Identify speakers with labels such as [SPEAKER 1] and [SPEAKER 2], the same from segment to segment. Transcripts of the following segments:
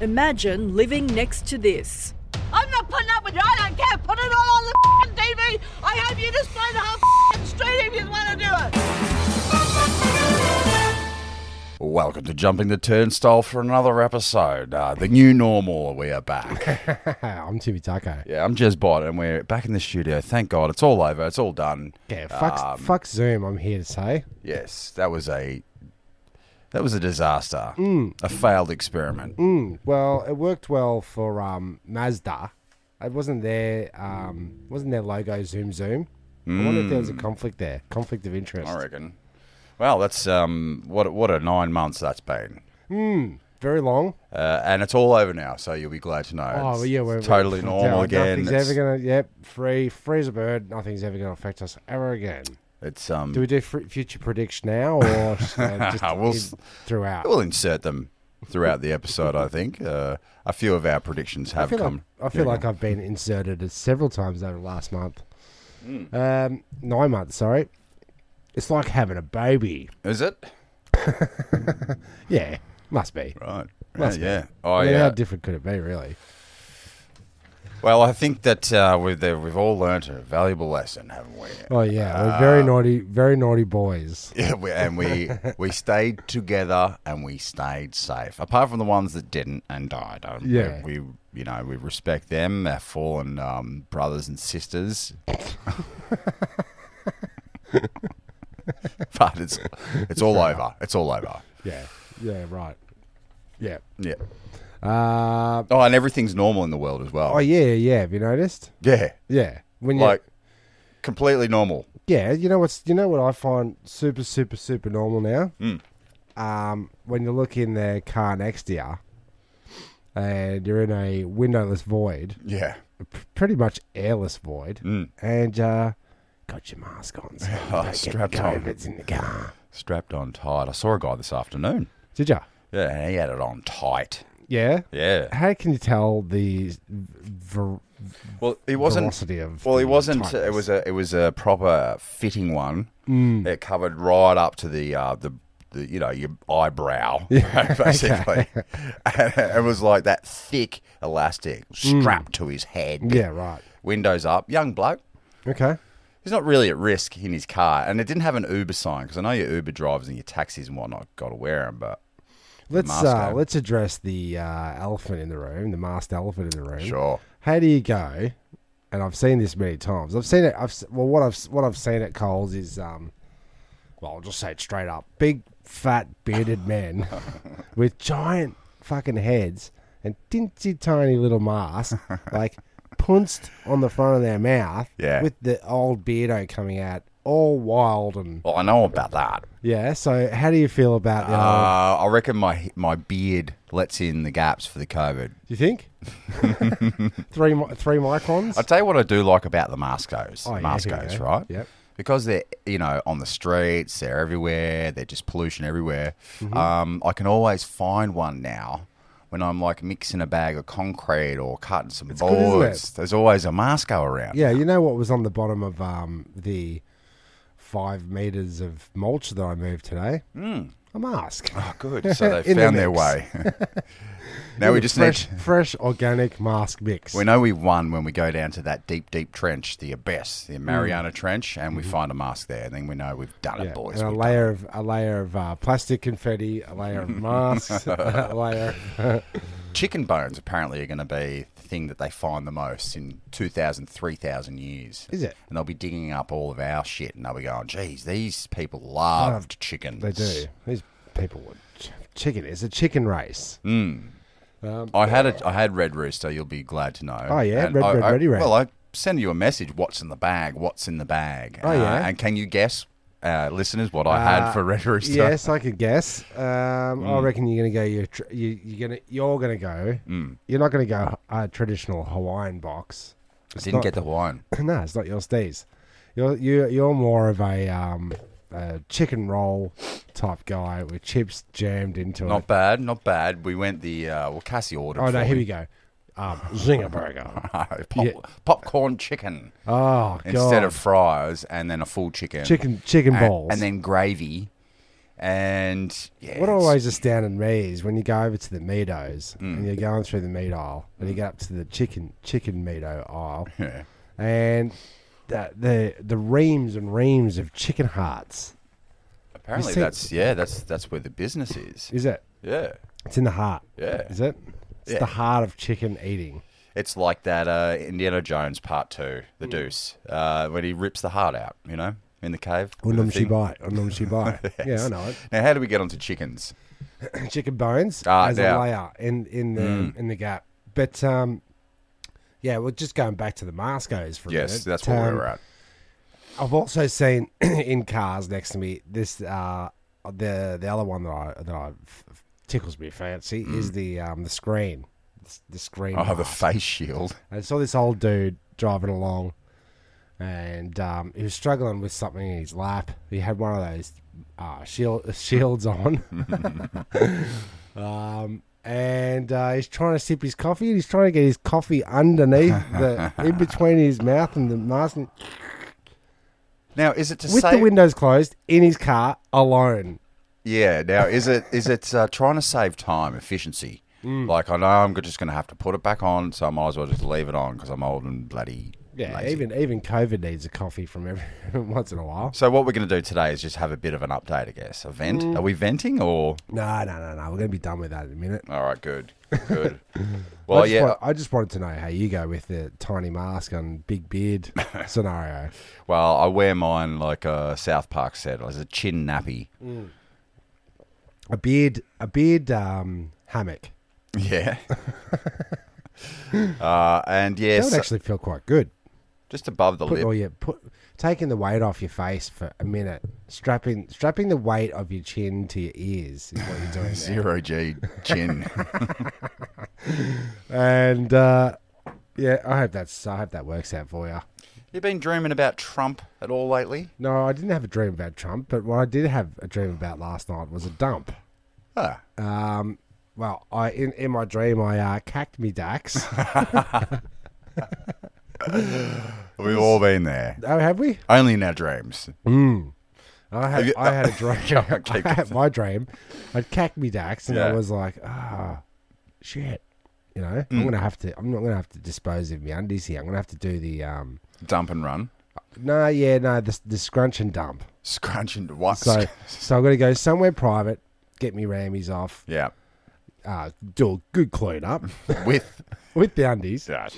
[SPEAKER 1] Imagine living next to this.
[SPEAKER 2] I'm not putting up with you. I don't care. Put it all on the f***ing TV. I have you display the whole f***ing street if you want to do it.
[SPEAKER 3] Welcome to Jumping the Turnstile for another episode. Uh, the new normal, we are back.
[SPEAKER 4] I'm Timmy Taco.
[SPEAKER 3] yeah, I'm Jez Bot, and we're back in the studio. Thank God, it's all over. It's all done. Um,
[SPEAKER 4] Yeah, fuck, fuck Zoom. I'm here to say.
[SPEAKER 3] Yes, that was a that was a disaster, a failed experiment.
[SPEAKER 4] Mm, well, it worked well for um, Mazda. It wasn't their um, wasn't their logo Zoom Zoom. I wonder if there
[SPEAKER 3] Mm.
[SPEAKER 4] was a conflict there, conflict of interest.
[SPEAKER 3] I reckon. Well, that's um, what what a nine months that's been,
[SPEAKER 4] Very long.
[SPEAKER 3] uh, and it's all over now. So you'll be glad to know.
[SPEAKER 4] oh
[SPEAKER 3] Uh, it's
[SPEAKER 4] well, yeah, we're
[SPEAKER 3] it's totally
[SPEAKER 4] we're-
[SPEAKER 3] normal again.
[SPEAKER 4] Nothing's
[SPEAKER 3] It's,
[SPEAKER 4] ever gonna. Yep, free, free as a bird. Nothing's ever gonna affect us ever again.
[SPEAKER 3] it's, um,
[SPEAKER 4] Do we do fr- future prediction now or just, uh, just
[SPEAKER 3] We'll
[SPEAKER 4] in-
[SPEAKER 3] s-
[SPEAKER 4] throughout?
[SPEAKER 3] we'll insert them throughout the episode. I think uh, a few of our predictions
[SPEAKER 4] I
[SPEAKER 3] have
[SPEAKER 4] feel
[SPEAKER 3] come.
[SPEAKER 4] like I feel
[SPEAKER 3] yeah,
[SPEAKER 4] like I've been inserted several times over the last month. Um, nine months, sorry. It's like having a baby.
[SPEAKER 3] is it
[SPEAKER 4] Yeah, must be.
[SPEAKER 3] right?
[SPEAKER 4] Must be.
[SPEAKER 3] yeah. Oh
[SPEAKER 4] I mean,
[SPEAKER 3] yeah.
[SPEAKER 4] How different could it be, really?
[SPEAKER 3] Well, I think that uh, we've that we've all learnt a valuable lesson, haven't we?
[SPEAKER 4] Oh yeah, we're very naughty, very naughty boys.
[SPEAKER 3] Yeah, we, and we we stayed together and we stayed safe. Apart from the ones that didn't and died, um, we-
[SPEAKER 4] Yeah.
[SPEAKER 3] we, you know we respect them, our fallen um, brothers and sisters. but it's it's all over. It's all over.
[SPEAKER 4] Yeah, yeah, right. Yeah.
[SPEAKER 3] Yeah.
[SPEAKER 4] Uh,
[SPEAKER 3] Oh, and everything's normal in the world as well.
[SPEAKER 4] oh yeah, yeah. Have you noticed?
[SPEAKER 3] yeah.
[SPEAKER 4] Yeah. When you,
[SPEAKER 3] Like completely normal.
[SPEAKER 4] yeah, you know what's you know what I find super super super normal now.
[SPEAKER 3] Mm.
[SPEAKER 4] Um, when you look in the car next to you, and you're in a windowless void,
[SPEAKER 3] Yeah.
[SPEAKER 4] p- pretty much airless void,
[SPEAKER 3] Mm.
[SPEAKER 4] and uh, got your mask on, so you
[SPEAKER 3] Oh,
[SPEAKER 4] don't get
[SPEAKER 3] strapped on.
[SPEAKER 4] COVID's in the car.
[SPEAKER 3] Strapped on tight. I saw a guy this afternoon.
[SPEAKER 4] Did ya?
[SPEAKER 3] Yeah, and he had it on tight.
[SPEAKER 4] Yeah.
[SPEAKER 3] Yeah.
[SPEAKER 4] How can you tell the ver-
[SPEAKER 3] Well, he wasn't.
[SPEAKER 4] velocity of
[SPEAKER 3] Well, he
[SPEAKER 4] the
[SPEAKER 3] wasn't. uh, It
[SPEAKER 4] tightness.
[SPEAKER 3] was a it was a proper fitting one.
[SPEAKER 4] Mm.
[SPEAKER 3] It covered right up to the uh, the. The, you know your eyebrow basically and it was like that thick elastic strapped to his head
[SPEAKER 4] Mm. Yeah. Right.
[SPEAKER 3] windows up young bloke
[SPEAKER 4] Okay.
[SPEAKER 3] he's not really at risk in his car and it didn't have an uber sign because i know your uber drivers and your taxis and whatnot got to wear them but
[SPEAKER 4] Let's uh,
[SPEAKER 3] Masked.
[SPEAKER 4] let's address the uh, elephant in the room, the masked elephant in the room.
[SPEAKER 3] sure
[SPEAKER 4] How do you go? And I've seen this many times. I've seen it. I've s- well, what I've s- what I've seen at Coles is, um, well, I'll just say it straight up: big, fat, bearded men with giant fucking heads and tinsy tiny little masks, like punched on the front of their mouth,
[SPEAKER 3] Yeah.
[SPEAKER 4] with the old beardo coming out, all wild and
[SPEAKER 3] well i know about that
[SPEAKER 4] yeah. So, how do you feel about the old?
[SPEAKER 3] uh, i reckon my my beard lets in the gaps for the covid
[SPEAKER 4] Do you think? three mi- three microns.
[SPEAKER 3] I'll tell you what I do like about the Mascos.
[SPEAKER 4] Oh, yeah, here we
[SPEAKER 3] Mascos,
[SPEAKER 4] go.
[SPEAKER 3] right?
[SPEAKER 4] Yep.
[SPEAKER 3] Because they're, you know, on the streets, they're everywhere, they're just pollution everywhere.
[SPEAKER 4] Mm-hmm.
[SPEAKER 3] Um, I can always find one now when I'm like mixing a bag of concrete or cutting some
[SPEAKER 4] good, isn't
[SPEAKER 3] boards. There's always a Masco around.
[SPEAKER 4] yeah, you know what was on the bottom of um, the five meters of mulch that I moved today? Mm. A mask.
[SPEAKER 3] Oh, good. So they
[SPEAKER 4] In the
[SPEAKER 3] found their
[SPEAKER 4] mix.
[SPEAKER 3] way. now we just need.
[SPEAKER 4] fresh, fresh organic mask mix.
[SPEAKER 3] We know we won when we go down to that deep, deep trench, the abyss,
[SPEAKER 4] Mm.
[SPEAKER 3] the Mariana Trench, and we find a mask there. And then we know we've done
[SPEAKER 4] Mm-hmm. Yeah,
[SPEAKER 3] it, boys.
[SPEAKER 4] and a
[SPEAKER 3] We've
[SPEAKER 4] layer of a layer of uh, plastic confetti, a layer of masks, a layer.
[SPEAKER 3] Chicken bones apparently are going to be the thing that they find the most in 2,000, 3,000 years.
[SPEAKER 4] Is it?
[SPEAKER 3] And they'll be digging up all of our shit and they'll be going, geez, these people loved chickens.
[SPEAKER 4] Oh, They do. These people would ch- chicken. It's a chicken race.
[SPEAKER 3] Mm, I had a, I had Red Rooster, you'll be glad to know.
[SPEAKER 4] Oh, yeah,
[SPEAKER 3] And
[SPEAKER 4] Red,
[SPEAKER 3] I,
[SPEAKER 4] Red,
[SPEAKER 3] I-
[SPEAKER 4] Reddy Red.
[SPEAKER 3] Well, I sent you a message, what's in the bag, what's in the bag.
[SPEAKER 4] Oh, yeah.
[SPEAKER 3] And can you guess, uh, listeners, what I had
[SPEAKER 4] Uh,
[SPEAKER 3] for Red Rooster? Mm.
[SPEAKER 4] Yes, I could guess. Um, I reckon you're gonna go. Your tr- you, you're gonna you're gonna go.
[SPEAKER 3] Mm.
[SPEAKER 4] You're not gonna go a traditional Hawaiian box.
[SPEAKER 3] I
[SPEAKER 4] It's
[SPEAKER 3] didn't
[SPEAKER 4] not-
[SPEAKER 3] get the wine.
[SPEAKER 4] no, it's not your steez. You're you you're more of a um a chicken roll type guy with chips jammed into
[SPEAKER 3] Not
[SPEAKER 4] it.
[SPEAKER 3] bad, not bad. We went the, uh, well, Cassie ordered
[SPEAKER 4] Oh
[SPEAKER 3] for
[SPEAKER 4] no, here
[SPEAKER 3] me.
[SPEAKER 4] we go. Um, Zinger burger.
[SPEAKER 3] Pop,
[SPEAKER 4] Yeah.
[SPEAKER 3] Popcorn chicken.
[SPEAKER 4] Oh god.
[SPEAKER 3] instead of fries and then a full chicken.
[SPEAKER 4] Chicken- chicken
[SPEAKER 3] And-
[SPEAKER 4] balls.
[SPEAKER 3] And then gravy And yeah,
[SPEAKER 4] What
[SPEAKER 3] it's-
[SPEAKER 4] always astounded me is when you go over to the meatos
[SPEAKER 3] Mm.
[SPEAKER 4] and you're going through the meat aisle and you get up to the chicken chicken meato aisle
[SPEAKER 3] Yeah.
[SPEAKER 4] and the, the the reams and reams of chicken hearts.
[SPEAKER 3] apparently
[SPEAKER 4] see-
[SPEAKER 3] that's yeah, that's that's where the business is.
[SPEAKER 4] Is it?
[SPEAKER 3] Yeah,
[SPEAKER 4] It's in the heart.
[SPEAKER 3] Yeah.
[SPEAKER 4] Is it? It's
[SPEAKER 3] Yeah.
[SPEAKER 4] the heart of chicken eating.
[SPEAKER 3] it's like that uh, Indiana Jones Part Two,
[SPEAKER 4] Mm.
[SPEAKER 3] The Deuce, uh, when he rips the heart out. You know, in the cave. with the
[SPEAKER 4] Unum she
[SPEAKER 3] thing.
[SPEAKER 4] bite. Unum she bite. Yeah, I
[SPEAKER 3] Yes.
[SPEAKER 4] know
[SPEAKER 3] Now, how do we get onto chickens?
[SPEAKER 4] it. Chicken bones
[SPEAKER 3] Ah, Mm.
[SPEAKER 4] as
[SPEAKER 3] now.
[SPEAKER 4] a layer in in the in the gap. But um, yeah, we're just going back to the Mascos for a
[SPEAKER 3] Yes,
[SPEAKER 4] minute.
[SPEAKER 3] that's where
[SPEAKER 4] Um,
[SPEAKER 3] we were at.
[SPEAKER 4] I've also seen in cars next to me this uh the the other one that I that I f- f- tickles me fancy is the um the screen the, the screen.
[SPEAKER 3] Mm. Oh, the
[SPEAKER 4] mask.
[SPEAKER 3] face shield.
[SPEAKER 4] I saw this old dude driving along, and um, he was struggling with something in his lap. He had one of those uh, shield, shields on, um, and uh, he's trying to sip his coffee. And he's trying to get his coffee underneath the in between his mouth and the mask, and
[SPEAKER 3] Now, is it to
[SPEAKER 4] with
[SPEAKER 3] save?
[SPEAKER 4] the windows closed in his car alone.
[SPEAKER 3] yeah. Now, is it is it uh, trying to save time efficiency?
[SPEAKER 4] Mm.
[SPEAKER 3] Like I know I'm just going to have to put it back on, so I might as well just leave it on because I'm old and bloody.
[SPEAKER 4] Yeah,
[SPEAKER 3] lazy.
[SPEAKER 4] even even COVID needs a coffee from every once in a while.
[SPEAKER 3] So what we're going to do today is just have a bit of an update, I guess. A vent?
[SPEAKER 4] Mm.
[SPEAKER 3] Are we venting or?
[SPEAKER 4] No, no, no, no. We're gonna be done with that in a minute.
[SPEAKER 3] All right, good, good.
[SPEAKER 4] I
[SPEAKER 3] Well,
[SPEAKER 4] just
[SPEAKER 3] yeah.
[SPEAKER 4] want- I just wanted to know how you go with the tiny mask and big beard scenario.
[SPEAKER 3] Well, I wear mine like uh, South Park said, as a chin nappy.
[SPEAKER 4] A beard, a beard um, hammock.
[SPEAKER 3] Yeah. uh, and
[SPEAKER 4] That
[SPEAKER 3] yes,
[SPEAKER 4] would actually feel quite good.
[SPEAKER 3] just above the
[SPEAKER 4] Put all
[SPEAKER 3] lip.
[SPEAKER 4] your put taking the weight off your face for a minute, strapping strapping the weight of your chin to your ears is what you're doing. there.
[SPEAKER 3] Zero G chin.
[SPEAKER 4] And uh, yeah, I hope that's I hope that works out for you.
[SPEAKER 3] you been dreaming about Trump at all lately?
[SPEAKER 4] No, I didn't have a dream about Trump, but what I did have a dream about last night was a dump.
[SPEAKER 3] Ah,
[SPEAKER 4] Um, well, I in, in my dream I uh, cacked me Dax.
[SPEAKER 3] we've all been there.
[SPEAKER 4] oh, have we?
[SPEAKER 3] Only in our dreams.
[SPEAKER 4] I had,
[SPEAKER 3] you-
[SPEAKER 4] I had a dream.
[SPEAKER 3] Okay,
[SPEAKER 4] I had my dream. I'd cack me Dax, and I
[SPEAKER 3] Yeah.
[SPEAKER 4] was like, ah, shit. You know,
[SPEAKER 3] Mm.
[SPEAKER 4] I'm gonna have to. I'm not gonna have to dispose of my undies here. I'm gonna have to do the um.
[SPEAKER 3] Dump and run.
[SPEAKER 4] No, yeah, no, the the scrunch and dump.
[SPEAKER 3] Scrunch into what?
[SPEAKER 4] So, so I'm gonna go somewhere private, get me rammies off,
[SPEAKER 3] yeah.
[SPEAKER 4] uh, do a good clean up
[SPEAKER 3] With.
[SPEAKER 4] with the undies,
[SPEAKER 3] Yeah.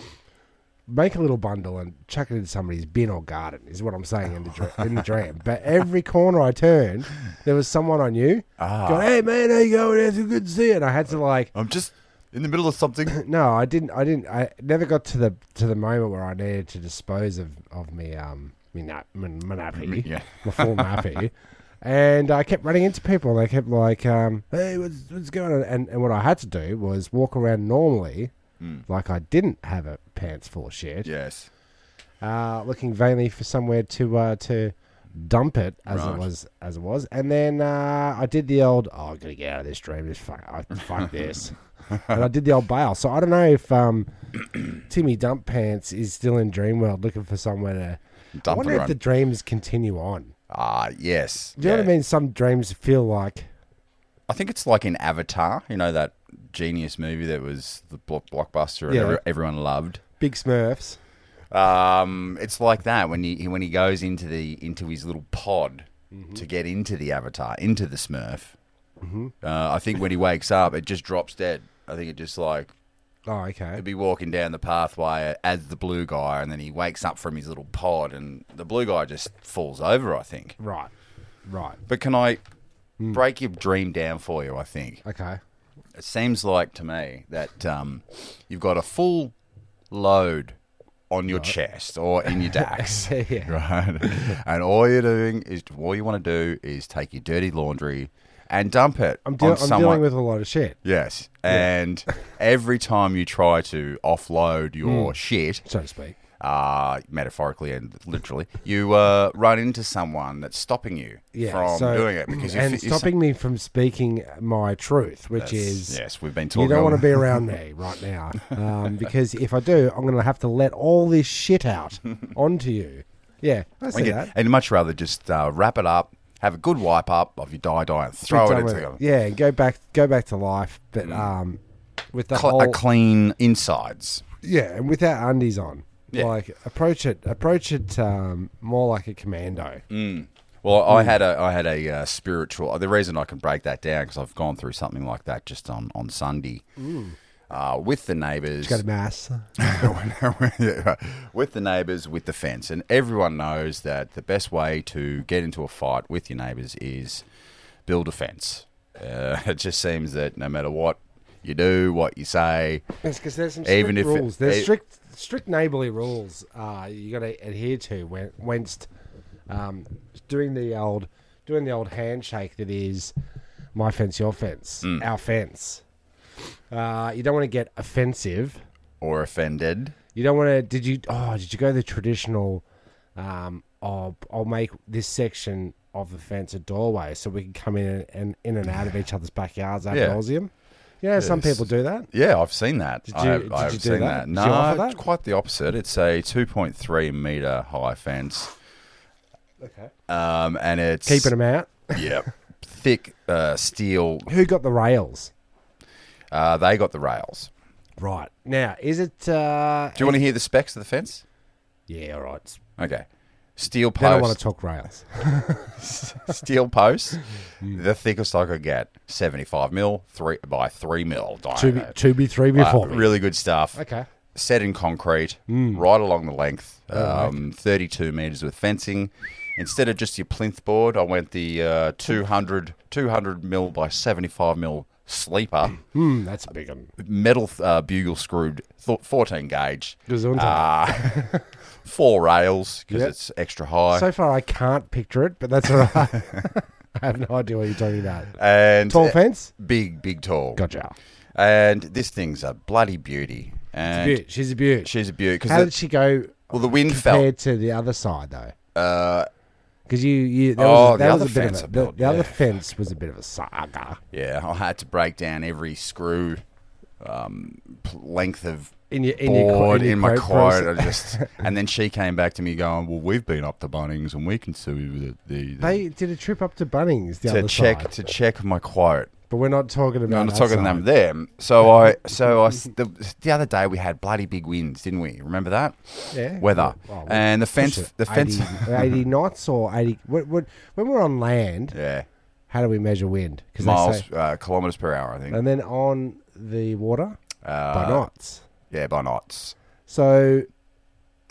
[SPEAKER 4] make a little bundle, and chuck it into somebody's bin or garden. Is what I'm saying in the dream. In the dream, but every corner I turned, there was someone I knew.
[SPEAKER 3] Ah.
[SPEAKER 4] Going, hey man, how you going? It's good to see you. And I had to like,
[SPEAKER 3] I'm just in the middle of something.
[SPEAKER 4] no, I didn't, I didn't, I never got to the to the moment where I needed to dispose of of me um me na- me, me nappy,
[SPEAKER 3] yeah.
[SPEAKER 4] my full nappy, and I kept running into people and I kept like, um, hey, what's what's going on? And and what I had to do was walk around normally,
[SPEAKER 3] Hmm.
[SPEAKER 4] like I didn't have a pants full of shit,
[SPEAKER 3] Yes.
[SPEAKER 4] uh, looking vainly for somewhere to uh, to dump it as
[SPEAKER 3] Right.
[SPEAKER 4] it was as it was, and then uh, I did the old oh I gotta get out of this dream, this fuck, I, fuck this, and I did the old bail. So I don't know if um, Timmy Dump Pants is still in Dream World looking for somewhere to. I
[SPEAKER 3] Dump
[SPEAKER 4] wonder
[SPEAKER 3] and
[SPEAKER 4] if
[SPEAKER 3] run.
[SPEAKER 4] the dreams continue on.
[SPEAKER 3] Ah, yes.
[SPEAKER 4] Do you know
[SPEAKER 3] Yeah.
[SPEAKER 4] what I mean? Some dreams feel like
[SPEAKER 3] I think it's like in Avatar, you know, that genius movie that was the blo- blockbuster and
[SPEAKER 4] Yeah.
[SPEAKER 3] every- everyone loved.
[SPEAKER 4] big Smurfs.
[SPEAKER 3] Um, it's like that when he when he goes into the into his little pod to get into the Avatar, into the Smurf. Uh, I think when he wakes up, it just drops dead. I think it just like
[SPEAKER 4] Oh, okay.
[SPEAKER 3] he'd be walking down the pathway as the blue guy, and then he wakes up from his little pod, and the blue guy just falls over. I think.
[SPEAKER 4] Right, right.
[SPEAKER 3] But can I break your dream down for you? I think.
[SPEAKER 4] Okay.
[SPEAKER 3] it seems like to me that um, you've got a full load on your chest or in your dax,
[SPEAKER 4] Yeah.
[SPEAKER 3] right? And all you're doing is all you want to do is take your dirty laundry and dump it
[SPEAKER 4] I'm, deal-
[SPEAKER 3] on
[SPEAKER 4] I'm
[SPEAKER 3] someone.
[SPEAKER 4] dealing with a lot of shit.
[SPEAKER 3] yes, and every time you try to offload
[SPEAKER 4] Hmm.
[SPEAKER 3] your shit,
[SPEAKER 4] So to speak.
[SPEAKER 3] uh, metaphorically and literally, you uh, run into someone that's stopping you
[SPEAKER 4] yeah,
[SPEAKER 3] from
[SPEAKER 4] so-
[SPEAKER 3] doing it because you
[SPEAKER 4] and
[SPEAKER 3] fe- you
[SPEAKER 4] stopping me from speaking my truth, which is
[SPEAKER 3] yes, we've been talking.
[SPEAKER 4] you don't want
[SPEAKER 3] all-
[SPEAKER 4] to be around me right now um, because if I do, I'm going to have to let all this shit out onto you. Yeah, I see
[SPEAKER 3] We
[SPEAKER 4] that.
[SPEAKER 3] could- I'd much rather just uh, wrap it up, have a good wipe up of your dye dye and throw it
[SPEAKER 4] done
[SPEAKER 3] into
[SPEAKER 4] with
[SPEAKER 3] the
[SPEAKER 4] it. Yeah, go back, go back to life, but um, with the
[SPEAKER 3] Cl- a
[SPEAKER 4] whole
[SPEAKER 3] clean insides.
[SPEAKER 4] yeah, and without undies on.
[SPEAKER 3] Yeah.
[SPEAKER 4] Like approach it, approach it um, more like a commando.
[SPEAKER 3] Mm. Well, I
[SPEAKER 4] Hmm.
[SPEAKER 3] had a I had a uh, spiritual. The reason I can break that down because I've gone through something like that just on on Sunday uh, with the neighbours.
[SPEAKER 4] Go to mass.
[SPEAKER 3] with the neighbours, with the fence. And everyone knows that the best way to get into a fight with your neighbours is build a fence. Uh, it just seems that no matter what you do, what you say,
[SPEAKER 4] Yes, because there's some strict
[SPEAKER 3] Even if it-
[SPEAKER 4] rules. there's
[SPEAKER 3] it-
[SPEAKER 4] strict strict neighbourly rules uh, you got to adhere to when whenst um, doing the old doing the old handshake that is my fence, your fence,
[SPEAKER 3] Mm.
[SPEAKER 4] our fence. Uh, you don't want to get offensive.
[SPEAKER 3] or offended.
[SPEAKER 4] You don't want to. Did you? Oh, did you go the traditional? Um, oh, I'll make this section of the fence a doorway so we can come in and, and in and out of each other's backyards ad
[SPEAKER 3] Yeah.
[SPEAKER 4] nauseum. You know, some
[SPEAKER 3] Yes.
[SPEAKER 4] people do that.
[SPEAKER 3] Yeah, I've seen that.
[SPEAKER 4] Did
[SPEAKER 3] I
[SPEAKER 4] you-
[SPEAKER 3] have,
[SPEAKER 4] did
[SPEAKER 3] I have
[SPEAKER 4] you do
[SPEAKER 3] seen
[SPEAKER 4] that?
[SPEAKER 3] that.
[SPEAKER 4] Did you
[SPEAKER 3] No,
[SPEAKER 4] offer that?
[SPEAKER 3] it's quite the opposite. It's a 2.3 meter high fence.
[SPEAKER 4] Okay.
[SPEAKER 3] Um, and it's
[SPEAKER 4] Keeping them out.
[SPEAKER 3] yeah, thick uh, steel.
[SPEAKER 4] Who got the rails?
[SPEAKER 3] Uh, they got the rails.
[SPEAKER 4] Right now, is it? Uh,
[SPEAKER 3] Do you want to hear the specs of the fence?
[SPEAKER 4] yeah, all right.
[SPEAKER 3] Okay, steel
[SPEAKER 4] Then I want to
[SPEAKER 3] posts,
[SPEAKER 4] talk rails.
[SPEAKER 3] steel posts. the thickest I could get, seventy-five mil, three by three mil
[SPEAKER 4] Two, be,
[SPEAKER 3] diameter.
[SPEAKER 4] two be three
[SPEAKER 3] Uh,
[SPEAKER 4] before me.
[SPEAKER 3] really good stuff.
[SPEAKER 4] Okay. Mm. Oh,
[SPEAKER 3] set in concrete, right along the length, um, 32 metres with fencing. Instead of just your plinth board, I went the uh, 200, 200 mil by 75 mil sleeper,
[SPEAKER 4] Hmm, that's a big one.
[SPEAKER 3] metal uh, bugle screwed, th- 14 gauge,
[SPEAKER 4] Gesundheit.
[SPEAKER 3] uh, four rails because
[SPEAKER 4] Yep.
[SPEAKER 3] it's extra high.
[SPEAKER 4] So far, I can't picture it, but that's all right. I have no idea what you're talking about.
[SPEAKER 3] and
[SPEAKER 4] Tall
[SPEAKER 3] uh,
[SPEAKER 4] fence.
[SPEAKER 3] Big, big tall.
[SPEAKER 4] Gotcha.
[SPEAKER 3] And this thing's a bloody beauty. And
[SPEAKER 4] Beaut. She's a beaut.
[SPEAKER 3] she's a beauty.
[SPEAKER 4] How did
[SPEAKER 3] Because,
[SPEAKER 4] she go
[SPEAKER 3] well, the wind felt.
[SPEAKER 4] compared to the other side though?
[SPEAKER 3] Uh,
[SPEAKER 4] Because you, you that
[SPEAKER 3] Oh,
[SPEAKER 4] was, that
[SPEAKER 3] the
[SPEAKER 4] was
[SPEAKER 3] other
[SPEAKER 4] a bit
[SPEAKER 3] fence
[SPEAKER 4] of
[SPEAKER 3] I
[SPEAKER 4] a, the,
[SPEAKER 3] built,
[SPEAKER 4] the other
[SPEAKER 3] yeah.
[SPEAKER 4] fence was a bit of a saga
[SPEAKER 3] Yeah, I had to break down every screw um, p- length of
[SPEAKER 4] in your in your, qu-
[SPEAKER 3] board
[SPEAKER 4] in your
[SPEAKER 3] in my
[SPEAKER 4] quote
[SPEAKER 3] quote.
[SPEAKER 4] process.
[SPEAKER 3] I just, and then she came back to me going, "Well, we've been up to Bunnings and we can sue you the, the, the
[SPEAKER 4] They did a trip up to Bunnings the
[SPEAKER 3] to
[SPEAKER 4] other
[SPEAKER 3] check
[SPEAKER 4] side,
[SPEAKER 3] to check my quote."
[SPEAKER 4] but we're not talking about.
[SPEAKER 3] No, I'm not
[SPEAKER 4] that
[SPEAKER 3] talking to
[SPEAKER 4] side.
[SPEAKER 3] them. Them. So I, so I, s- the, the other day we had bloody big winds, didn't we? Remember that?
[SPEAKER 4] Yeah.
[SPEAKER 3] Weather
[SPEAKER 4] Well, we
[SPEAKER 3] and the
[SPEAKER 4] Push
[SPEAKER 3] fence,
[SPEAKER 4] it.
[SPEAKER 3] the fence.
[SPEAKER 4] 80, 80 knots or eighty. What, what, when we're on land,
[SPEAKER 3] yeah,
[SPEAKER 4] how do we measure wind? Because
[SPEAKER 3] miles, uh, kilometers per hour, I think.
[SPEAKER 4] and then on the water
[SPEAKER 3] Uh,
[SPEAKER 4] by knots.
[SPEAKER 3] Yeah, by knots.
[SPEAKER 4] So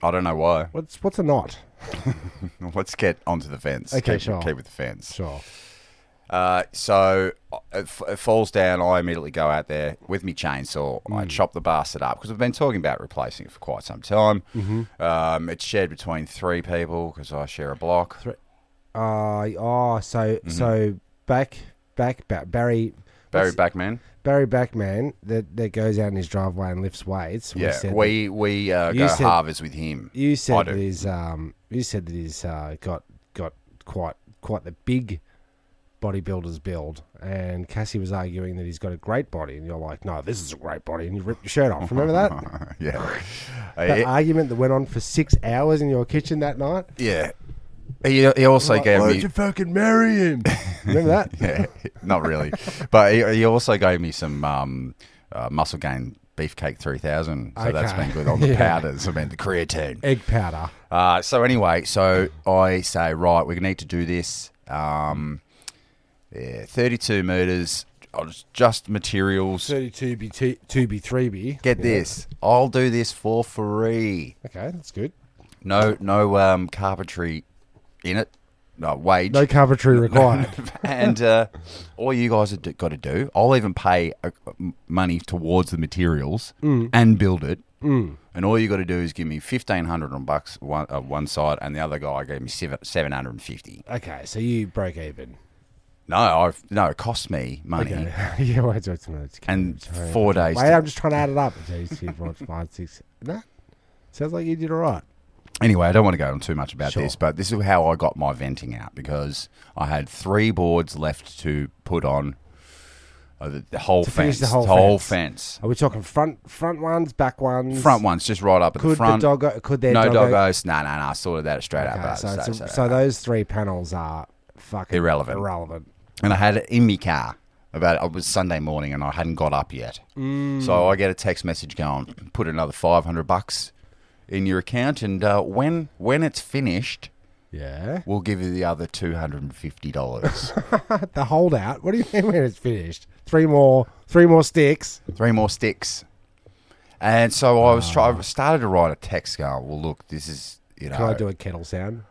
[SPEAKER 3] I don't know why.
[SPEAKER 4] what's what's a knot?
[SPEAKER 3] Let's get onto the fence.
[SPEAKER 4] Okay,
[SPEAKER 3] keep,
[SPEAKER 4] sure.
[SPEAKER 3] Keep with the fence.
[SPEAKER 4] Sure.
[SPEAKER 3] Uh, so uh, it, f- it falls down. I immediately go out there with my chainsaw. I
[SPEAKER 4] Mm.
[SPEAKER 3] chop the bastard up because we've been talking about replacing it for quite some time.
[SPEAKER 4] Mm-hmm.
[SPEAKER 3] Um, it's shared between three people because I share a block.
[SPEAKER 4] Uh, oh, so so back back ba- Barry
[SPEAKER 3] Mm-hmm. Barry
[SPEAKER 4] what's-
[SPEAKER 3] Backman.
[SPEAKER 4] Barry Backman that, that goes out in his driveway and lifts weights. we
[SPEAKER 3] Yeah,
[SPEAKER 4] said
[SPEAKER 3] we we uh,
[SPEAKER 4] You
[SPEAKER 3] go
[SPEAKER 4] said-
[SPEAKER 3] halvers with him.
[SPEAKER 4] that- you
[SPEAKER 3] I
[SPEAKER 4] said
[SPEAKER 3] do.
[SPEAKER 4] that he's um you said that he's uh, got got quite quite the big bodybuilder's build, and Cassie was arguing that he's got a great body, and you're like, no, this is a great body, and you ripped your shirt off. Remember that? uh,
[SPEAKER 3] yeah,
[SPEAKER 4] that
[SPEAKER 3] He-
[SPEAKER 4] argument that went on for six hours in your kitchen that night.
[SPEAKER 3] yeah. He, he also gave
[SPEAKER 4] Why
[SPEAKER 3] me
[SPEAKER 4] don't you fucking marry him? Remember that?
[SPEAKER 3] yeah, not really. But he, he also gave me some um, uh, muscle gain beefcake 3000. So that's
[SPEAKER 4] Okay.
[SPEAKER 3] been good on the
[SPEAKER 4] Yeah.
[SPEAKER 3] powders. I mean, the creatine.
[SPEAKER 4] Egg powder.
[SPEAKER 3] Uh, so anyway, so I say, right, we need to do this. Um, yeah, 32 meters, I'll just, just materials.
[SPEAKER 4] Thirty-two b two b three b.
[SPEAKER 3] Get this. I'll do this for free.
[SPEAKER 4] Okay, that's good.
[SPEAKER 3] No, no um, carpentry in it. No wage.
[SPEAKER 4] No carpentry required.
[SPEAKER 3] and uh, all you guys have got to do, I'll even pay uh, money towards the materials and build it. Mm. And all you got to do is give me fifteen hundred on bucks one uh, one side, and the other guy gave me seven hundred and fifty.
[SPEAKER 4] Okay, so you broke even.
[SPEAKER 3] No, I've no, it cost me money
[SPEAKER 4] Okay. yeah, wait, wait, wait, wait.
[SPEAKER 3] and
[SPEAKER 4] Sorry.
[SPEAKER 3] four days.
[SPEAKER 4] Wait,
[SPEAKER 3] to-
[SPEAKER 4] I'm just trying to add it up. Two, three, four, five, six. No, sounds like you did all right.
[SPEAKER 3] anyway, I don't want to go on too much about
[SPEAKER 4] Sure.
[SPEAKER 3] this, but this is how I got my venting out because I had three boards left to put on uh, the, the whole
[SPEAKER 4] To finish
[SPEAKER 3] fence,
[SPEAKER 4] the whole
[SPEAKER 3] fence.
[SPEAKER 4] Are we talking front front ones, back ones?
[SPEAKER 3] Front ones, just right up at
[SPEAKER 4] Could
[SPEAKER 3] the front.
[SPEAKER 4] the doggo? Could their
[SPEAKER 3] no
[SPEAKER 4] doggo?
[SPEAKER 3] doggos. No, no, no. I sorted that straight
[SPEAKER 4] Okay,
[SPEAKER 3] out.
[SPEAKER 4] so,
[SPEAKER 3] So,
[SPEAKER 4] it's a-
[SPEAKER 3] so-
[SPEAKER 4] so those three panels are fucking
[SPEAKER 3] Irrelevant.
[SPEAKER 4] Irrelevant.
[SPEAKER 3] and I had it in my car. About it was Sunday morning, and I hadn't got up yet.
[SPEAKER 4] Mm.
[SPEAKER 3] So I get a text message going, "Put another five hundred bucks in your account, and uh, when when it's finished,
[SPEAKER 4] Yeah.
[SPEAKER 3] we'll give you the other two hundred and fifty dollars.
[SPEAKER 4] The holdout. What do you mean when it's finished? Three more. Three more sticks.
[SPEAKER 3] Three more sticks." And so I was try- I started to write a text going, "Well, look, this is you know."
[SPEAKER 4] Ah. Can I do a kettle sound?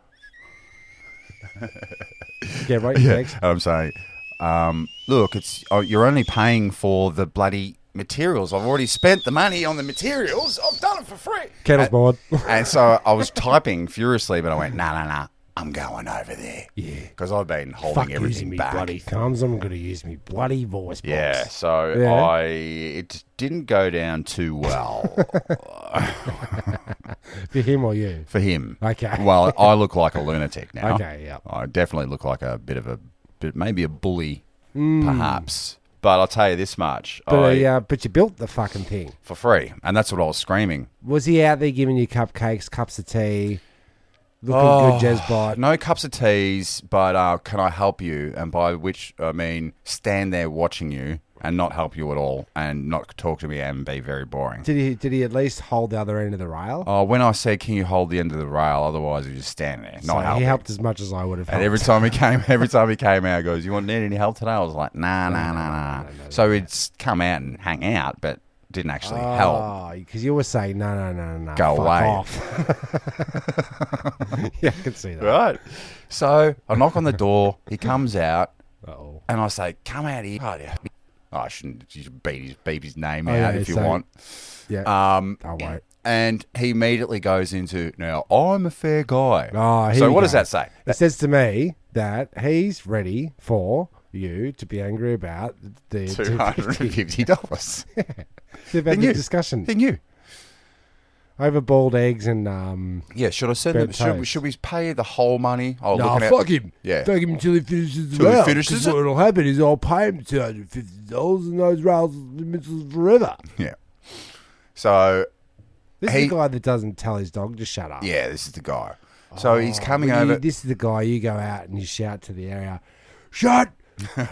[SPEAKER 4] yeah, right.
[SPEAKER 3] Yeah,
[SPEAKER 4] Thanks.
[SPEAKER 3] and I'm saying, um, look, it's oh, you're only paying for the bloody materials. I've already spent the money on the materials. I've done it for free.
[SPEAKER 4] Kettle's bored.
[SPEAKER 3] And so I was typing furiously, but I went, nah, nah, nah. I'm going over there. Yeah. Because I've been holding
[SPEAKER 4] Fuck using
[SPEAKER 3] everything
[SPEAKER 4] me
[SPEAKER 3] back.
[SPEAKER 4] bloody thumbs. I'm going to use me bloody voice box.
[SPEAKER 3] yeah, so
[SPEAKER 4] Yeah.
[SPEAKER 3] I it didn't go down too well
[SPEAKER 4] For him or you.
[SPEAKER 3] for him.
[SPEAKER 4] Okay.
[SPEAKER 3] Well, I look like a lunatic now.
[SPEAKER 4] Okay, yeah.
[SPEAKER 3] I definitely look like a bit of a bit, maybe a bully, perhaps. But I'll tell you this much:
[SPEAKER 4] Mm. But,
[SPEAKER 3] I,
[SPEAKER 4] uh, but you built the fucking thing.
[SPEAKER 3] for free, and that's what I was screaming.
[SPEAKER 4] Was he out there giving you cupcakes, cups of tea, looking
[SPEAKER 3] Oh,
[SPEAKER 4] good, Jez Bite?
[SPEAKER 3] No cups of teas, but uh, can I help you? And by which I mean stand there watching you and not help you at all, and not talk to me and be very boring.
[SPEAKER 4] Did he? Did he at least hold the other end of the rail?
[SPEAKER 3] Oh, when I said, "Can you hold the end of the rail?" Otherwise, you just stand there, not
[SPEAKER 4] So
[SPEAKER 3] helping.
[SPEAKER 4] he helped as much as I would have.
[SPEAKER 3] And
[SPEAKER 4] Helped.
[SPEAKER 3] every time he came, every time he came out, he goes, "You want need any help today?" I was like, "Nah, nah, nah, nah." So he'd s- come out and hang out, but didn't actually
[SPEAKER 4] Ah.
[SPEAKER 3] help.
[SPEAKER 4] because Oh, you were saying no, no, no, no, no,
[SPEAKER 3] Go
[SPEAKER 4] fuck
[SPEAKER 3] away.
[SPEAKER 4] Off. yeah, I can see that.
[SPEAKER 3] Right. So I knock on the door. He comes out.
[SPEAKER 4] Uh-oh.
[SPEAKER 3] And I say, come out here. Oh, yeah. Oh, I shouldn't you should beat his, beep his name
[SPEAKER 4] Oh,
[SPEAKER 3] out
[SPEAKER 4] yeah,
[SPEAKER 3] if you
[SPEAKER 4] so-
[SPEAKER 3] want.
[SPEAKER 4] Yeah,
[SPEAKER 3] Um,
[SPEAKER 4] I won't.
[SPEAKER 3] and he immediately goes into, now, I'm a fair guy.
[SPEAKER 4] Oh, here
[SPEAKER 3] so
[SPEAKER 4] we
[SPEAKER 3] what does
[SPEAKER 4] go.
[SPEAKER 3] that say?
[SPEAKER 4] It says to me that he's ready for you to be angry about the $250.
[SPEAKER 3] $250.
[SPEAKER 4] They've had
[SPEAKER 3] Then
[SPEAKER 4] the
[SPEAKER 3] you-
[SPEAKER 4] discussion
[SPEAKER 3] Then you.
[SPEAKER 4] over boiled eggs and um.
[SPEAKER 3] Yeah, should I send
[SPEAKER 4] Fair
[SPEAKER 3] them? Should, we-
[SPEAKER 4] toast.
[SPEAKER 3] should we pay the whole money? Oh,
[SPEAKER 4] Nah,
[SPEAKER 3] looking at-
[SPEAKER 4] fuck him.
[SPEAKER 3] Yeah.
[SPEAKER 4] Fuck him until he finishes the
[SPEAKER 3] Till he
[SPEAKER 4] round.
[SPEAKER 3] finishes
[SPEAKER 4] 'Cause
[SPEAKER 3] it?
[SPEAKER 4] What'll happen is I'll pay him two hundred fifty dollars, and those rails will be missiles forever.
[SPEAKER 3] Yeah. So,
[SPEAKER 4] This
[SPEAKER 3] He-
[SPEAKER 4] is the guy that doesn't tell his dog to shut up.
[SPEAKER 3] yeah, this is the guy. So
[SPEAKER 4] Oh,
[SPEAKER 3] he's coming
[SPEAKER 4] Well, you-
[SPEAKER 3] over.
[SPEAKER 4] this is the guy you go out and you shout to the area, shut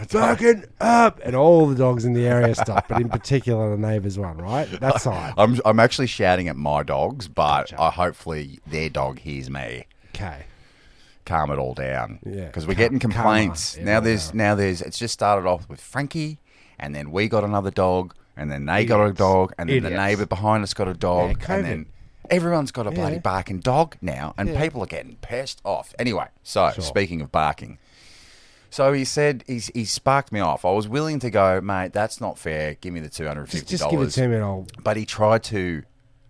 [SPEAKER 4] fucking up, and all the dogs in the area stop. But in particular, the neighbour's one, right? That's all right.
[SPEAKER 3] I'm, I'm actually shouting at my dogs, but I hopefully their dog hears me.
[SPEAKER 4] Okay.
[SPEAKER 3] calm it all down.
[SPEAKER 4] Yeah,
[SPEAKER 3] because we're
[SPEAKER 4] cal-
[SPEAKER 3] getting
[SPEAKER 4] calmer
[SPEAKER 3] complaints now.
[SPEAKER 4] everywhere.
[SPEAKER 3] There's now there's it's just started off with Frankie, and then we got another dog, and then they got a
[SPEAKER 4] Idiots.
[SPEAKER 3] dog, and then the
[SPEAKER 4] Idiots.
[SPEAKER 3] neighbour behind us got a dog,
[SPEAKER 4] Yeah,
[SPEAKER 3] and then everyone's got a bloody
[SPEAKER 4] Yeah.
[SPEAKER 3] barking dog now, and
[SPEAKER 4] Yeah.
[SPEAKER 3] people are getting pissed off. Anyway, so
[SPEAKER 4] Sure.
[SPEAKER 3] speaking of barking. So he said he's, he sparked me off. I was willing to go, mate. That's not fair. Give me the two hundred
[SPEAKER 4] Just,
[SPEAKER 3] fifty
[SPEAKER 4] just give it
[SPEAKER 3] dollars
[SPEAKER 4] to me, and I'll.
[SPEAKER 3] but he tried to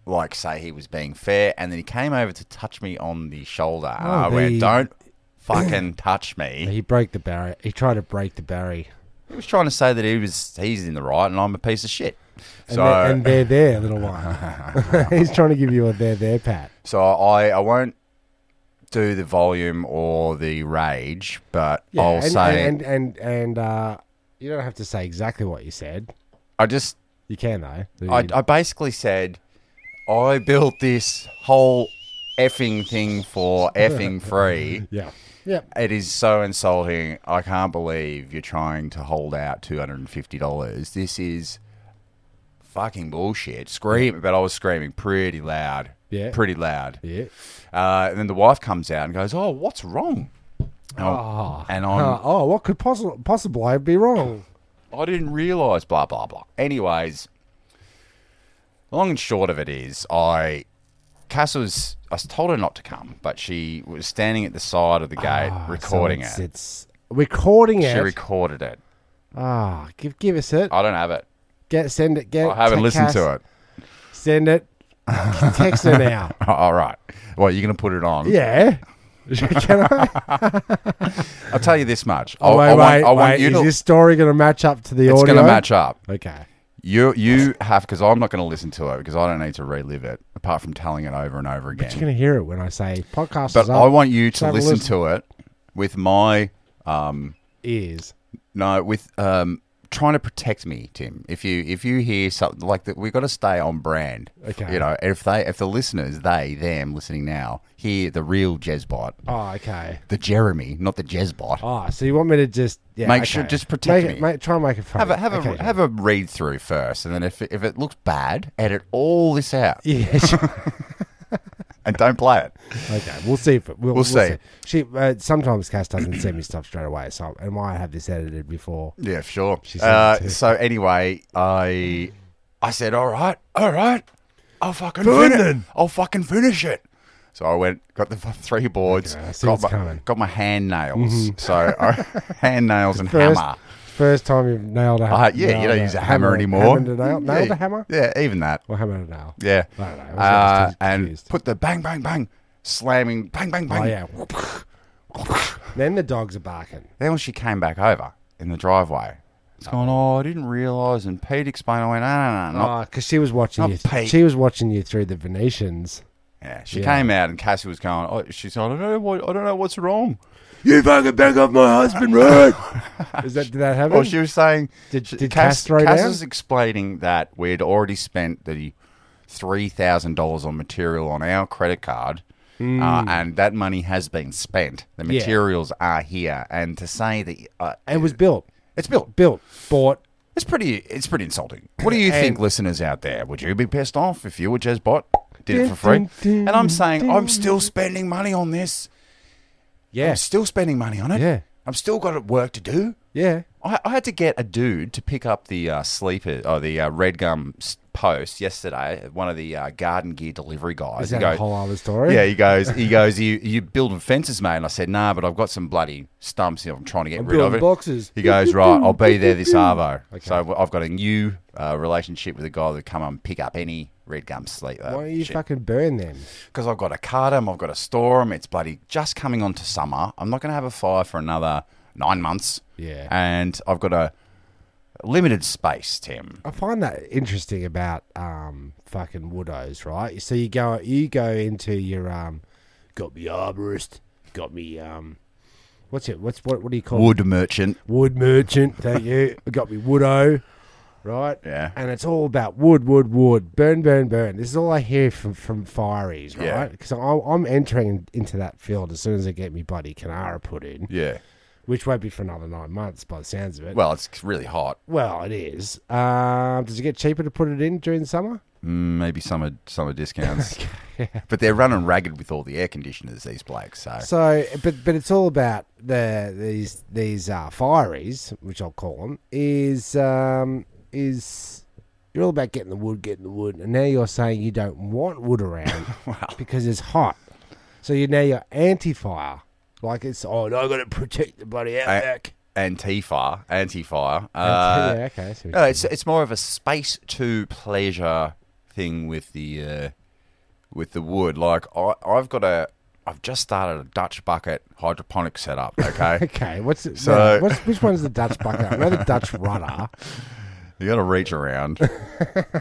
[SPEAKER 3] like say he was being fair and then he came over to touch me on the shoulder and
[SPEAKER 4] Oh,
[SPEAKER 3] i went
[SPEAKER 4] the-
[SPEAKER 3] don't fucking touch me
[SPEAKER 4] He broke the barrier. He tried to break the barrier.
[SPEAKER 3] he was trying to say that he was he's in the right and i'm a piece of shit
[SPEAKER 4] And,
[SPEAKER 3] so
[SPEAKER 4] they're, and they're there, little one. He's trying to give you a there, there, pat.
[SPEAKER 3] so i i won't do the volume or the rage but
[SPEAKER 4] Yeah,
[SPEAKER 3] i'll
[SPEAKER 4] and,
[SPEAKER 3] say
[SPEAKER 4] and and and, and uh, you don't have to say exactly what you said.
[SPEAKER 3] i just
[SPEAKER 4] You can though.
[SPEAKER 3] I, I basically said i built this whole effing thing for effing free
[SPEAKER 4] yeah. Yeah.
[SPEAKER 3] It is so insulting. I can't believe you're trying to hold out two hundred and fifty dollars. This is fucking bullshit. Scream, but I was screaming pretty loud.
[SPEAKER 4] Yeah.
[SPEAKER 3] pretty loud.
[SPEAKER 4] Yeah.
[SPEAKER 3] Uh, and then the wife comes out and goes, "Oh, what's wrong?" And I'm-
[SPEAKER 4] Oh.
[SPEAKER 3] and
[SPEAKER 4] Uh,
[SPEAKER 3] I'm,
[SPEAKER 4] oh, what could possibly possibly be wrong?
[SPEAKER 3] I didn't realize. Blah blah blah. Anyways, long and short of it is, I Cass was. I told her not to come, but she was standing at the side of the gate recording
[SPEAKER 4] Ah, so it's,
[SPEAKER 3] it.
[SPEAKER 4] It's recording
[SPEAKER 3] She
[SPEAKER 4] it.
[SPEAKER 3] recorded it.
[SPEAKER 4] ah, give give us it.
[SPEAKER 3] I don't have it.
[SPEAKER 4] Get send it. Get.
[SPEAKER 3] I haven't
[SPEAKER 4] text
[SPEAKER 3] listened to
[SPEAKER 4] us.
[SPEAKER 3] it.
[SPEAKER 4] Send it. text her now.
[SPEAKER 3] All right. Well, you're going to put it on.
[SPEAKER 4] Yeah. Can I?
[SPEAKER 3] I'll tell you this much.
[SPEAKER 4] Oh,
[SPEAKER 3] I, I
[SPEAKER 4] wait, wait,
[SPEAKER 3] want, I want
[SPEAKER 4] wait.
[SPEAKER 3] you
[SPEAKER 4] Is
[SPEAKER 3] to.
[SPEAKER 4] this story going to match up to the
[SPEAKER 3] it's
[SPEAKER 4] audio?
[SPEAKER 3] going to match up.
[SPEAKER 4] Okay.
[SPEAKER 3] You you have because I'm not going to listen to it because I don't need to relive it apart from telling it over and over
[SPEAKER 4] You're
[SPEAKER 3] again.
[SPEAKER 4] going to hear it when I say podcast.
[SPEAKER 3] But
[SPEAKER 4] is
[SPEAKER 3] I
[SPEAKER 4] up,
[SPEAKER 3] want you to
[SPEAKER 4] have a
[SPEAKER 3] listen,
[SPEAKER 4] listen.
[SPEAKER 3] to it with my um
[SPEAKER 4] ears.
[SPEAKER 3] no with um trying to protect me, Tim. If you if you hear something like that, we got to stay on brand.
[SPEAKER 4] Okay.
[SPEAKER 3] You know, if they if the listeners, they them listening now, hear the real Jezbot,
[SPEAKER 4] Oh, okay.
[SPEAKER 3] the Jeremy, not the Jezbot.
[SPEAKER 4] Oh, so you want me to just yeah,
[SPEAKER 3] Make sure-
[SPEAKER 4] okay.
[SPEAKER 3] just protect
[SPEAKER 4] Make it-
[SPEAKER 3] me.
[SPEAKER 4] make- try and make it funny.
[SPEAKER 3] Have a have a
[SPEAKER 4] Okay.
[SPEAKER 3] have a read through first, and then if it, if it looks bad, edit all this out
[SPEAKER 4] Yeah, sure.
[SPEAKER 3] and don't play it.
[SPEAKER 4] okay. We'll see if it, we'll,
[SPEAKER 3] see.
[SPEAKER 4] She uh, sometimes Cass doesn't send me stuff straight away, so I might have this edited before.
[SPEAKER 3] Yeah, sure.
[SPEAKER 4] She said it
[SPEAKER 3] Uh,
[SPEAKER 4] too.
[SPEAKER 3] so anyway, I I said, all right, all right, I'll fucking finish it. I'll fucking finish it. So I went, got the three boards,
[SPEAKER 4] Okay, I see
[SPEAKER 3] got,
[SPEAKER 4] what's
[SPEAKER 3] my,
[SPEAKER 4] coming. Mm-hmm.
[SPEAKER 3] got my hand nails. So I, hand nails and
[SPEAKER 4] First,
[SPEAKER 3] hammer.
[SPEAKER 4] first time you've nailed a
[SPEAKER 3] Uh, yeah, you
[SPEAKER 4] nailed
[SPEAKER 3] don't use a hammer, anymore.
[SPEAKER 4] Hammered a nail,
[SPEAKER 3] Yeah,
[SPEAKER 4] nailed a hammer,
[SPEAKER 3] Yeah, even that.
[SPEAKER 4] or hammered a nail.
[SPEAKER 3] Yeah.
[SPEAKER 4] I don't know, I was
[SPEAKER 3] Uh,
[SPEAKER 4] just
[SPEAKER 3] and
[SPEAKER 4] confused.
[SPEAKER 3] put the bang, bang, bang, slamming, bang, bang, bang.
[SPEAKER 4] Oh yeah. then the dogs are barking.
[SPEAKER 3] Then when she came back over in the driveway, it's gone, oh, I didn't realise. And Pete explained, I went, no, no, no, not
[SPEAKER 4] Oh, because she was watching
[SPEAKER 3] not
[SPEAKER 4] you.
[SPEAKER 3] Pete.
[SPEAKER 4] She was watching you through the Venetians.
[SPEAKER 3] Yeah, she
[SPEAKER 4] Yeah.
[SPEAKER 3] came out and Cassie was going. Oh, she's going. I don't know. What, I don't know what's wrong. You fucking back off my husband, right?
[SPEAKER 4] Is that did that happen?
[SPEAKER 3] well, Oh, she was saying.
[SPEAKER 4] Did-
[SPEAKER 3] she-
[SPEAKER 4] did Cass throw
[SPEAKER 3] Cass
[SPEAKER 4] down?
[SPEAKER 3] was explaining that we'd already spent the three thousand dollars on material on our credit card, uh, and that money has been spent. The
[SPEAKER 4] Yeah.
[SPEAKER 3] materials are here, and to say that uh,
[SPEAKER 4] it was built,
[SPEAKER 3] it's built,
[SPEAKER 4] built, bought.
[SPEAKER 3] it's pretty. It's pretty insulting. What do you
[SPEAKER 4] And-
[SPEAKER 3] think, listeners out there? Would you be pissed off if you were Jezbot? Did it for
[SPEAKER 4] Dun,
[SPEAKER 3] free,
[SPEAKER 4] dun, dun,
[SPEAKER 3] and I'm saying
[SPEAKER 4] dun.
[SPEAKER 3] I'm still spending money on this.
[SPEAKER 4] Yeah,
[SPEAKER 3] I'm still spending money on it.
[SPEAKER 4] Yeah.
[SPEAKER 3] I've still got work to do.
[SPEAKER 4] yeah.
[SPEAKER 3] I, I had to get a dude to pick up the uh, sleeper or the uh, red gum s- post yesterday. One of the uh, garden gear delivery guys.
[SPEAKER 4] Is
[SPEAKER 3] He
[SPEAKER 4] that a
[SPEAKER 3] goes-
[SPEAKER 4] whole other story?
[SPEAKER 3] Yeah, he goes. He goes. You you building fences, mate? And I said, Nah, but I've got some bloody stumps. here. I'm trying to get
[SPEAKER 4] I'm
[SPEAKER 3] rid of
[SPEAKER 4] building
[SPEAKER 3] it.
[SPEAKER 4] boxes.
[SPEAKER 3] He goes, Right, I'll be there this arvo. So I've got a new uh, relationship with a guy that come and pick up any red gum sleeper.
[SPEAKER 4] Why don't you fucking burn them?
[SPEAKER 3] because I've got to cart 'em, I've got to store 'em. It's bloody just coming on to summer. I'm not going to have a fire for another nine months.
[SPEAKER 4] Yeah.
[SPEAKER 3] And I've got a limited space, Tim.
[SPEAKER 4] I find that interesting about um fucking woodos, right? So you go you go into your um got me arborist, got me um what's it what's what what do you call
[SPEAKER 3] Wood merchant.
[SPEAKER 4] it? Wood merchant, thank you. I got me woodo, right?
[SPEAKER 3] Yeah.
[SPEAKER 4] And it's all about wood, wood, wood, burn, burn, burn. This is all I hear from from fireys,
[SPEAKER 3] Yeah.
[SPEAKER 4] right? Because I'm entering into that field as soon as I get me bloody Canara put in,
[SPEAKER 3] Yeah.
[SPEAKER 4] which won't be for another nine months by the sounds of it.
[SPEAKER 3] Well, it's really hot.
[SPEAKER 4] Well, it is. Um, does it get cheaper to put it in during the summer?
[SPEAKER 3] Mm, maybe summer summer discounts. But they're running ragged with all the air conditioners, these blokes. So,
[SPEAKER 4] So, but but it's all about the these these uh, fireys, which I'll call them, is um, is you're all about getting the wood, getting the wood, and now you're saying you don't want wood around because it's hot. So you now you're anti-fire, like it's oh no, I got to protect the bloody outback.
[SPEAKER 3] anti-fire. Anti-fire. Uh,
[SPEAKER 4] yeah, okay. I see what
[SPEAKER 3] No,
[SPEAKER 4] you
[SPEAKER 3] it's it's more of a space to pleasure thing with the uh, with the wood. Like I, I've got a I've just started a Dutch bucket hydroponic setup. Okay,
[SPEAKER 4] Okay, what's it?
[SPEAKER 3] So-
[SPEAKER 4] So, what's, which one's the Dutch bucket? I know the Dutch rudder.
[SPEAKER 3] you got to reach around.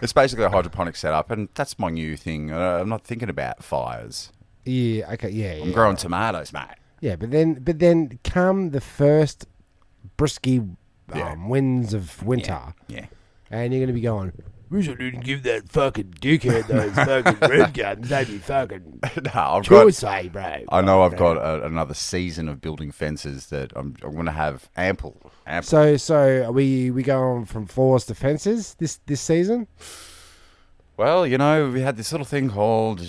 [SPEAKER 3] it's basically a hydroponic setup, and that's my new thing. Uh, I'm not thinking about fires.
[SPEAKER 4] Yeah, okay, yeah, yeah.
[SPEAKER 3] I'm growing tomatoes, mate.
[SPEAKER 4] Yeah, but then but then come the first brisky um,
[SPEAKER 3] Yeah.
[SPEAKER 4] winds of winter,
[SPEAKER 3] Yeah.
[SPEAKER 4] and you're going to be going.
[SPEAKER 5] Richard didn't give that fucking dickhead those fucking red guns. They'd be fucking
[SPEAKER 3] no, I've got.
[SPEAKER 5] suicide, bro.
[SPEAKER 3] I know I've got a, another season of building fences that I'm, I'm going to have ample, ample.
[SPEAKER 4] So so are we we going from floors to fences this this season.
[SPEAKER 3] Well, you know, we had this little thing called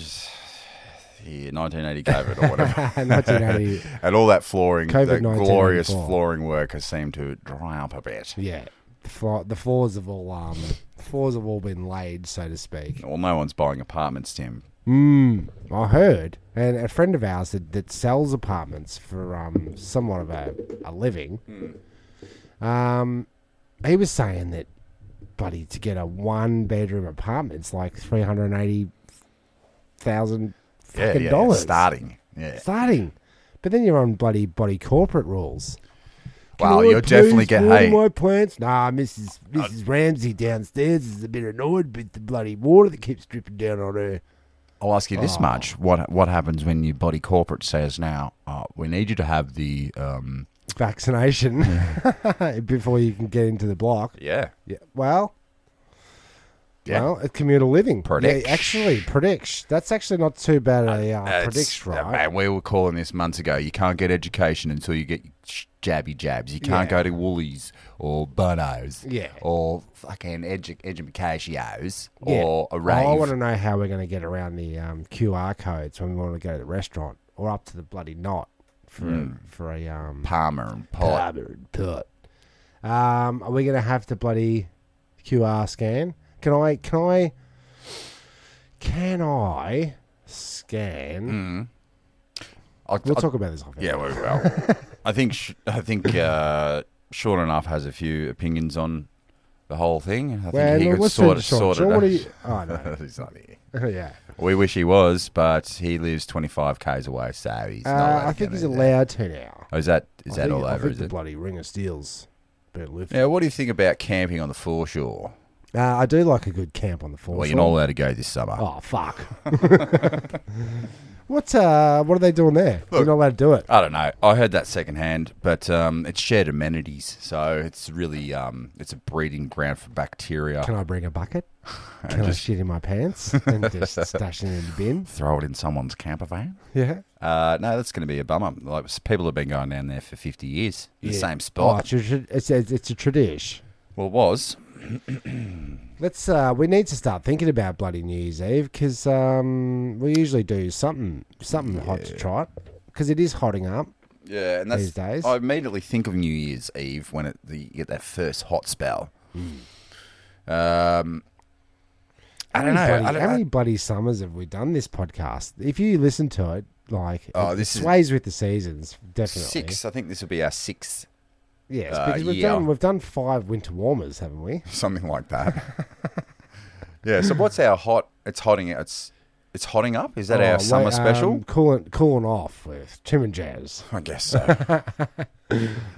[SPEAKER 3] the 1980 COVID or whatever.
[SPEAKER 4] 1980.
[SPEAKER 3] and all that flooring, that
[SPEAKER 4] COVID-19
[SPEAKER 3] glorious
[SPEAKER 4] before.
[SPEAKER 3] flooring work has seemed to dry up a bit.
[SPEAKER 4] yeah, the, floor, the floors have all um the floors have all been laid, so to speak.
[SPEAKER 3] Well, no one's buying apartments, Tim.
[SPEAKER 4] Mm, I heard, and a friend of ours that, that sells apartments for um somewhat of a, a living.
[SPEAKER 3] Hmm.
[SPEAKER 4] Um, he was saying that, buddy, to get a one bedroom apartment's like three hundred eighty thousand
[SPEAKER 3] Yeah,
[SPEAKER 4] fucking
[SPEAKER 3] yeah,
[SPEAKER 4] dollars
[SPEAKER 3] starting. Yeah.
[SPEAKER 4] starting. But then you're on bloody body corporate rules. Can
[SPEAKER 3] Well,
[SPEAKER 4] I
[SPEAKER 3] you'll
[SPEAKER 4] please
[SPEAKER 3] definitely get
[SPEAKER 4] water
[SPEAKER 3] hate. Uh,
[SPEAKER 4] My plants. Nah, Mrs. Mrs. Ramsey downstairs is a bit annoyed with the bloody water that keeps dripping down on her.
[SPEAKER 3] I'll ask you this much: what what happens when your body corporate says now, uh, we need you to have the um,
[SPEAKER 4] vaccination before you can get into the block.
[SPEAKER 3] Yeah.
[SPEAKER 4] Yeah. Well,
[SPEAKER 3] Yeah.
[SPEAKER 4] well, it's communal living.
[SPEAKER 3] Predict.
[SPEAKER 4] Yeah, actually, predict. That's actually not too bad a uh,
[SPEAKER 3] Uh, it's-
[SPEAKER 4] predict,
[SPEAKER 3] uh,
[SPEAKER 4] right?
[SPEAKER 3] man, we were calling this months ago. You can't get education until you get your sh- jabby jabs. You can't
[SPEAKER 4] Yeah.
[SPEAKER 3] go to Woolies or Bunnos
[SPEAKER 4] Yeah.
[SPEAKER 3] or fucking edu- Educatios
[SPEAKER 4] Yeah. Oh,
[SPEAKER 3] or a
[SPEAKER 4] I
[SPEAKER 3] rave.
[SPEAKER 4] want to know how we're going to get around the um, QR codes when we want to go to the restaurant or up to the bloody knot for
[SPEAKER 3] Hmm.
[SPEAKER 4] a, for a um.
[SPEAKER 3] Palmer and Pot.
[SPEAKER 4] Um, are we going to have to bloody QR scan? Can I? Can I? Can I scan?
[SPEAKER 3] Hmm. I'll-
[SPEAKER 4] We'll
[SPEAKER 3] I'll-
[SPEAKER 4] talk about this off. air.
[SPEAKER 3] Yeah, we will. I think sh- I think uh, Sean enough has a few opinions on the whole thing. I think
[SPEAKER 4] Well,
[SPEAKER 3] he
[SPEAKER 4] look,
[SPEAKER 3] could
[SPEAKER 4] let's
[SPEAKER 3] sort
[SPEAKER 4] do
[SPEAKER 3] it.
[SPEAKER 4] Sean.
[SPEAKER 3] Sort
[SPEAKER 4] Sean,
[SPEAKER 3] it
[SPEAKER 4] what
[SPEAKER 3] out.
[SPEAKER 4] do you- oh, no.
[SPEAKER 3] He's not here.
[SPEAKER 4] Oh, yeah.
[SPEAKER 3] We wish he was, but he lives 25 k's away, so he's not.
[SPEAKER 4] Uh,
[SPEAKER 3] allowed
[SPEAKER 4] I
[SPEAKER 3] to
[SPEAKER 4] think
[SPEAKER 3] go
[SPEAKER 4] he's
[SPEAKER 3] in there.
[SPEAKER 4] allowed to now.
[SPEAKER 3] Oh, is that is
[SPEAKER 4] I
[SPEAKER 3] that
[SPEAKER 4] think-
[SPEAKER 3] all
[SPEAKER 4] I
[SPEAKER 3] over?
[SPEAKER 4] think
[SPEAKER 3] Is
[SPEAKER 4] the
[SPEAKER 3] it?
[SPEAKER 4] bloody ring of steel's been lifted.
[SPEAKER 3] Yeah. What do you think about camping on the foreshore?
[SPEAKER 4] Uh, I do like a good camp on the foreshore.
[SPEAKER 3] Well, you're not allowed to go this summer.
[SPEAKER 4] Oh fuck! what uh, what are they doing there? You're not allowed to do it.
[SPEAKER 3] I don't know. I heard that secondhand, but um, it's shared amenities, so it's really um, it's a breeding ground for bacteria.
[SPEAKER 4] Can I bring a bucket? Can I shit in my pants and just stash it in the bin?
[SPEAKER 3] Throw it in someone's camper van.
[SPEAKER 4] Yeah.
[SPEAKER 3] Uh, no, that's going to be a bummer. Like s- people have been going down there for 50 years, in the
[SPEAKER 4] Yeah.
[SPEAKER 3] same
[SPEAKER 4] Oh,
[SPEAKER 3] spot.
[SPEAKER 4] it's, a- it's, a- it's a tradition.
[SPEAKER 3] Well, it was.
[SPEAKER 4] Let's. Uh, we need to start thinking about bloody New Year's Eve because um, we usually do something something hot to try because it is hotting up.
[SPEAKER 3] Yeah, and that's
[SPEAKER 4] These days.
[SPEAKER 3] I immediately think of New Year's Eve when it, the, you get that first hot spell.
[SPEAKER 4] Hmm.
[SPEAKER 3] Um, I don't know.
[SPEAKER 4] Bloody-
[SPEAKER 3] I don't,
[SPEAKER 4] how
[SPEAKER 3] I-
[SPEAKER 4] many bloody summers have we done this podcast? If you listen to it, like
[SPEAKER 3] Oh,
[SPEAKER 4] it
[SPEAKER 3] this is-
[SPEAKER 4] sways with the seasons, definitely.
[SPEAKER 3] six. I think this will be our sixth,
[SPEAKER 4] Yes,
[SPEAKER 3] uh,
[SPEAKER 4] because we've
[SPEAKER 3] year.
[SPEAKER 4] done we've done five winter warmers, haven't we?
[SPEAKER 3] something like that. yeah. So what's our hot? It's hotting. It's it's hotting up. Is that
[SPEAKER 4] Oh,
[SPEAKER 3] our
[SPEAKER 4] wait,
[SPEAKER 3] summer
[SPEAKER 4] um,
[SPEAKER 3] special?
[SPEAKER 4] Cooling cooling off with Tim and Jazz.
[SPEAKER 3] I guess so.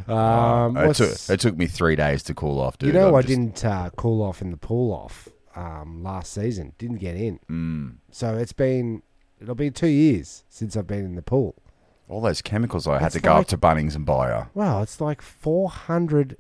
[SPEAKER 4] Um,
[SPEAKER 3] it,
[SPEAKER 4] what's-
[SPEAKER 3] took, Oh, it took me three days to cool off, dude.
[SPEAKER 4] you know,
[SPEAKER 3] I'm
[SPEAKER 4] I
[SPEAKER 3] just-
[SPEAKER 4] didn't uh, cool off in the pool off um, last season. Didn't get in. Mm. So it's been it'll be two years since I've been in the pool.
[SPEAKER 3] All those chemicals I had
[SPEAKER 4] It's
[SPEAKER 3] to go
[SPEAKER 4] like-
[SPEAKER 3] up to Bunnings and buy. uh,
[SPEAKER 4] Wow, it's like four hundred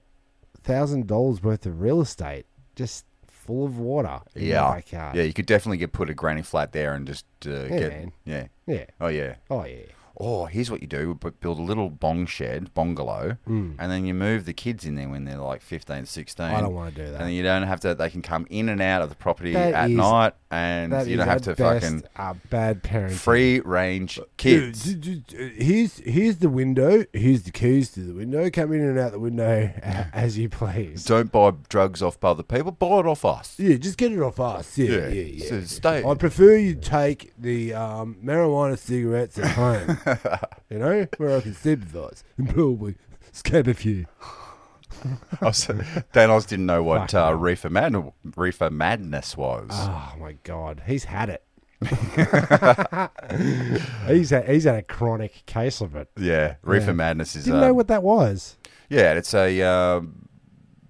[SPEAKER 4] thousand dollars worth of real estate just full of water. in your
[SPEAKER 3] Yeah,
[SPEAKER 4] backyard.
[SPEAKER 3] yeah. You could definitely get put a granny flat there and just uh, get
[SPEAKER 4] uh, man.
[SPEAKER 3] yeah.
[SPEAKER 4] yeah.
[SPEAKER 3] Oh yeah.
[SPEAKER 4] Oh yeah.
[SPEAKER 3] Oh, here's what you do: but build a little bong shed, bungalow, and then you move the kids in there when they're like 15, 16.
[SPEAKER 4] Hmm. I don't wanna do that.
[SPEAKER 3] And then you don't have to. They can come in and out of the property
[SPEAKER 4] That
[SPEAKER 3] at
[SPEAKER 4] is-
[SPEAKER 3] night, and
[SPEAKER 4] That
[SPEAKER 3] you don't
[SPEAKER 4] is
[SPEAKER 3] have to
[SPEAKER 4] at best
[SPEAKER 3] fucking
[SPEAKER 4] a bad parent.
[SPEAKER 3] free range
[SPEAKER 5] Dude,
[SPEAKER 3] kids.
[SPEAKER 5] d- d- uh, here's here's the window.
[SPEAKER 4] Here's the keys to the window. Come in and out the window a- as you please.
[SPEAKER 3] Don't buy drugs off other people. Buy it off us.
[SPEAKER 5] Yeah, just get it off us. Yeah, yeah, yeah.
[SPEAKER 3] So stay.
[SPEAKER 5] I prefer you take the um, marijuana cigarettes at home. you know, where I can supervise and probably scab a few.
[SPEAKER 3] I was, Dan Oz didn't know what
[SPEAKER 4] Fuck.
[SPEAKER 3] uh, reefer, mad- reefer madness was.
[SPEAKER 4] Oh my god, he's had it. he's had, he's had a chronic case of it.
[SPEAKER 3] yeah, reefer
[SPEAKER 4] Yeah.
[SPEAKER 3] madness is.
[SPEAKER 4] Didn't
[SPEAKER 3] um,
[SPEAKER 4] know what that was.
[SPEAKER 3] Yeah, it's a um,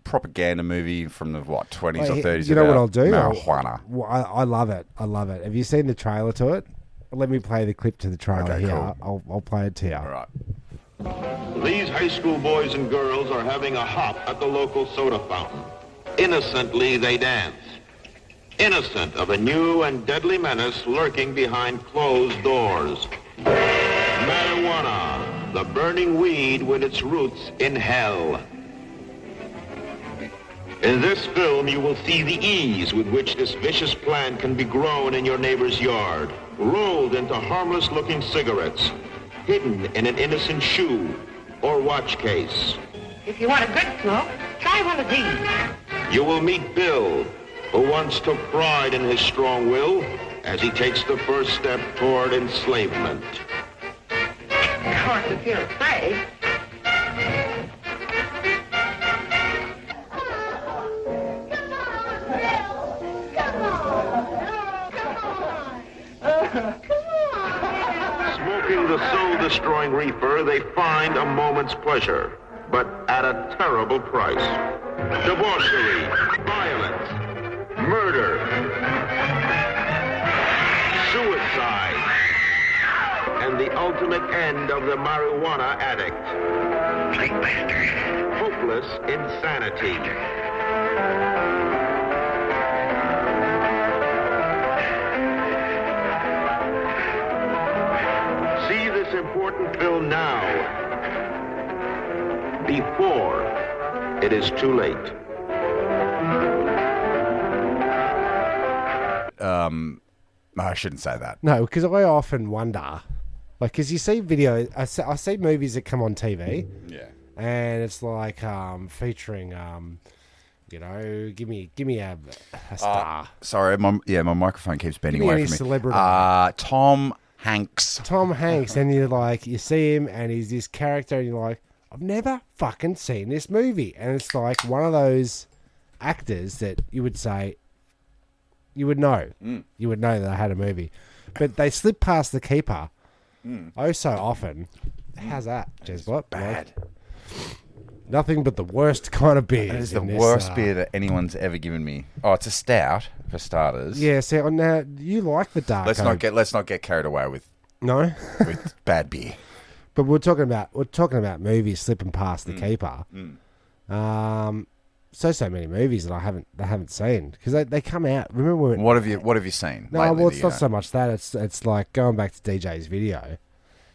[SPEAKER 3] propaganda movie from the what twenties or
[SPEAKER 4] Like,
[SPEAKER 3] thirties.
[SPEAKER 4] You know what I'll do? I'll-
[SPEAKER 3] Marijuana.
[SPEAKER 4] Well, I, I love it. I love it. Have you seen the trailer to it? Let me play the clip to the trailer
[SPEAKER 3] Okay,
[SPEAKER 4] here.
[SPEAKER 3] cool.
[SPEAKER 4] I'll, I'll play it to you.
[SPEAKER 3] All right.
[SPEAKER 6] These high school boys and girls are having a hop at the local soda fountain. Innocently, they dance. Innocent of a new and deadly menace lurking behind closed doors. Marijuana, the burning weed with its roots in hell. In this film, you will see the ease with which this vicious plant can be grown in your neighbor's yard, rolled into harmless-looking cigarettes, hidden in an innocent shoe or watch case.
[SPEAKER 7] If you want a good smoke, try one of these.
[SPEAKER 6] You will meet Bill, who once took pride in his strong will as he takes the first step toward enslavement.
[SPEAKER 7] Of course, if you're afraid.
[SPEAKER 6] Smoking the soul-destroying reefer, they find a moment's pleasure, but at a terrible price. Debauchery, violence, murder, suicide, and the ultimate end of the marijuana addict.
[SPEAKER 7] Plate busters.
[SPEAKER 6] Hopeless insanity. See this important film now before it is too late.
[SPEAKER 3] No, I shouldn't say that.
[SPEAKER 4] No, because I often wonder, like, because you see video, I see, I see movies that come on TV,
[SPEAKER 3] Yeah.
[SPEAKER 4] and it's like um, featuring, um, you know, give me, give me a,
[SPEAKER 3] Uh,
[SPEAKER 4] a star,
[SPEAKER 3] Sorry, my yeah, my microphone keeps bending
[SPEAKER 4] Give me
[SPEAKER 3] away
[SPEAKER 4] any
[SPEAKER 3] from me.
[SPEAKER 4] celebrity.
[SPEAKER 3] Uh, Tom Hanks.
[SPEAKER 4] Tom Hanks, and you're like, you see him, and he's this character, and you're like, I've never fucking seen this movie, and it's like one of those actors that you would say, you would know,
[SPEAKER 3] Mm.
[SPEAKER 4] you would know that I had a movie, but they slip past the keeper, oh so often. How's that, Jezbot?
[SPEAKER 3] Mm. Bad.
[SPEAKER 4] Nothing but the worst kind of beer.
[SPEAKER 3] It is the
[SPEAKER 4] uh,
[SPEAKER 3] worst beer that anyone's ever given me. Oh, it's a stout for starters.
[SPEAKER 4] Yeah, see, oh, now you like the dark.
[SPEAKER 3] Let's
[SPEAKER 4] oak.
[SPEAKER 3] not get let's not get carried away with
[SPEAKER 4] no.
[SPEAKER 3] with bad beer.
[SPEAKER 4] but we're talking about we're talking about movies slipping past
[SPEAKER 3] Mm.
[SPEAKER 4] the keeper. Um, so so many movies that I haven't that I haven't seen because they, they come out. Remember when?
[SPEAKER 3] What have you What have you seen?
[SPEAKER 4] no,
[SPEAKER 3] lately
[SPEAKER 4] well,
[SPEAKER 3] that
[SPEAKER 4] it's
[SPEAKER 3] you
[SPEAKER 4] not
[SPEAKER 3] know?
[SPEAKER 4] so much that. It's it's like going back to DJ's video,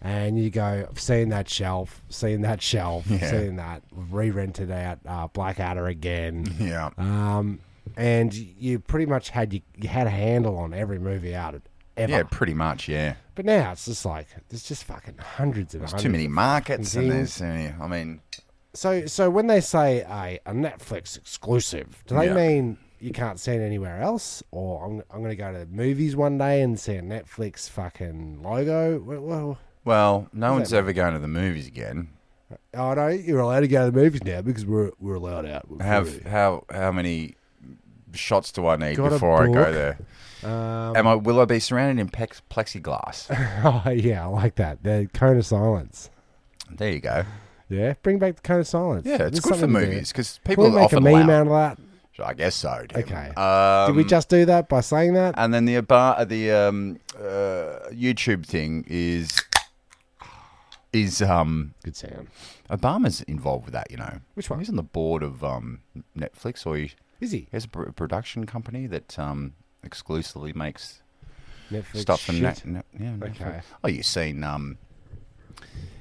[SPEAKER 4] and you go I've seen that shelf, seen that shelf,
[SPEAKER 3] Yeah.
[SPEAKER 4] seen that. Re-rented out uh, Blackadder again.
[SPEAKER 3] Yeah.
[SPEAKER 4] Um, and you pretty much had you, you had a handle on every movie out ever.
[SPEAKER 3] yeah, pretty much. Yeah.
[SPEAKER 4] But now it's just like there's just fucking hundreds of
[SPEAKER 3] There's
[SPEAKER 4] hundreds
[SPEAKER 3] too many
[SPEAKER 4] of
[SPEAKER 3] markets and
[SPEAKER 4] things.
[SPEAKER 3] there's too many. I mean,
[SPEAKER 4] So so when they say a, a Netflix exclusive, do they
[SPEAKER 3] Yeah.
[SPEAKER 4] mean you can't see it anywhere else, or I'm I'm gonna go to the movies one day and see a Netflix fucking logo? Well, well
[SPEAKER 3] well, no one's ever going to the movies again.
[SPEAKER 4] oh no, you're allowed to go to the movies now because we're we're allowed out. We're
[SPEAKER 3] Have how how many shots do I need
[SPEAKER 4] Got a
[SPEAKER 3] before I go
[SPEAKER 4] book. Um,
[SPEAKER 3] there? Am I will I be surrounded in pex, plexiglass?
[SPEAKER 4] oh yeah, I like that. The cone of silence.
[SPEAKER 3] there you go.
[SPEAKER 4] Yeah, bring back the cone of silence.
[SPEAKER 3] Yeah, it's
[SPEAKER 4] There's
[SPEAKER 3] good for
[SPEAKER 4] something to do.
[SPEAKER 3] movies because
[SPEAKER 4] Can
[SPEAKER 3] people
[SPEAKER 4] we make a
[SPEAKER 3] often
[SPEAKER 4] meme
[SPEAKER 3] laugh.
[SPEAKER 4] out of that?
[SPEAKER 3] I guess so. Tim.
[SPEAKER 4] Okay.
[SPEAKER 3] Um,
[SPEAKER 4] Did we just do that by saying that?
[SPEAKER 3] And then the aba- uh, the um, uh, YouTube thing is is um,
[SPEAKER 4] Good sound.
[SPEAKER 3] Obama's involved with that. You know,
[SPEAKER 4] Which one?
[SPEAKER 3] He's on the board of um, Netflix, or he,
[SPEAKER 4] Is he?
[SPEAKER 3] he has a pr- production company that um, exclusively makes
[SPEAKER 4] Netflix
[SPEAKER 3] stuff for
[SPEAKER 4] shit.
[SPEAKER 3] Net. Net- yeah, Netflix.
[SPEAKER 4] Okay.
[SPEAKER 3] Oh, you've seen um.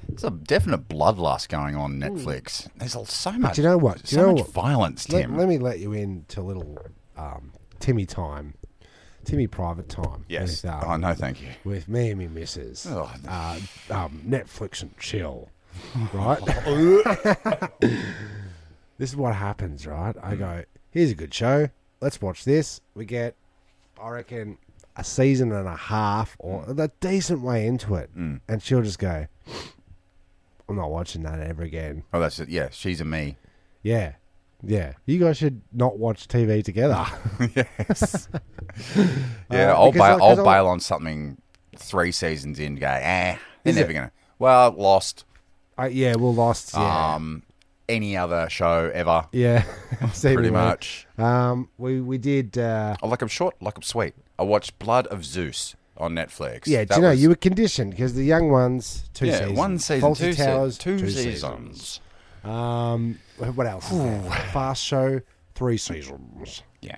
[SPEAKER 3] There's a definite bloodlust going on Netflix. There's a- so much.
[SPEAKER 4] do Hmm. you know what? Do
[SPEAKER 3] So
[SPEAKER 4] you know
[SPEAKER 3] much
[SPEAKER 4] what?
[SPEAKER 3] violence,
[SPEAKER 4] Let,
[SPEAKER 3] Tim.
[SPEAKER 4] let me let you in to little um, Timmy time, Timmy private time.
[SPEAKER 3] yes.
[SPEAKER 4] With, um,
[SPEAKER 3] oh no, thank you.
[SPEAKER 4] with me and me missus.
[SPEAKER 3] Oh,
[SPEAKER 4] Uh, um, Netflix and chill, right? this is what happens, right?
[SPEAKER 3] Hmm.
[SPEAKER 4] I go, here's a good show. Let's watch this. We get, I reckon, a season and a half or a decent way into it,
[SPEAKER 3] Hmm.
[SPEAKER 4] and she'll just go, I'm not watching that ever again.
[SPEAKER 3] Oh, that's it. Yeah, she's a me.
[SPEAKER 4] Yeah. Yeah. You guys should not watch TV together.
[SPEAKER 3] yes. yeah,
[SPEAKER 4] Uh,
[SPEAKER 3] I'll bail.
[SPEAKER 4] because I- 'cause
[SPEAKER 3] I'll
[SPEAKER 4] I'll-
[SPEAKER 3] bail on something three seasons in. Go, eh? They're
[SPEAKER 4] Is
[SPEAKER 3] never
[SPEAKER 4] it?
[SPEAKER 3] gonna. Well, Lost.
[SPEAKER 4] uh, yeah, we're lost. Yeah.
[SPEAKER 3] Um, any other show ever?
[SPEAKER 4] yeah.
[SPEAKER 3] pretty much.
[SPEAKER 4] Um, we, we did. Uh,
[SPEAKER 3] I like them short. Like them sweet. I watched Blood of Zeus on Netflix.
[SPEAKER 4] yeah, do
[SPEAKER 3] That
[SPEAKER 4] you know,
[SPEAKER 3] was-
[SPEAKER 4] you were conditioned because the young ones, two
[SPEAKER 3] yeah,
[SPEAKER 4] seasons.
[SPEAKER 3] one season,
[SPEAKER 4] Fawlty
[SPEAKER 3] two, se-
[SPEAKER 4] Towers,
[SPEAKER 3] two, seasons.
[SPEAKER 4] Um, what else? is there? Fast Show, three seasons.
[SPEAKER 3] Yeah,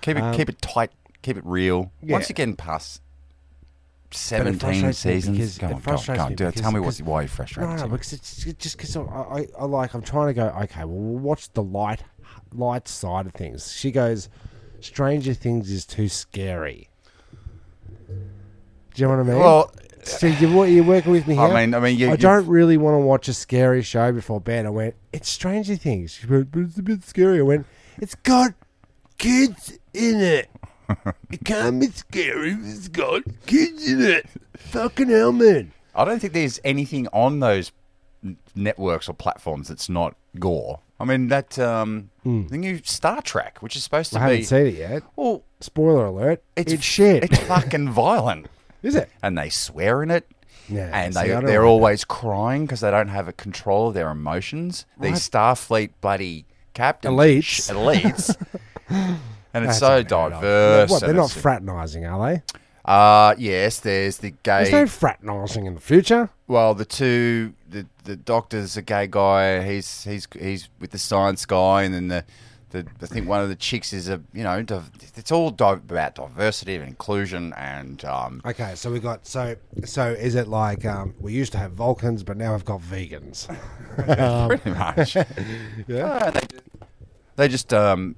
[SPEAKER 3] keep it keep it tight, keep it real.
[SPEAKER 4] Um, yeah.
[SPEAKER 3] Once again, past
[SPEAKER 4] But it
[SPEAKER 3] seventeen
[SPEAKER 4] frustrates me because-
[SPEAKER 3] seasons. Go
[SPEAKER 4] it
[SPEAKER 3] on, go on,
[SPEAKER 4] frustrates
[SPEAKER 3] go on.
[SPEAKER 4] me
[SPEAKER 3] do it.
[SPEAKER 4] because-
[SPEAKER 3] Tell me what,
[SPEAKER 4] because-
[SPEAKER 3] why you're
[SPEAKER 4] No,
[SPEAKER 3] frustrated.
[SPEAKER 4] no,
[SPEAKER 3] Tim.
[SPEAKER 4] because it's it's just because I, I, I like I'm trying to go. Okay, well, we'll watch the light light side of things. She goes, Stranger Things is too scary. Do you know what I mean?
[SPEAKER 3] Well-
[SPEAKER 4] so you're, wo- you're working with me here.
[SPEAKER 3] I mean- Oh, I mean, you-
[SPEAKER 4] I
[SPEAKER 3] you-
[SPEAKER 4] don't really want to watch a scary show before bed. I went, it's Stranger Things. She went, but it's a bit scary. I went, it's got kids in it. It can't be scary. if It's got kids in it. Fucking hell, man.
[SPEAKER 3] I don't think there's anything on those n- networks or platforms that's not gore. I mean that um, the new Star Trek, which is supposed to
[SPEAKER 4] Hmm. I haven't
[SPEAKER 3] be
[SPEAKER 4] seen it yet.
[SPEAKER 3] well,
[SPEAKER 4] Spoiler alert.
[SPEAKER 3] it's,
[SPEAKER 4] It's, shit.
[SPEAKER 3] It's fucking violent,
[SPEAKER 4] is it?
[SPEAKER 3] and they swear in it,
[SPEAKER 4] Yeah,
[SPEAKER 3] and
[SPEAKER 4] see,
[SPEAKER 3] they
[SPEAKER 4] I don't
[SPEAKER 3] they're
[SPEAKER 4] like
[SPEAKER 3] always crying because they don't have a control of their emotions. These Starfleet bloody captains,
[SPEAKER 4] Elites.
[SPEAKER 3] sh- elites, and it's
[SPEAKER 4] That's
[SPEAKER 3] so
[SPEAKER 4] unfair enough.
[SPEAKER 3] diverse.
[SPEAKER 4] What,
[SPEAKER 3] and
[SPEAKER 4] they're not
[SPEAKER 3] it's-
[SPEAKER 4] fraternising, are they?
[SPEAKER 3] Uh, yes, there's the gay.
[SPEAKER 4] There's no fraternising in the future.
[SPEAKER 3] well, the two the the doctor's a gay guy. He's he's he's with the science guy, and then the. The, I think one of the chicks is a you know div- it's all di- about diversity and inclusion and um,
[SPEAKER 4] Okay, so we got so so is it like um, we used to have Vulcans, but now we've got vegans?
[SPEAKER 3] pretty much Uh, they just, they just um,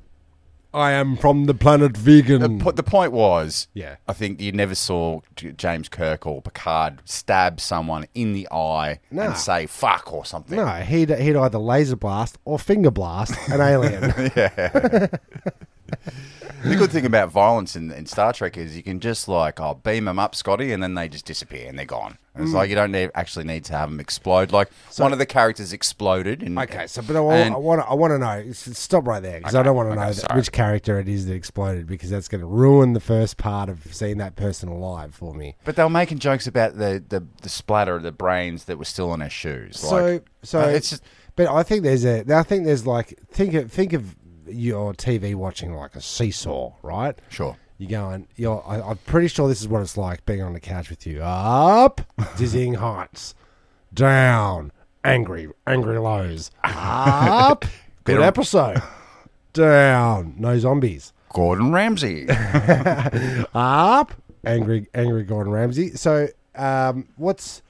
[SPEAKER 4] I am from the planet vegan.
[SPEAKER 3] The, po- the point was,
[SPEAKER 4] Hmm. Yeah.
[SPEAKER 3] I think you never saw J- James Kirk or Picard stab someone in the eye
[SPEAKER 4] Nah.
[SPEAKER 3] and say "fuck" or something.
[SPEAKER 4] no, he'd he'd either laser blast or finger blast an alien.
[SPEAKER 3] The good thing about violence in, in Star Trek is you can just like, oh, beam them up, Scotty, and then they just disappear and they're gone. And
[SPEAKER 4] Hmm.
[SPEAKER 3] it's like you don't need, actually need to have them explode. Like one of the characters exploded. In,
[SPEAKER 4] Okay, so but I, wa-
[SPEAKER 3] and-
[SPEAKER 4] I want I want to know. s- Stop right there because I
[SPEAKER 3] Okay,
[SPEAKER 4] don't want to
[SPEAKER 3] okay,
[SPEAKER 4] know that,
[SPEAKER 3] sorry.
[SPEAKER 4] which character it is that exploded because that's going to ruin the first part of seeing that person alive for me.
[SPEAKER 3] but they were making jokes about the, the, the splatter of the brains that were still on her shoes.
[SPEAKER 4] So
[SPEAKER 3] like,
[SPEAKER 4] so
[SPEAKER 3] uh,
[SPEAKER 4] it's
[SPEAKER 3] it's just-
[SPEAKER 4] but I think there's a I think there's like think of think of your TV watching like a seesaw, right?
[SPEAKER 3] Sure.
[SPEAKER 4] You're going. You're. I, I'm pretty sure this is what it's like being on the couch with you. Up, dizzying heights. Down, angry, angry lows. Up, good
[SPEAKER 3] Better-
[SPEAKER 4] episode. Down, no zombies.
[SPEAKER 3] Gordon Ramsay.
[SPEAKER 4] Up, angry, angry Gordon Ramsay. So, um, what's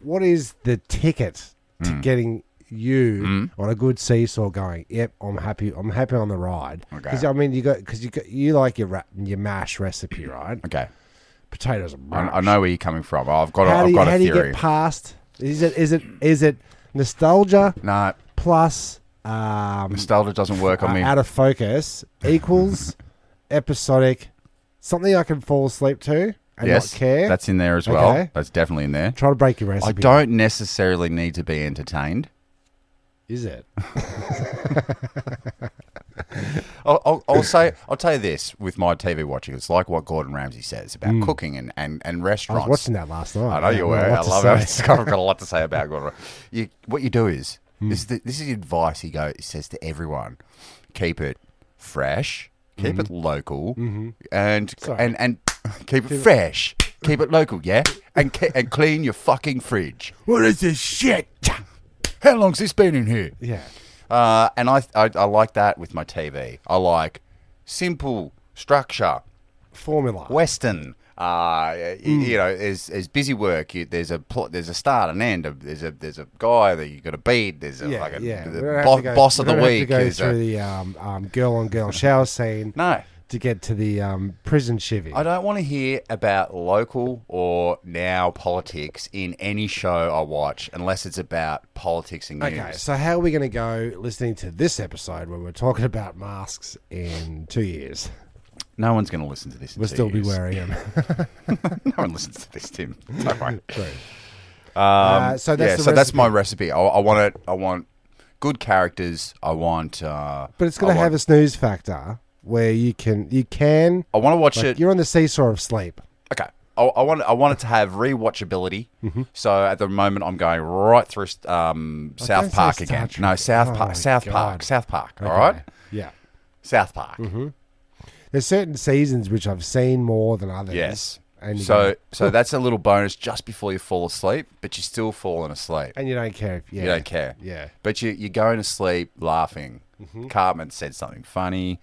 [SPEAKER 4] what is the ticket to getting you on a good seesaw going? Yep, I'm happy. I'm happy on the ride.
[SPEAKER 3] Okay.
[SPEAKER 4] Because I mean, you got because you got you like your ra- your mash recipe, right?
[SPEAKER 3] okay.
[SPEAKER 4] potatoes are
[SPEAKER 3] I,
[SPEAKER 4] mush.
[SPEAKER 3] I know where you're coming from. I've got a,
[SPEAKER 4] How,
[SPEAKER 3] I've
[SPEAKER 4] do you,
[SPEAKER 3] got
[SPEAKER 4] how
[SPEAKER 3] a
[SPEAKER 4] do you
[SPEAKER 3] theory.
[SPEAKER 4] get past? Is it is it is it nostalgia
[SPEAKER 3] no,
[SPEAKER 4] plus um,
[SPEAKER 3] nostalgia doesn't work on
[SPEAKER 4] uh,
[SPEAKER 3] me.
[SPEAKER 4] out of focus equals episodic something I can fall asleep to and
[SPEAKER 3] yes,
[SPEAKER 4] not care?
[SPEAKER 3] that's in there as well.
[SPEAKER 4] Okay.
[SPEAKER 3] That's definitely in there.
[SPEAKER 4] Try to break your
[SPEAKER 3] I
[SPEAKER 4] recipe.
[SPEAKER 3] don't necessarily need to be entertained.
[SPEAKER 4] Is it?
[SPEAKER 3] I'll, I'll, I'll say I'll tell you this with my TV watching. It's like what Gordon Ramsay says about
[SPEAKER 4] Hmm.
[SPEAKER 3] cooking and, and, and
[SPEAKER 4] I was
[SPEAKER 3] restaurants.
[SPEAKER 4] watching that last night.
[SPEAKER 3] I know you were.
[SPEAKER 4] don't know
[SPEAKER 3] I
[SPEAKER 4] what to
[SPEAKER 3] love
[SPEAKER 4] say.
[SPEAKER 3] it. I've got a lot to say about Gordon. You, what you do is this is the, this is advice he goes says to everyone: keep it fresh, keep it local, and and and Hmm. Mm-hmm. keep it fresh, keep it local, yeah, and ke- and clean your fucking fridge. What is this shit? How long's this been in here?
[SPEAKER 4] Yeah.
[SPEAKER 3] Uh, and I, I I like that with my TV. I like simple structure.
[SPEAKER 4] Formula.
[SPEAKER 3] Western. Uh, y-
[SPEAKER 4] Hmm.
[SPEAKER 3] You know, there's, there's busy work. You, there's a plot. There's a start and end. Of, there's a there's a guy that you got to beat. There's a
[SPEAKER 4] yeah,
[SPEAKER 3] like a,
[SPEAKER 4] yeah.
[SPEAKER 3] the
[SPEAKER 4] We don't have
[SPEAKER 3] bo-
[SPEAKER 4] to go-
[SPEAKER 3] boss of
[SPEAKER 4] we
[SPEAKER 3] the
[SPEAKER 4] don't have
[SPEAKER 3] week.
[SPEAKER 4] to go
[SPEAKER 3] is a-
[SPEAKER 4] through the um, um, girl on girl shower scene
[SPEAKER 3] no,
[SPEAKER 4] to get to the um, prison chivy.
[SPEAKER 3] I don't want to hear about local or now politics in any show I watch unless it's about politics and news.
[SPEAKER 4] Okay, so how are we going to go listening to this episode when we're talking about masks in two years?
[SPEAKER 3] No one's going to listen to this. in
[SPEAKER 4] We'll
[SPEAKER 3] two
[SPEAKER 4] still be
[SPEAKER 3] years.
[SPEAKER 4] wearing them.
[SPEAKER 3] no one listens to this, Tim. Don't worry.
[SPEAKER 4] uh, so
[SPEAKER 3] Um,
[SPEAKER 4] that's
[SPEAKER 3] yeah,
[SPEAKER 4] the
[SPEAKER 3] so that's
[SPEAKER 4] recipe.
[SPEAKER 3] my recipe. I, I want it. I want good characters. I want. Uh,
[SPEAKER 4] But it's going
[SPEAKER 3] I
[SPEAKER 4] to
[SPEAKER 3] want-
[SPEAKER 4] have a snooze factor where you can you can
[SPEAKER 3] I want to watch
[SPEAKER 4] like,
[SPEAKER 3] it.
[SPEAKER 4] you're on the seesaw of sleep.
[SPEAKER 3] Okay. I, I want I want it to have rewatchability.
[SPEAKER 4] Mm-hmm.
[SPEAKER 3] So at the moment, I'm going right through um,
[SPEAKER 4] Oh, don't
[SPEAKER 3] South
[SPEAKER 4] say
[SPEAKER 3] Park
[SPEAKER 4] Star
[SPEAKER 3] again.
[SPEAKER 4] Trek.
[SPEAKER 3] No, South
[SPEAKER 4] Oh my
[SPEAKER 3] Park, South
[SPEAKER 4] God.
[SPEAKER 3] Park, South Park. All right,
[SPEAKER 4] Yeah.
[SPEAKER 3] South Park.
[SPEAKER 4] Mm-hmm. There's certain seasons which I've seen more than others.
[SPEAKER 3] Yes.
[SPEAKER 4] And you
[SPEAKER 3] so
[SPEAKER 4] go,
[SPEAKER 3] so that's a little bonus just before you fall asleep, but you're still falling asleep.
[SPEAKER 4] and you don't care. If, Uh, yeah.
[SPEAKER 3] You don't care.
[SPEAKER 4] Yeah. Mm-hmm.
[SPEAKER 3] But you you're going to sleep laughing. Cartman said something funny.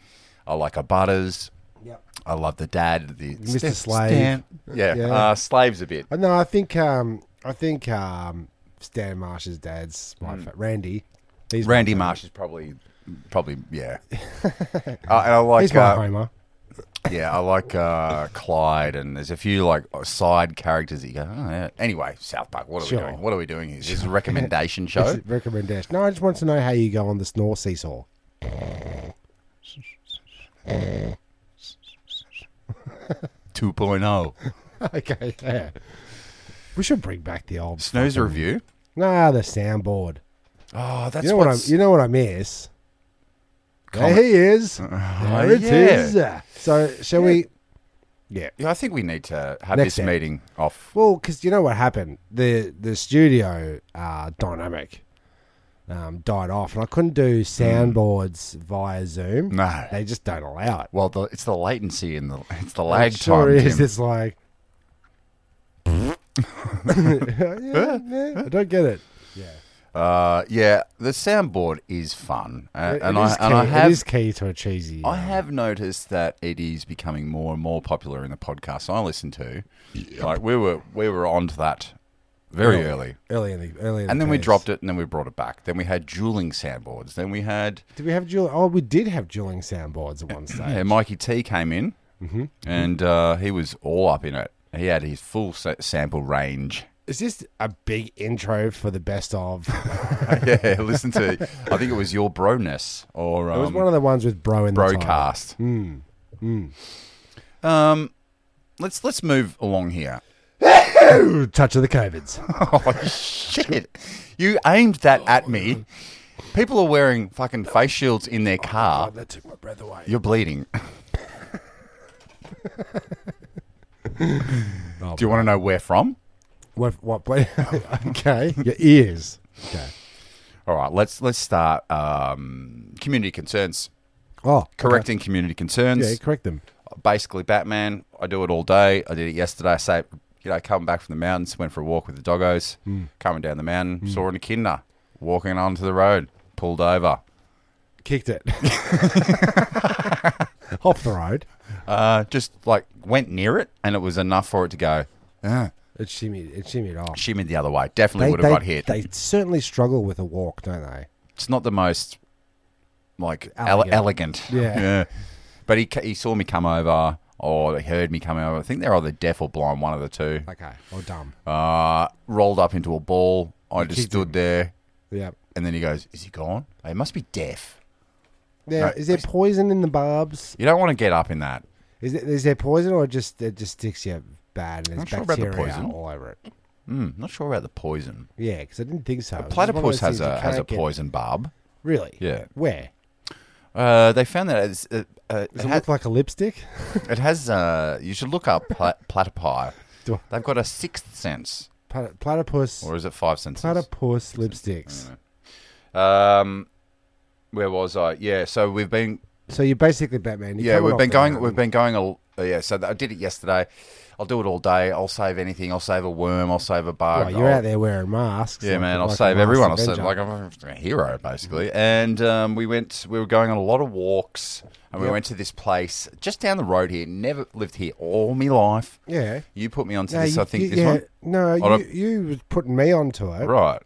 [SPEAKER 3] I like a butters.
[SPEAKER 4] Yep.
[SPEAKER 3] I love the dad. The
[SPEAKER 4] Mr.
[SPEAKER 3] Stan-
[SPEAKER 4] Slave.
[SPEAKER 3] Stan- Yeah.
[SPEAKER 4] Yeah.
[SPEAKER 3] Uh, slaves a bit.
[SPEAKER 4] Uh, No, I think um, I think um, Stan Marsh's dad's my fa- Randy. He's
[SPEAKER 3] Hmm. Randy
[SPEAKER 4] my,
[SPEAKER 3] Marsh is probably, probably yeah. uh, and I like,
[SPEAKER 4] He's my
[SPEAKER 3] uh,
[SPEAKER 4] Homer.
[SPEAKER 3] yeah, I like uh, Clyde, and there's a few like side characters that you go. Oh, yeah. Anyway, South Park. What are
[SPEAKER 4] Sure.
[SPEAKER 3] we doing? What are we doing here? Is this a recommendation show?
[SPEAKER 4] Recommendation. No, I just want to know how you go on the snore seesaw.
[SPEAKER 3] Two oh.
[SPEAKER 4] okay, yeah. We should bring back the old
[SPEAKER 3] Snooze review.
[SPEAKER 4] nah the soundboard.
[SPEAKER 3] Oh, that's
[SPEAKER 4] You know what I
[SPEAKER 3] what's-
[SPEAKER 4] you know what I miss.
[SPEAKER 3] Comment-
[SPEAKER 4] There he is. There it is. So shall we? Yeah.
[SPEAKER 3] Yeah, I think we need to have
[SPEAKER 4] Next
[SPEAKER 3] this
[SPEAKER 4] step.
[SPEAKER 3] meeting off.
[SPEAKER 4] Well, because you know what happened the the studio uh, dynamic um, died off, and I couldn't do soundboards via Zoom.
[SPEAKER 3] No.
[SPEAKER 4] they just don't allow it.
[SPEAKER 3] Well, the, it's the latency and the it's the
[SPEAKER 4] It
[SPEAKER 3] lag
[SPEAKER 4] sure
[SPEAKER 3] time.
[SPEAKER 4] is.
[SPEAKER 3] Tim.
[SPEAKER 4] It's like, Yeah, yeah, I don't get it.
[SPEAKER 3] Uh, yeah, the soundboard is fun, uh,
[SPEAKER 4] It-
[SPEAKER 3] and
[SPEAKER 4] it
[SPEAKER 3] I
[SPEAKER 4] is
[SPEAKER 3] and I
[SPEAKER 4] key-
[SPEAKER 3] have
[SPEAKER 4] it is key to a cheesy.
[SPEAKER 3] I have noticed that it is becoming more and more popular in the podcasts I listen to. Like we were we were onto that very early.
[SPEAKER 4] early in the early, in
[SPEAKER 3] And
[SPEAKER 4] the
[SPEAKER 3] then we
[SPEAKER 4] piece.
[SPEAKER 3] dropped it and then we brought it back. Then we had dueling soundboards. Then we had
[SPEAKER 4] Did we have dueling? Oh, we did have dueling soundboards at one stage.
[SPEAKER 3] yeah, uh, Mikey T came in
[SPEAKER 4] Mm-hmm.
[SPEAKER 3] and uh, he was all up in it. He had his full sa- sample range.
[SPEAKER 4] Is this a big intro for the best of?
[SPEAKER 3] yeah, listen to I think it was your broness or um,
[SPEAKER 4] it was one of Hmm. the ones with bro in the title.
[SPEAKER 3] broadcast. Um, let's let's move along here.
[SPEAKER 4] Ooh, touch of the covids.
[SPEAKER 3] Oh shit! You aimed that
[SPEAKER 4] Oh,
[SPEAKER 3] at me. People are wearing fucking face shields in their car.
[SPEAKER 4] Oh, that took my breath away.
[SPEAKER 3] You're bleeding.
[SPEAKER 4] Oh,
[SPEAKER 3] Do you want to know where from?
[SPEAKER 4] What? what okay, your ears. Okay.
[SPEAKER 3] All right, let's let's start. Um, community concerns,
[SPEAKER 4] Oh, okay.
[SPEAKER 3] correcting community concerns.
[SPEAKER 4] Yeah, correct them.
[SPEAKER 3] basically Batman. I do it all day. I did it yesterday. I say, you know, coming back from the mountains, went for a walk with the doggos,
[SPEAKER 4] Hmm.
[SPEAKER 3] coming down the mountain, saw an echidna walking onto the road, pulled over.
[SPEAKER 4] Kicked it off the road.
[SPEAKER 3] Uh, just like went near it, and it was enough for it to go. Uh,
[SPEAKER 4] It shimmied. It shimmied off.
[SPEAKER 3] shimmied the other way. Definitely would have got hit.
[SPEAKER 4] They certainly struggle with a walk, don't they?
[SPEAKER 3] it's not the most like ele- elegant.
[SPEAKER 4] Elegant. Yeah.
[SPEAKER 3] But he ca- he saw me come over, or he heard me come over. I think they're either deaf or blind, one of the two.
[SPEAKER 4] Okay, or dumb.
[SPEAKER 3] Uh, rolled up into a ball. I just
[SPEAKER 4] kicked
[SPEAKER 3] stood there.
[SPEAKER 4] yeah.
[SPEAKER 3] And then he goes, "Is he gone? He must be deaf."
[SPEAKER 4] Now,
[SPEAKER 3] No,
[SPEAKER 4] is there poison in the barbs?
[SPEAKER 3] You don't want to get up in that.
[SPEAKER 4] Is there, is there poison, or just it just sticks you bad and
[SPEAKER 3] Not
[SPEAKER 4] there's
[SPEAKER 3] sure about the
[SPEAKER 4] bacteria
[SPEAKER 3] poison.
[SPEAKER 4] all over it?
[SPEAKER 3] Mm, not sure about the poison.
[SPEAKER 4] Yeah, because I didn't think so. It was just one of
[SPEAKER 3] Platypus
[SPEAKER 4] those
[SPEAKER 3] has
[SPEAKER 4] things
[SPEAKER 3] a
[SPEAKER 4] you
[SPEAKER 3] has a
[SPEAKER 4] can't get-
[SPEAKER 3] poison barb.
[SPEAKER 4] Really?
[SPEAKER 3] Yeah.
[SPEAKER 4] Where?
[SPEAKER 3] Uh, they found that it's, uh, uh, it,
[SPEAKER 4] Does it
[SPEAKER 3] ha-
[SPEAKER 4] look like a lipstick?
[SPEAKER 3] it has. Uh, you should look up pla- platypi.
[SPEAKER 4] Do I-
[SPEAKER 3] They've got a sixth sense,
[SPEAKER 4] Plat- Platypus.
[SPEAKER 3] or is it five senses?
[SPEAKER 4] platypus lipsticks.
[SPEAKER 3] um, where was I? Yeah. So we've been
[SPEAKER 4] So you're basically Batman. You're
[SPEAKER 3] yeah
[SPEAKER 4] coming
[SPEAKER 3] we've
[SPEAKER 4] off
[SPEAKER 3] been
[SPEAKER 4] the
[SPEAKER 3] going
[SPEAKER 4] mountain.
[SPEAKER 3] we've been going al- uh, yeah. So I did it yesterday. I'll do it all day. I'll save anything. I'll save a worm. I'll save a barb.
[SPEAKER 4] Well, you're
[SPEAKER 3] I'll-
[SPEAKER 4] out there wearing masks.
[SPEAKER 3] Yeah,
[SPEAKER 4] like-
[SPEAKER 3] man, I'll
[SPEAKER 4] like a
[SPEAKER 3] save
[SPEAKER 4] masked
[SPEAKER 3] everyone. I'll save
[SPEAKER 4] Avenger.
[SPEAKER 3] like I'm a hero, basically. And um, we went, we were going on a lot of walks, and we went to this place just down the road here. Never lived here all my life.
[SPEAKER 4] Yeah.
[SPEAKER 3] You put me onto
[SPEAKER 4] No,
[SPEAKER 3] this.
[SPEAKER 4] you-
[SPEAKER 3] I think
[SPEAKER 4] you-
[SPEAKER 3] this
[SPEAKER 4] yeah,
[SPEAKER 3] one,
[SPEAKER 4] No,
[SPEAKER 3] Hold
[SPEAKER 4] you, you was putting me onto it.
[SPEAKER 3] right?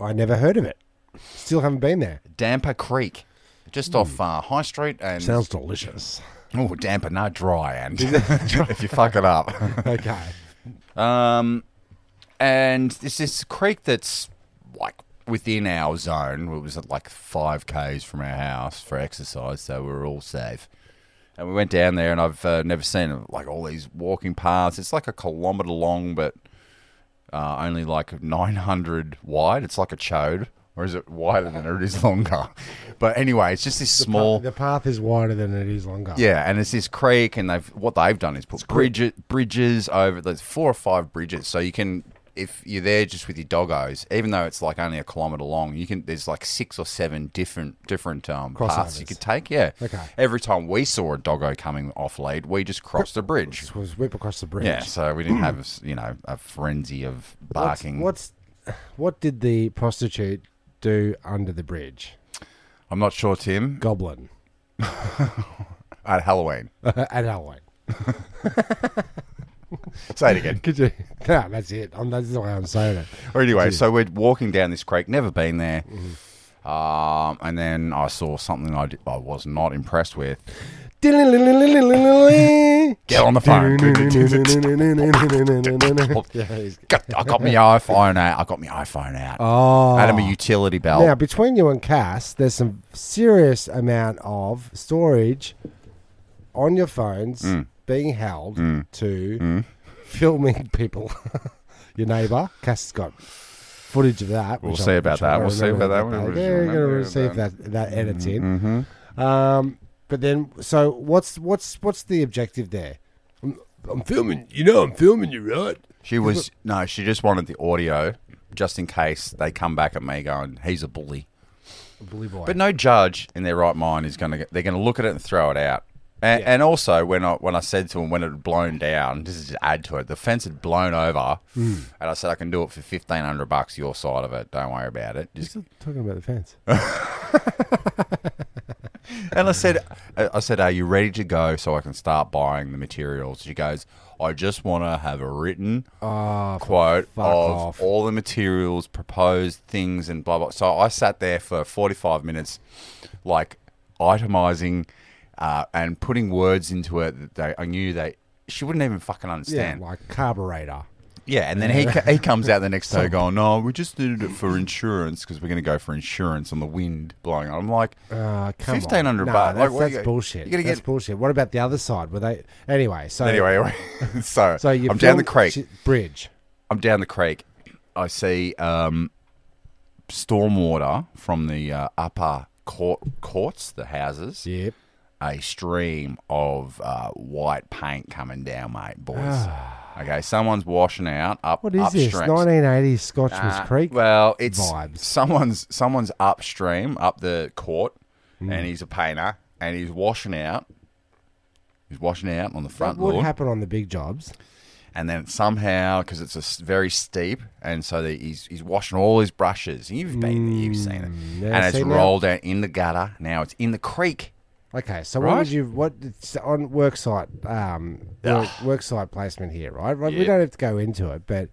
[SPEAKER 4] I never heard of it. Still haven't been there.
[SPEAKER 3] Damper Creek, just off uh, High Street, and
[SPEAKER 4] Hmm. Sounds delicious.
[SPEAKER 3] oh, damper, no dry, and if you fuck it up.
[SPEAKER 4] okay.
[SPEAKER 3] Um, and it's this creek that's like within our zone. It was at like five k's from our house for exercise, so we were all safe. And we went down there, and I've uh, never seen like all these walking paths. It's like a kilometer long, but uh, only like nine hundred wide. It's like a chode. Or is it wider than it is longer? But anyway, it's just this small.
[SPEAKER 4] The path is wider than it is longer.
[SPEAKER 3] Yeah, and it's this creek, and they've what they've done is put bridges bridges over. There's four or five bridges, so you can if you're there just with your doggos, even though it's like only a kilometer long, you can. There's like six or seven different different um, paths you
[SPEAKER 4] Crossovers.
[SPEAKER 3] could take. Yeah.
[SPEAKER 4] Okay.
[SPEAKER 3] Every time we saw a doggo coming off lead, we just crossed a bridge.
[SPEAKER 4] Just was whip across the bridge.
[SPEAKER 3] Yeah, so we didn't have you know a frenzy of
[SPEAKER 4] What's,
[SPEAKER 3] barking.
[SPEAKER 4] what's what did the prostitute do under the bridge?
[SPEAKER 3] I'm not sure, Tim.
[SPEAKER 4] Goblin
[SPEAKER 3] At Halloween,
[SPEAKER 4] at Halloween.
[SPEAKER 3] say it again.
[SPEAKER 4] Could you? No, that's it. I'm, that's the way I'm saying it.
[SPEAKER 3] Or anyway, so we're walking down this creek, never been there. Um, and then I saw something I, did, I was not impressed with. Get on the phone. Got- I got my iPhone out. I got my iPhone out.
[SPEAKER 4] Oh.
[SPEAKER 3] And I'm a utility belt.
[SPEAKER 4] Now, between you and Cass, there's some serious amount of storage on your phones
[SPEAKER 3] Mm.
[SPEAKER 4] being held to filming people. your neighbour, Cass has got footage of that.
[SPEAKER 3] We'll
[SPEAKER 4] which
[SPEAKER 3] see
[SPEAKER 4] I-
[SPEAKER 3] about
[SPEAKER 4] which I
[SPEAKER 3] that. We'll see
[SPEAKER 4] remember
[SPEAKER 3] about that.
[SPEAKER 4] the other
[SPEAKER 3] We'll
[SPEAKER 4] day.
[SPEAKER 3] remember Mm-hmm.
[SPEAKER 4] Yeah, we're going
[SPEAKER 3] about
[SPEAKER 4] to see if that, that edits in. Um, but then, so what's what's what's the objective there?
[SPEAKER 5] I'm filming. You know, I'm filming you, right?
[SPEAKER 3] She was, no, she just wanted the audio just in case they come back at me going, he's a bully.
[SPEAKER 4] Oblivion.
[SPEAKER 3] But no judge in their right mind is going to. They're going to look at it and throw it out. And, and also, when I when I said to him when it had blown down, this is to add to it, the fence had blown over, and I said I can do it for fifteen hundred bucks your side of it. Don't worry about it. Just,
[SPEAKER 4] Still talking about the fence.
[SPEAKER 3] and I said, I I said, are you ready to go so I can start buying the materials? She goes, I just want to have a written
[SPEAKER 4] Ah,
[SPEAKER 3] quote of
[SPEAKER 4] fuck off.
[SPEAKER 3] all the materials, proposed things, and blah blah. So I sat there for forty five minutes, like itemizing uh, and putting words into it that they, I knew they she wouldn't even fucking
[SPEAKER 4] Yeah,
[SPEAKER 3] understand.
[SPEAKER 4] like carburetor.
[SPEAKER 3] Yeah, and then he co- he comes out the next day going, "No, we just did it for insurance because we're going to go for insurance on the wind blowing." I'm like,
[SPEAKER 4] Uh, come on.
[SPEAKER 3] fifteen hundred
[SPEAKER 4] Nah,
[SPEAKER 3] bucks.
[SPEAKER 4] That's,
[SPEAKER 3] what
[SPEAKER 4] that's
[SPEAKER 3] you go-
[SPEAKER 4] bullshit.
[SPEAKER 3] You're gonna
[SPEAKER 4] that's
[SPEAKER 3] get
[SPEAKER 4] bullshit. What about the other side? Were they anyway? So
[SPEAKER 3] anyway. anyway. so,
[SPEAKER 4] so you
[SPEAKER 3] I'm down the
[SPEAKER 4] filmed
[SPEAKER 3] creek.
[SPEAKER 4] shit- bridge.
[SPEAKER 3] I'm down the creek. I see um, stormwater from the uh, upper court courts, the houses.
[SPEAKER 4] Yep.
[SPEAKER 3] a stream of uh, white paint coming down, mate, boys. okay, someone's washing out up.
[SPEAKER 4] Ah. What is
[SPEAKER 3] upstream.
[SPEAKER 4] this? 1980s Scotchman's
[SPEAKER 3] Nah,
[SPEAKER 4] Creek.
[SPEAKER 3] Well, it's
[SPEAKER 4] vibes.
[SPEAKER 3] someone's someone's upstream up the court,
[SPEAKER 4] Hmm.
[SPEAKER 3] and he's a painter, and he's washing out. He's washing out on the
[SPEAKER 4] that
[SPEAKER 3] front
[SPEAKER 4] would
[SPEAKER 3] lawn,
[SPEAKER 4] happen on the big jobs.
[SPEAKER 3] and then somehow because it's a s very steep, and so the, he's he's washing all his brushes. You've been there, you've seen it,
[SPEAKER 4] yeah,
[SPEAKER 3] and it's
[SPEAKER 4] see now-
[SPEAKER 3] rolled out in the gutter. Now it's in the creek.
[SPEAKER 4] Okay, so what
[SPEAKER 3] Right?
[SPEAKER 4] would you what it's on worksite um work, worksite placement here, right? Right, We
[SPEAKER 3] Yeah.
[SPEAKER 4] don't have to go into it, but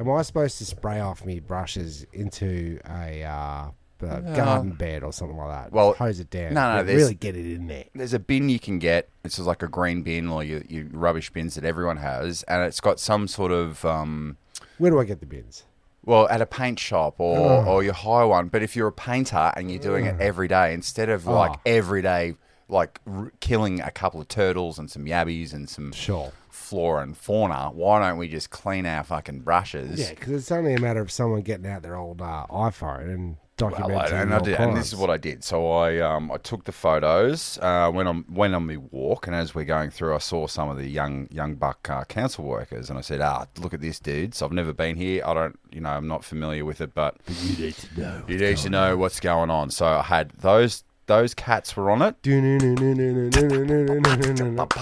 [SPEAKER 4] am I supposed to spray off me brushes into a uh, uh, garden bed or something like that?
[SPEAKER 3] Well,
[SPEAKER 4] hose it down.
[SPEAKER 3] no, no,
[SPEAKER 4] Yeah,
[SPEAKER 3] there's-
[SPEAKER 4] really get it in there.
[SPEAKER 3] there's a bin you can get. It's just like a green bin or your, your rubbish bins that everyone has, and it's got some sort of um,
[SPEAKER 4] Where do I get the bins?
[SPEAKER 3] well, at a paint shop or,
[SPEAKER 4] Oh.
[SPEAKER 3] or you hire one. But if you're a painter and you're doing it every day, instead of
[SPEAKER 4] Oh.
[SPEAKER 3] like every day, like r- killing a couple of turtles and some yabbies and some
[SPEAKER 4] Sure.
[SPEAKER 3] flora and fauna, why don't we just clean our fucking brushes?
[SPEAKER 4] Yeah, because it's only a matter of someone getting out their old uh, iPhone and documenting.
[SPEAKER 3] Well, and, I
[SPEAKER 4] your
[SPEAKER 3] did, and this is
[SPEAKER 4] crimes.
[SPEAKER 3] what I did. So I um, I took the photos uh, when I'm when on the walk, and as we're going through, I saw some of the young young buck uh, council workers, and I said, "Ah, look at this, dudes! I've never been here. I don't, you know, I'm not familiar with it, but you need to know. You need to know what's going on." So I had those those cats were on it,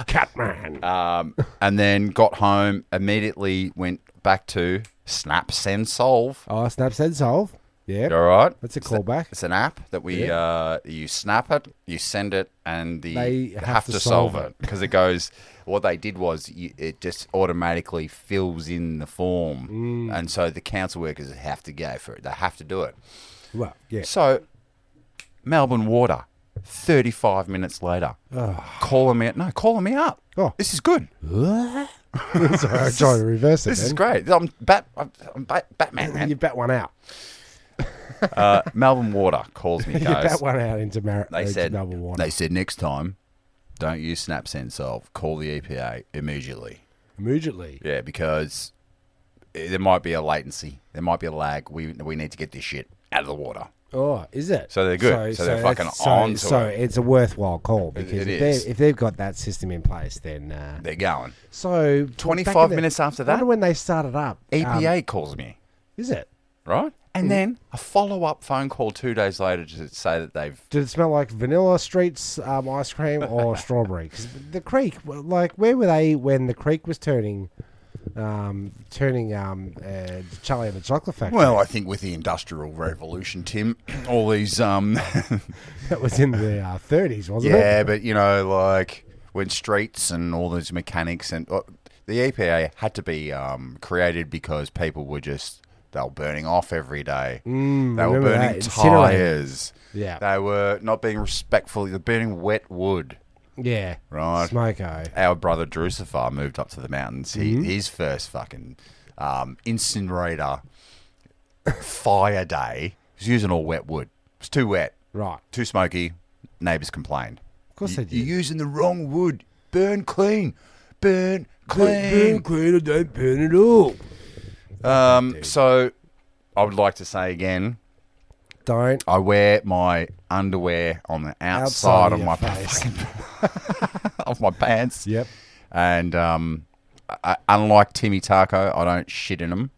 [SPEAKER 4] Catman.
[SPEAKER 3] um, and then got home immediately, went back to Snap Send Solve.
[SPEAKER 4] oh, Snap said solve. Yeah,
[SPEAKER 3] All right,
[SPEAKER 4] that's a callback.
[SPEAKER 3] It's an app that we uh, you snap it, you send it, and the,
[SPEAKER 4] They
[SPEAKER 3] have, to, solve it because it goes. What they did was you, it just automatically fills in the form, and so the council workers have to go for it. They have to do it.
[SPEAKER 4] Well, yeah.
[SPEAKER 3] So, Melbourne Water, thirty-five minutes later, call them out. No, call them out.
[SPEAKER 4] Oh.
[SPEAKER 3] This is good.
[SPEAKER 4] Sorry, I tried to reverse it.
[SPEAKER 3] This is
[SPEAKER 4] then.
[SPEAKER 3] great. I'm bat. I'm, I'm bat, Batman.
[SPEAKER 4] You
[SPEAKER 3] Man.
[SPEAKER 4] bet one out.
[SPEAKER 3] Uh, Melbourne Water calls me.
[SPEAKER 4] You
[SPEAKER 3] goes,
[SPEAKER 4] bet one out into Mar-
[SPEAKER 3] They
[SPEAKER 4] into
[SPEAKER 3] said
[SPEAKER 4] Melbourne Water.
[SPEAKER 3] they said next time, don't use Snap Send Solve. Call the EPA immediately.
[SPEAKER 4] immediately.
[SPEAKER 3] Yeah, because there might be a latency, there might be a lag. We we need to get this shit out of the water.
[SPEAKER 4] Oh, is it?
[SPEAKER 3] So they're good. So they're
[SPEAKER 4] that's-
[SPEAKER 3] fucking
[SPEAKER 4] so,
[SPEAKER 3] onto
[SPEAKER 4] So
[SPEAKER 3] it.
[SPEAKER 4] it's a worthwhile call because
[SPEAKER 3] it
[SPEAKER 4] if,
[SPEAKER 3] is.
[SPEAKER 4] they, if they've got that system in place, then uh,
[SPEAKER 3] They're going.
[SPEAKER 4] so back
[SPEAKER 3] 25
[SPEAKER 4] in the-
[SPEAKER 3] minutes after
[SPEAKER 4] I wonder
[SPEAKER 3] that?
[SPEAKER 4] when they started up. um,
[SPEAKER 3] EPA E calls me,
[SPEAKER 4] is it?
[SPEAKER 3] right? And then a follow up phone call two days later to say that they've.
[SPEAKER 4] Did it smell like vanilla streets um, ice cream or strawberry? 'Cause the creek, well, like where were they when the creek was turning, um, turning um, uh, Charlie and the Chocolate Factory?
[SPEAKER 3] Well, I think with the Industrial Revolution, Tim, all these um,
[SPEAKER 4] that was in the uh, 30s, wasn't it?
[SPEAKER 3] Yeah, but you know, like when streets and all those mechanics and uh, the EPA had to be um, created because people were just they were burning off every day. Mm, they were
[SPEAKER 4] remember
[SPEAKER 3] burning
[SPEAKER 4] that, incinerating.
[SPEAKER 3] tires.
[SPEAKER 4] Yeah.
[SPEAKER 3] they were not being respectful. They're burning wet wood.
[SPEAKER 4] Yeah,
[SPEAKER 3] Right.
[SPEAKER 4] Smoko.
[SPEAKER 3] Our brother Drusifar moved up to the mountains. He,
[SPEAKER 4] Mm-hmm.
[SPEAKER 3] His first fucking um, incinerator fire day was using all wet wood. It was too wet,
[SPEAKER 4] Right.
[SPEAKER 3] too smoky. Neighbors complained.
[SPEAKER 4] Of course they
[SPEAKER 3] You're
[SPEAKER 4] did.
[SPEAKER 3] using the wrong wood. Burn clean. Burn
[SPEAKER 5] Burn
[SPEAKER 3] clean.
[SPEAKER 5] clean or don't burn at all.
[SPEAKER 3] Um, so I would like to say again,
[SPEAKER 4] Don't.
[SPEAKER 3] I wear my underwear on the
[SPEAKER 4] Outside
[SPEAKER 3] outside,
[SPEAKER 4] of
[SPEAKER 3] of
[SPEAKER 4] your
[SPEAKER 3] my
[SPEAKER 4] face.
[SPEAKER 3] fucking- of my pants. uh,
[SPEAKER 4] Yep.
[SPEAKER 3] And um, I, unlike Timmy Taco, I don't shit in them.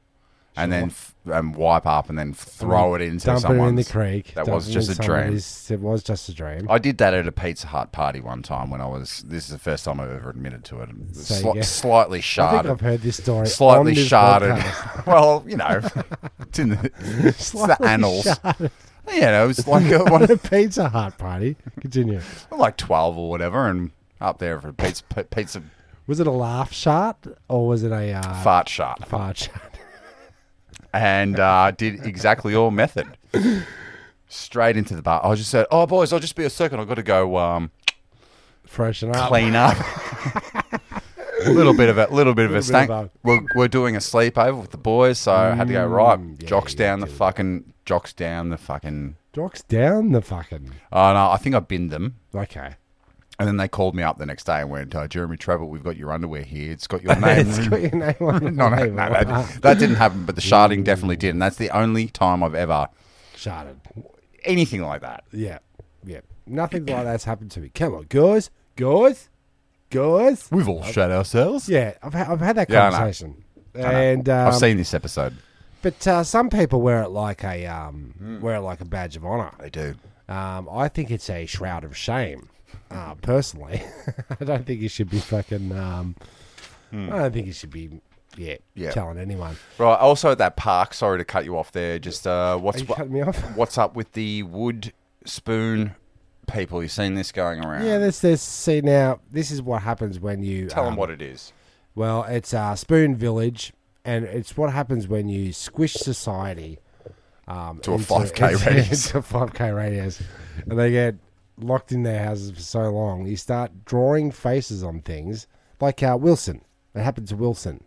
[SPEAKER 3] and then f- and wipe up and then throw it into
[SPEAKER 4] Dump it
[SPEAKER 3] someone's.
[SPEAKER 4] in the creek.
[SPEAKER 3] That
[SPEAKER 4] dump
[SPEAKER 3] was
[SPEAKER 4] it
[SPEAKER 3] just a
[SPEAKER 4] in
[SPEAKER 3] dream.
[SPEAKER 4] somebody's- It was just a dream.
[SPEAKER 3] I did that at a Pizza Hut party one time when I was. This is the first time I've ever admitted to it. And
[SPEAKER 4] So
[SPEAKER 3] sli-
[SPEAKER 4] you-
[SPEAKER 3] slightly
[SPEAKER 4] I think
[SPEAKER 3] sharded.
[SPEAKER 4] I've heard this story.
[SPEAKER 3] slightly
[SPEAKER 4] on this podcast.
[SPEAKER 3] sharded. well, you know, it's in the, it's the
[SPEAKER 4] Slightly
[SPEAKER 3] annals.
[SPEAKER 4] sharded.
[SPEAKER 3] Yeah, no, it was like a,
[SPEAKER 4] At
[SPEAKER 3] one,
[SPEAKER 4] a Pizza Hut party. Continue.
[SPEAKER 3] like twelve or whatever, and up there for pizza p- pizza
[SPEAKER 4] Was it a laugh shot or was it a uh,
[SPEAKER 3] fart shot,
[SPEAKER 4] fart shot?
[SPEAKER 3] and uh, did exactly your method. Straight into the bar. I just said, "Oh, boys, I'll just be a second. I've got to go um,
[SPEAKER 4] Freshen up.
[SPEAKER 3] clean up." A little bit of a little bit of a
[SPEAKER 4] Little bit
[SPEAKER 3] stank.
[SPEAKER 4] of Mm,
[SPEAKER 3] we're, we're doing a sleepover with the boys, so I had to go right.
[SPEAKER 4] yeah,
[SPEAKER 3] jocks
[SPEAKER 4] you
[SPEAKER 3] down the fucking jocks down the fucking.
[SPEAKER 4] Jocks down the fucking.
[SPEAKER 3] Oh no, I think I binned them.
[SPEAKER 4] Okay.
[SPEAKER 3] And then they called me up the next day and went, uh, Jeremy Trevor, we've got your underwear here. It's got your name.
[SPEAKER 4] It's got your name on the
[SPEAKER 3] no, no, no,
[SPEAKER 4] label.
[SPEAKER 3] that, that didn't happen, but the sharding definitely did. And that's the only time I've ever
[SPEAKER 4] Sharded.
[SPEAKER 3] anything like that.
[SPEAKER 4] Yeah. Yeah. Nothing like that's happened to me. Come on, guys. Guys. Guys.
[SPEAKER 3] We've all shot ourselves.
[SPEAKER 4] Yeah. I've, ha- I've had that
[SPEAKER 3] Yeah, I know.
[SPEAKER 4] conversation.
[SPEAKER 3] I know.
[SPEAKER 4] And um,
[SPEAKER 3] I've seen this episode.
[SPEAKER 4] But uh, some people wear it like a um, wear it like a badge of honor.
[SPEAKER 3] Hmm. They do.
[SPEAKER 4] Um, I think it's a shroud of shame. Uh, personally, I don't think you should be fucking. Um, I don't think you should be. Yeah,
[SPEAKER 3] Hmm. Yeah.
[SPEAKER 4] telling anyone.
[SPEAKER 3] Right. Also at that park. Sorry to cut you off there. Just uh,
[SPEAKER 4] Are
[SPEAKER 3] what's
[SPEAKER 4] you cutting me off?
[SPEAKER 3] what's up with the wood spoon people? You've seen this going around.
[SPEAKER 4] Yeah, this this see now. This is what happens when you
[SPEAKER 3] Tell them
[SPEAKER 4] um,
[SPEAKER 3] what it is.
[SPEAKER 4] Well, it's uh, Spoon Village, and it's what happens when you squish society um,
[SPEAKER 3] To a
[SPEAKER 4] into-
[SPEAKER 3] 5K
[SPEAKER 4] into-
[SPEAKER 3] radius.
[SPEAKER 4] into 5K radius, and they get locked in their houses for so long. You start drawing faces on things, like uh, Wilson. It happened to Wilson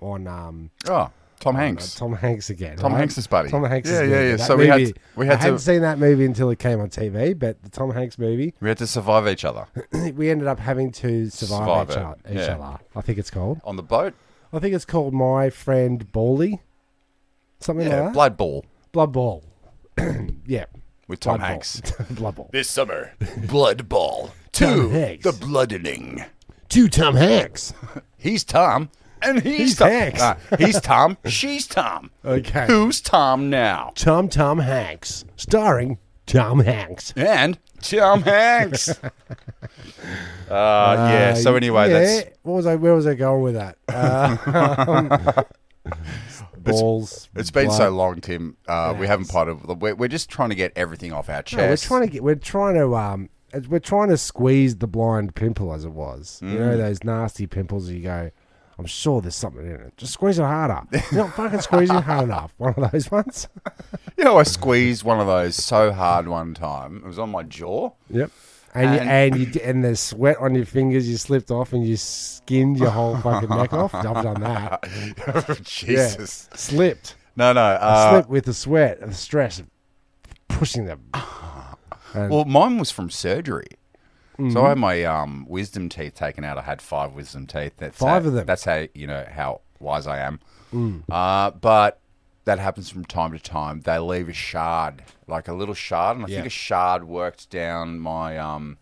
[SPEAKER 4] on um,
[SPEAKER 3] Oh, Tom
[SPEAKER 4] uh,
[SPEAKER 3] Hanks.
[SPEAKER 4] Tom Hanks again.
[SPEAKER 3] Tom
[SPEAKER 4] right?
[SPEAKER 3] Hanks's buddy.
[SPEAKER 4] Tom Hanks.
[SPEAKER 3] Yeah, yeah, yeah. So we had- we had
[SPEAKER 4] I hadn't
[SPEAKER 3] to-
[SPEAKER 4] seen that movie until it came on TV, but the Tom Hanks movie,
[SPEAKER 3] we had to survive each other
[SPEAKER 4] we ended up having to survive,
[SPEAKER 3] Survive
[SPEAKER 4] each,
[SPEAKER 3] it,
[SPEAKER 4] other, each
[SPEAKER 3] yeah.
[SPEAKER 4] other. I think it's called.
[SPEAKER 3] on the boat.
[SPEAKER 4] I think it's called My Friend Bally. Something
[SPEAKER 3] Yeah,
[SPEAKER 4] like that.
[SPEAKER 3] blood ball
[SPEAKER 4] Blood Ball. yeah.
[SPEAKER 3] with Tom
[SPEAKER 4] Blood Ball.
[SPEAKER 3] Hanks.
[SPEAKER 4] Blood Ball.
[SPEAKER 3] This summer, Blood Ball 2,
[SPEAKER 4] Tom Hanks.
[SPEAKER 3] The Bloodening.
[SPEAKER 4] Two Tom Hanks.
[SPEAKER 3] He's Tom, and he's,
[SPEAKER 4] He's
[SPEAKER 3] Tom.
[SPEAKER 4] Hanks.
[SPEAKER 3] Nah, he's Tom, she's Tom.
[SPEAKER 4] Okay.
[SPEAKER 3] Who's Tom now?
[SPEAKER 4] Tom Tom Hanks. Starring Tom Hanks.
[SPEAKER 3] And Tom Hanks. uh, yeah, so anyway,
[SPEAKER 4] Uh, yeah.
[SPEAKER 3] that's
[SPEAKER 4] What was I, where was I going with that? Uh, balls.
[SPEAKER 3] it's been so
[SPEAKER 4] blood.
[SPEAKER 3] long, Tim. Uh, we haven't potted. We're, we're just trying to get everything off our chest.
[SPEAKER 4] No, Oh, we're trying to get. We're trying to. Um, it's- we're trying to squeeze the blind pimple as it was. You
[SPEAKER 3] Mm.
[SPEAKER 4] know those nasty pimples. that You go. I'm sure there's something in it. Just squeeze it harder. You're not fucking squeezing hard enough. One of those ones.
[SPEAKER 3] You know, I squeezed one of those so hard one time. It was on my jaw.
[SPEAKER 4] Yep. And you,
[SPEAKER 3] And-
[SPEAKER 4] and you d- and the sweat on your fingers, you slipped off and you skinned your whole fucking neck off. I've done that.
[SPEAKER 3] Jesus.
[SPEAKER 4] Yeah. Slipped.
[SPEAKER 3] No, no. Uh,
[SPEAKER 4] slipped with the sweat and the stress of pushing them.
[SPEAKER 3] Well, mine was from surgery. So I had my um, wisdom teeth taken out. I had five wisdom teeth. That's
[SPEAKER 4] Five
[SPEAKER 3] how-
[SPEAKER 4] of them. Mm.
[SPEAKER 3] That's how you know how wise I am. Uh, but that happens from time to time. They leave a shard, like a little shard, and I think
[SPEAKER 4] Yeah.
[SPEAKER 3] a shard worked down my um.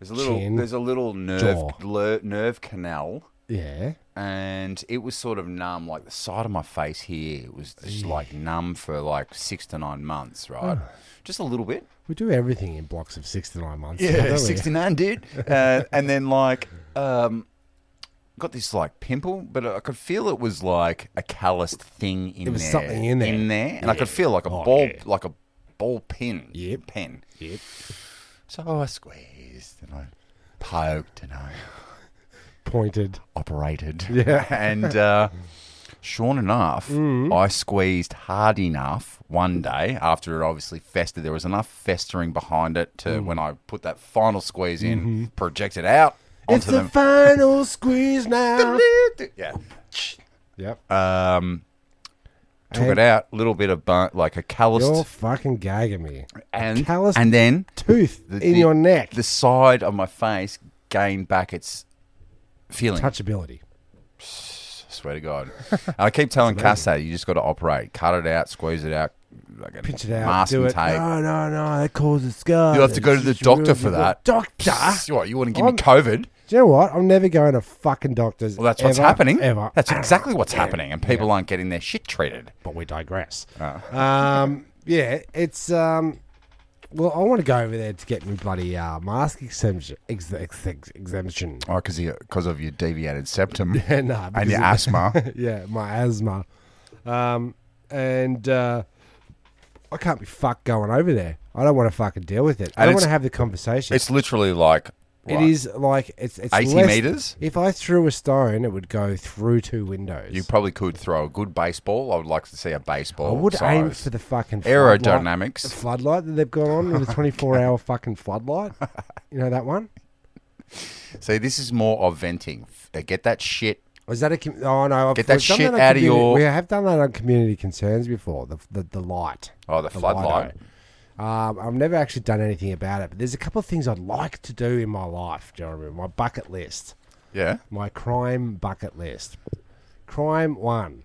[SPEAKER 3] There's a little
[SPEAKER 4] Chin.
[SPEAKER 3] there's a little nerve
[SPEAKER 4] Jaw.
[SPEAKER 3] ler- nerve canal,
[SPEAKER 4] Yeah.
[SPEAKER 3] and it was sort of numb. Like the side of my face here was just like numb for like six to nine months, right? Just a little bit.
[SPEAKER 4] We do everything in blocks of six to nine months. don't
[SPEAKER 3] Yeah,
[SPEAKER 4] we?
[SPEAKER 3] 69, dude. Uh, and then, like, um, got this, like, pimple, but I could feel it was, like, a calloused thing in there.
[SPEAKER 4] There was something in there. Oh,
[SPEAKER 3] and I could feel, like, a ball, like a ball pin.
[SPEAKER 4] Yep.
[SPEAKER 3] Pen.
[SPEAKER 4] Yep.
[SPEAKER 3] So I squeezed and I poked and I
[SPEAKER 4] Pointed.
[SPEAKER 3] operated. Yeah. and, uh, Sure enough,
[SPEAKER 4] Mm.
[SPEAKER 3] I squeezed hard enough one day after it obviously festered. There was enough festering behind it to
[SPEAKER 4] Mm.
[SPEAKER 3] when I put that final squeeze in, project it out
[SPEAKER 4] Mm-hmm. It's
[SPEAKER 3] onto
[SPEAKER 4] the
[SPEAKER 3] them.
[SPEAKER 4] final squeeze now.
[SPEAKER 3] yeah.
[SPEAKER 4] Yep.
[SPEAKER 3] Um, took
[SPEAKER 4] And-
[SPEAKER 3] it out, little bit of bun, like a calloused,
[SPEAKER 4] You're fucking gagging me.
[SPEAKER 3] and
[SPEAKER 4] calloused
[SPEAKER 3] and then
[SPEAKER 4] Tooth
[SPEAKER 3] the-
[SPEAKER 4] in
[SPEAKER 3] the-
[SPEAKER 4] your neck.
[SPEAKER 3] the side of my face gained back its feeling.
[SPEAKER 4] Touchability.
[SPEAKER 3] Swear to God, And I keep telling Cass that you just got to operate, cut it out, squeeze it out, like a
[SPEAKER 4] Pinch it out.
[SPEAKER 3] mask
[SPEAKER 4] do
[SPEAKER 3] and
[SPEAKER 4] it.
[SPEAKER 3] tape.
[SPEAKER 4] No, no, no. That causes scars.
[SPEAKER 3] You'll have to go to the
[SPEAKER 4] It's real
[SPEAKER 3] doctor for
[SPEAKER 4] difficult.
[SPEAKER 3] that.
[SPEAKER 4] Doctor.
[SPEAKER 3] Psst, what, you want to give
[SPEAKER 4] I'm-
[SPEAKER 3] me COVID?
[SPEAKER 4] Do you know what? I'm never going to fucking doctors.
[SPEAKER 3] Well, that's what's
[SPEAKER 4] ever,
[SPEAKER 3] happening.
[SPEAKER 4] Ever.
[SPEAKER 3] That's exactly what's happening, and people aren't getting their shit treated.
[SPEAKER 4] but we digress.
[SPEAKER 3] Ah.
[SPEAKER 4] Um, yeah, it's um, well, I want to go over there to get me bloody uh, mask exemption. Ex- ex- ex- exemption.
[SPEAKER 3] Oh, because because of your deviated septum
[SPEAKER 4] Yeah, nah,
[SPEAKER 3] and your
[SPEAKER 4] because-
[SPEAKER 3] asthma.
[SPEAKER 4] yeah, my asthma. Um, and uh, I can't be fucked going over there. I don't want to fucking deal with it. I
[SPEAKER 3] And
[SPEAKER 4] don't
[SPEAKER 3] it's-
[SPEAKER 4] want to have the conversation.
[SPEAKER 3] It's literally like
[SPEAKER 4] It
[SPEAKER 3] like,
[SPEAKER 4] is like it's it's
[SPEAKER 3] 80
[SPEAKER 4] less-
[SPEAKER 3] meters?
[SPEAKER 4] If I threw a stone, it would go through two windows.
[SPEAKER 3] You probably could throw a good baseball. I would like to see a
[SPEAKER 4] I
[SPEAKER 3] baseball.
[SPEAKER 4] would aim
[SPEAKER 3] size.
[SPEAKER 4] for the fucking floodlight-
[SPEAKER 3] aerodynamics.
[SPEAKER 4] the floodlight that they've got on with the twenty-four hour fucking floodlight. You know that one?
[SPEAKER 3] See, this is more of venting. Uh, Get that shit.
[SPEAKER 4] Or Is that a com- oh no? I've,
[SPEAKER 3] Get that
[SPEAKER 4] we've done
[SPEAKER 3] shit
[SPEAKER 4] on
[SPEAKER 3] outta
[SPEAKER 4] communi-
[SPEAKER 3] your-
[SPEAKER 4] We have done that on community concerns before. The the, the light.
[SPEAKER 3] Oh, the floodlight.
[SPEAKER 4] lighto. Um, I've never actually done anything about it, but there's a couple of things I'd like to do in my life, Jeremy. My bucket list,
[SPEAKER 3] Yeah.
[SPEAKER 4] my crime bucket list. Crime one.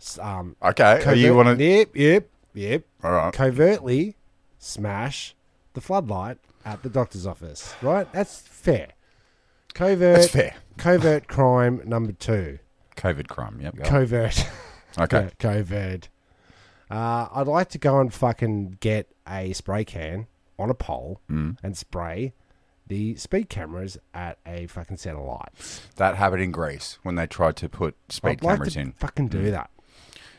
[SPEAKER 4] S- Um,
[SPEAKER 3] Okay. Are Oh, you
[SPEAKER 4] covert-
[SPEAKER 3] want to?
[SPEAKER 4] Yep, yep, yep.
[SPEAKER 3] All right.
[SPEAKER 4] Covertly smash the floodlight at the doctor's office. Right, that's fair. Covert.
[SPEAKER 3] That's fair.
[SPEAKER 4] Covert crime number two.
[SPEAKER 3] COVID crime. Yep. go.
[SPEAKER 4] Covert.
[SPEAKER 3] Okay.
[SPEAKER 4] Covert. Uh, I'd like to go and fucking get a spray can on a pole
[SPEAKER 3] Mm.
[SPEAKER 4] and spray the speed cameras at a fucking set of lights.
[SPEAKER 3] That happened in Greece when they tried to put speed
[SPEAKER 4] I'd like
[SPEAKER 3] cameras
[SPEAKER 4] to
[SPEAKER 3] in. Mm.
[SPEAKER 4] fucking do that.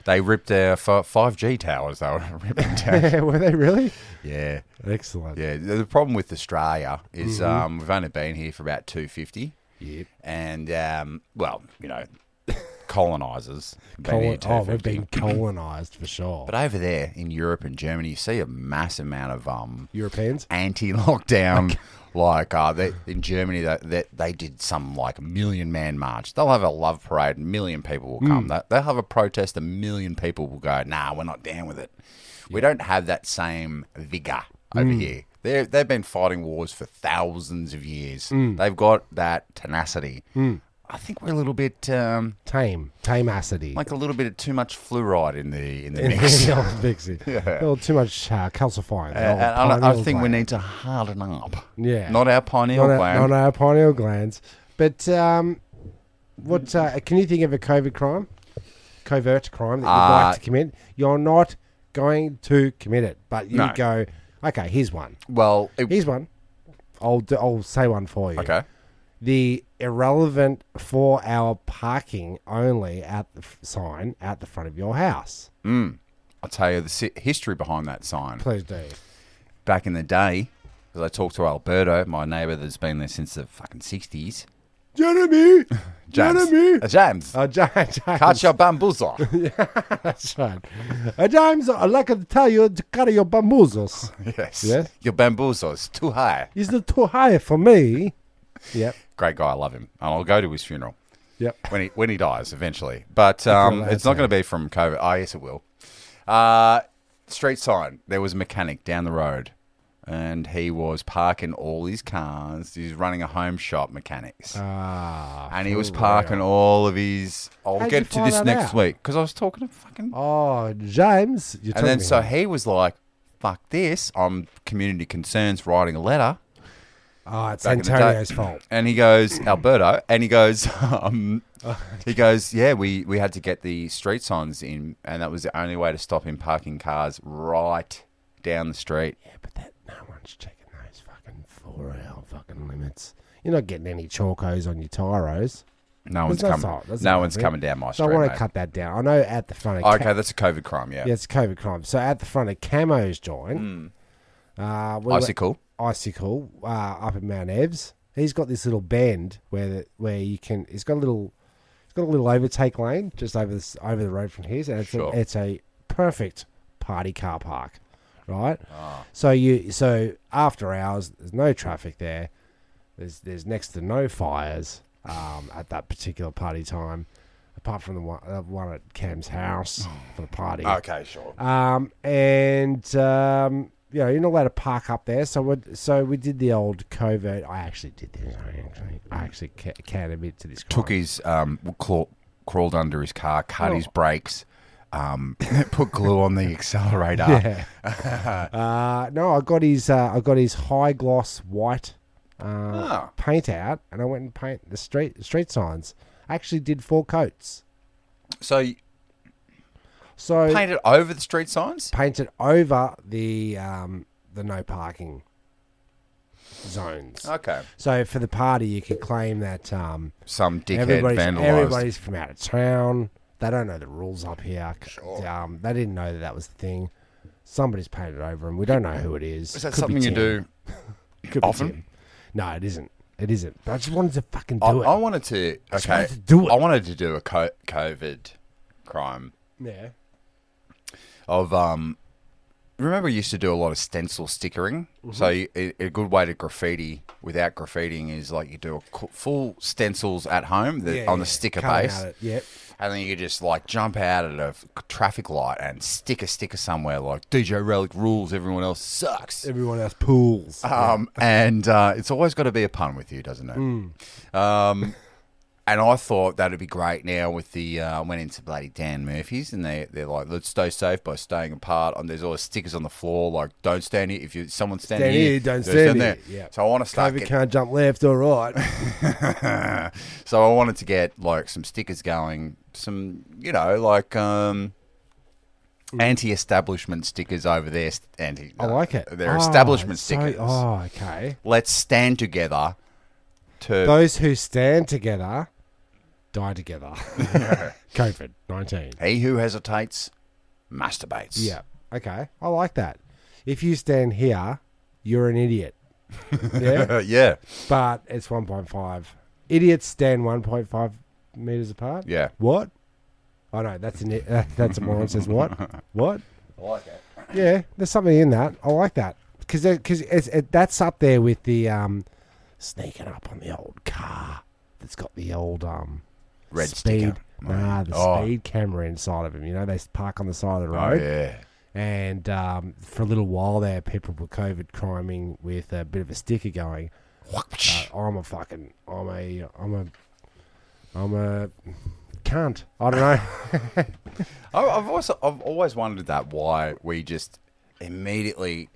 [SPEAKER 3] They ripped their five G towers. They were ripping down.
[SPEAKER 4] Were they really?
[SPEAKER 3] yeah.
[SPEAKER 4] Excellent.
[SPEAKER 3] Yeah. The the problem with Australia is um, we've only been here for about two fifty.
[SPEAKER 4] Mm-hmm. Yep.
[SPEAKER 3] And um, well, you know, colonizers. have been here
[SPEAKER 4] Colon- oh, we've
[SPEAKER 3] 250.
[SPEAKER 4] been colonized for sure.
[SPEAKER 3] But over there in Europe and Germany, you see a mass amount of um,
[SPEAKER 4] Europeans?
[SPEAKER 3] anti-lockdown. Like uh, they, in Germany, they, they, they did some like million man march. They'll have a love parade, a million people will
[SPEAKER 4] Hmm.
[SPEAKER 3] come. They, they'll have a protest, a million people will go. Nah, we're not down with it. We don't have that same vigor over
[SPEAKER 4] Hmm.
[SPEAKER 3] here. They're, they've been fighting wars for thousands of years.
[SPEAKER 4] Hmm.
[SPEAKER 3] They've got that tenacity. I think we're a little bit um,
[SPEAKER 4] Tame. Tameacity.
[SPEAKER 3] like a little bit of too much fluoride in the in the mix.
[SPEAKER 4] The old Vixie. A little too much uh, calcifying. The old
[SPEAKER 3] And I, I
[SPEAKER 4] pineal
[SPEAKER 3] think we
[SPEAKER 4] gland.
[SPEAKER 3] need to harden up.
[SPEAKER 4] Yeah.
[SPEAKER 3] Not our pineal
[SPEAKER 4] not
[SPEAKER 3] gland.
[SPEAKER 4] Our, not our pineal glands. But um, what uh, can you think of a COVID crime, covert crime that you'd
[SPEAKER 3] Uh,
[SPEAKER 4] like to commit? You're not going to commit it, but you
[SPEAKER 3] No.
[SPEAKER 4] go, okay, here's one.
[SPEAKER 3] Well, it,
[SPEAKER 4] Here's one. I'll do, I'll say one for you.
[SPEAKER 3] okay.
[SPEAKER 4] The irrelevant four-hour parking only at the f- sign at the front of your house.
[SPEAKER 3] I'll tell you the si- history behind that sign.
[SPEAKER 4] Please do.
[SPEAKER 3] Back in the day, because I talked to Alberto, my neighbour that's been there since the fucking 60s.
[SPEAKER 4] Jeremy.
[SPEAKER 3] James.
[SPEAKER 4] Jeremy.
[SPEAKER 3] Uh, James.
[SPEAKER 4] Oh, Ja- James.
[SPEAKER 3] Cut your bamboozle.
[SPEAKER 4] That's right. Uh, James, I'd like to tell you to cut your bamboozles.
[SPEAKER 3] yes.
[SPEAKER 4] Yes.
[SPEAKER 3] Your bamboozle is too high.
[SPEAKER 4] He's not too high for me. Yep.
[SPEAKER 3] Great guy. I love him. And I'll go to his funeral
[SPEAKER 4] Yep.
[SPEAKER 3] when he, when he dies eventually. But um,
[SPEAKER 4] that's
[SPEAKER 3] it's not going to be from COVID. Oh, yes, it will. Uh, street sign. There was a mechanic down the road. And he was parking all his cars. He's running a home shop mechanics.
[SPEAKER 4] Ah.
[SPEAKER 3] and he was parking all of his. I'll
[SPEAKER 4] How'd you
[SPEAKER 3] get to
[SPEAKER 4] find
[SPEAKER 3] this
[SPEAKER 4] that
[SPEAKER 3] next
[SPEAKER 4] out?
[SPEAKER 3] week because I was talking to fucking.
[SPEAKER 4] Oh, James. You're
[SPEAKER 3] and then
[SPEAKER 4] talking
[SPEAKER 3] so
[SPEAKER 4] to me.
[SPEAKER 3] he was like, "Fuck this! I'm community concerns writing a letter."
[SPEAKER 4] Oh, it's
[SPEAKER 3] back in the day.
[SPEAKER 4] Antonio's fault.
[SPEAKER 3] And he goes, Alberto, and he goes, um,
[SPEAKER 4] Oh.
[SPEAKER 3] he goes, yeah, we, we had to get the street signs in, and that was the only way to stop him parking cars right down the street.
[SPEAKER 4] Yeah, but that, no one's checking those fucking four hour fucking limits. You're not getting any chalkos on your tyros.
[SPEAKER 3] No one's
[SPEAKER 4] That's
[SPEAKER 3] coming.
[SPEAKER 4] not- that's
[SPEAKER 3] no
[SPEAKER 4] not
[SPEAKER 3] one's
[SPEAKER 4] right.
[SPEAKER 3] coming down my
[SPEAKER 4] So I
[SPEAKER 3] street.
[SPEAKER 4] want to
[SPEAKER 3] mate.
[SPEAKER 4] cut that down. I know at the front of Ca-
[SPEAKER 3] okay, that's a COVID crime. Yeah,
[SPEAKER 4] yeah, it's a COVID crime. So at the front of Camo's joint,
[SPEAKER 3] Hmm.
[SPEAKER 4] uh, we were-
[SPEAKER 3] icicle.
[SPEAKER 4] icicle uh, up in Mount Ebbs. He's got this little bend where the, where you can. He's got a little. He's got a little overtake lane just over this over the road from his, and it's
[SPEAKER 3] Sure.
[SPEAKER 4] a, it's a perfect party car park, right?
[SPEAKER 3] Ah.
[SPEAKER 4] So you so after hours, there's no traffic there. There's there's next to no fires um, at that particular party time, apart from the one, uh, one at Cam's house for the party.
[SPEAKER 3] Okay, sure.
[SPEAKER 4] Um, and um, you know, you're not allowed to park up there. So we so we did the old covert. I actually did this. I actually, I actually ca- can admit to this. crime.
[SPEAKER 3] took his um, claw, crawled under his car,
[SPEAKER 4] Oh.
[SPEAKER 3] cut his brakes, um, put glue on the accelerator.
[SPEAKER 4] Yeah. uh, no, I got his. Uh, I got his high gloss white uh,
[SPEAKER 3] Ah.
[SPEAKER 4] paint out, and I went and paint the street street signs. I actually did four coats.
[SPEAKER 3] So you
[SPEAKER 4] So
[SPEAKER 3] painted over the street signs?
[SPEAKER 4] painted over the um, the no parking zones.
[SPEAKER 3] Okay.
[SPEAKER 4] So for the party, you could claim that um,
[SPEAKER 3] Some dickhead
[SPEAKER 4] everybody's,
[SPEAKER 3] vandalized.
[SPEAKER 4] everybody's from out of town. They don't know the rules up here. Um, they didn't know that that was the thing. Somebody's painted over them. We don't know who it is.
[SPEAKER 3] Is that
[SPEAKER 4] Could be
[SPEAKER 3] something you
[SPEAKER 4] Tim.
[SPEAKER 3] do?
[SPEAKER 4] Could be
[SPEAKER 3] often?
[SPEAKER 4] Tim. No, it isn't. It isn't. But I just wanted to fucking do
[SPEAKER 3] I,
[SPEAKER 4] it.
[SPEAKER 3] I wanted to. Okay.
[SPEAKER 4] just wanted to do it.
[SPEAKER 3] I wanted to do a co- COVID crime
[SPEAKER 4] yeah.
[SPEAKER 3] of um. Remember, you used to do a lot of stencil stickering.
[SPEAKER 4] Mm-hmm.
[SPEAKER 3] So you, a, a good way to graffiti without graffitiing is like you do a cu- full stencils at home that, on the sticker
[SPEAKER 4] Cutting
[SPEAKER 3] base,
[SPEAKER 4] out it, Yep.
[SPEAKER 3] and then you just like jump out at a f- traffic light and stick a sticker somewhere like DJ Relic rules, everyone else sucks.
[SPEAKER 4] Everyone else pools.
[SPEAKER 3] Um, and uh, it's always got to be a pun with you, doesn't it?
[SPEAKER 4] Mm.
[SPEAKER 3] Um, and I thought that'd be great. Now with the uh, I went into bloody Dan Murphy's, and they they're like, let's stay safe by staying apart. And there's always stickers on the floor like, don't stand here. If you someone's standing
[SPEAKER 4] Stand here, don't stand
[SPEAKER 3] there.
[SPEAKER 4] here. Yeah.
[SPEAKER 3] So I want to start.
[SPEAKER 4] COVID
[SPEAKER 3] get-
[SPEAKER 4] can't jump left or right.
[SPEAKER 3] so I wanted to get like some stickers going, some you know like um, anti-establishment stickers over there. st- Anti,
[SPEAKER 4] Mm.
[SPEAKER 3] uh,
[SPEAKER 4] I like it.
[SPEAKER 3] They're
[SPEAKER 4] Oh,
[SPEAKER 3] establishment
[SPEAKER 4] it's so-
[SPEAKER 3] stickers.
[SPEAKER 4] oh, okay.
[SPEAKER 3] Let's stand together. To
[SPEAKER 4] Those who stand together die together. COVID 19.
[SPEAKER 3] He who hesitates masturbates.
[SPEAKER 4] Yeah. Okay. I like that. If you stand here, you're an idiot. Yeah.
[SPEAKER 3] Uh, yeah.
[SPEAKER 4] but it's 1.5. Idiots stand 1.5 meters apart.
[SPEAKER 3] Yeah.
[SPEAKER 4] What? Oh, no. That's, an, uh, that's a moron says what? What?
[SPEAKER 3] I like it.
[SPEAKER 4] Yeah, there's something in that. I like that because because it, that's up there with the um, sneaking up on the old car that's got the old um
[SPEAKER 3] Red
[SPEAKER 4] speed.
[SPEAKER 3] sticker.
[SPEAKER 4] Nah, the
[SPEAKER 3] Oh.
[SPEAKER 4] speed camera inside of him. You know, they s- park on the side of the
[SPEAKER 3] Oh,
[SPEAKER 4] road,
[SPEAKER 3] yeah.
[SPEAKER 4] and um, for a little while there, people were COVID criming with a bit of a sticker going. uh, I'm a fucking, I'm a, I'm a, I'm a cunt. I don't know.
[SPEAKER 3] I- I've also I've always wondered that why we just immediately.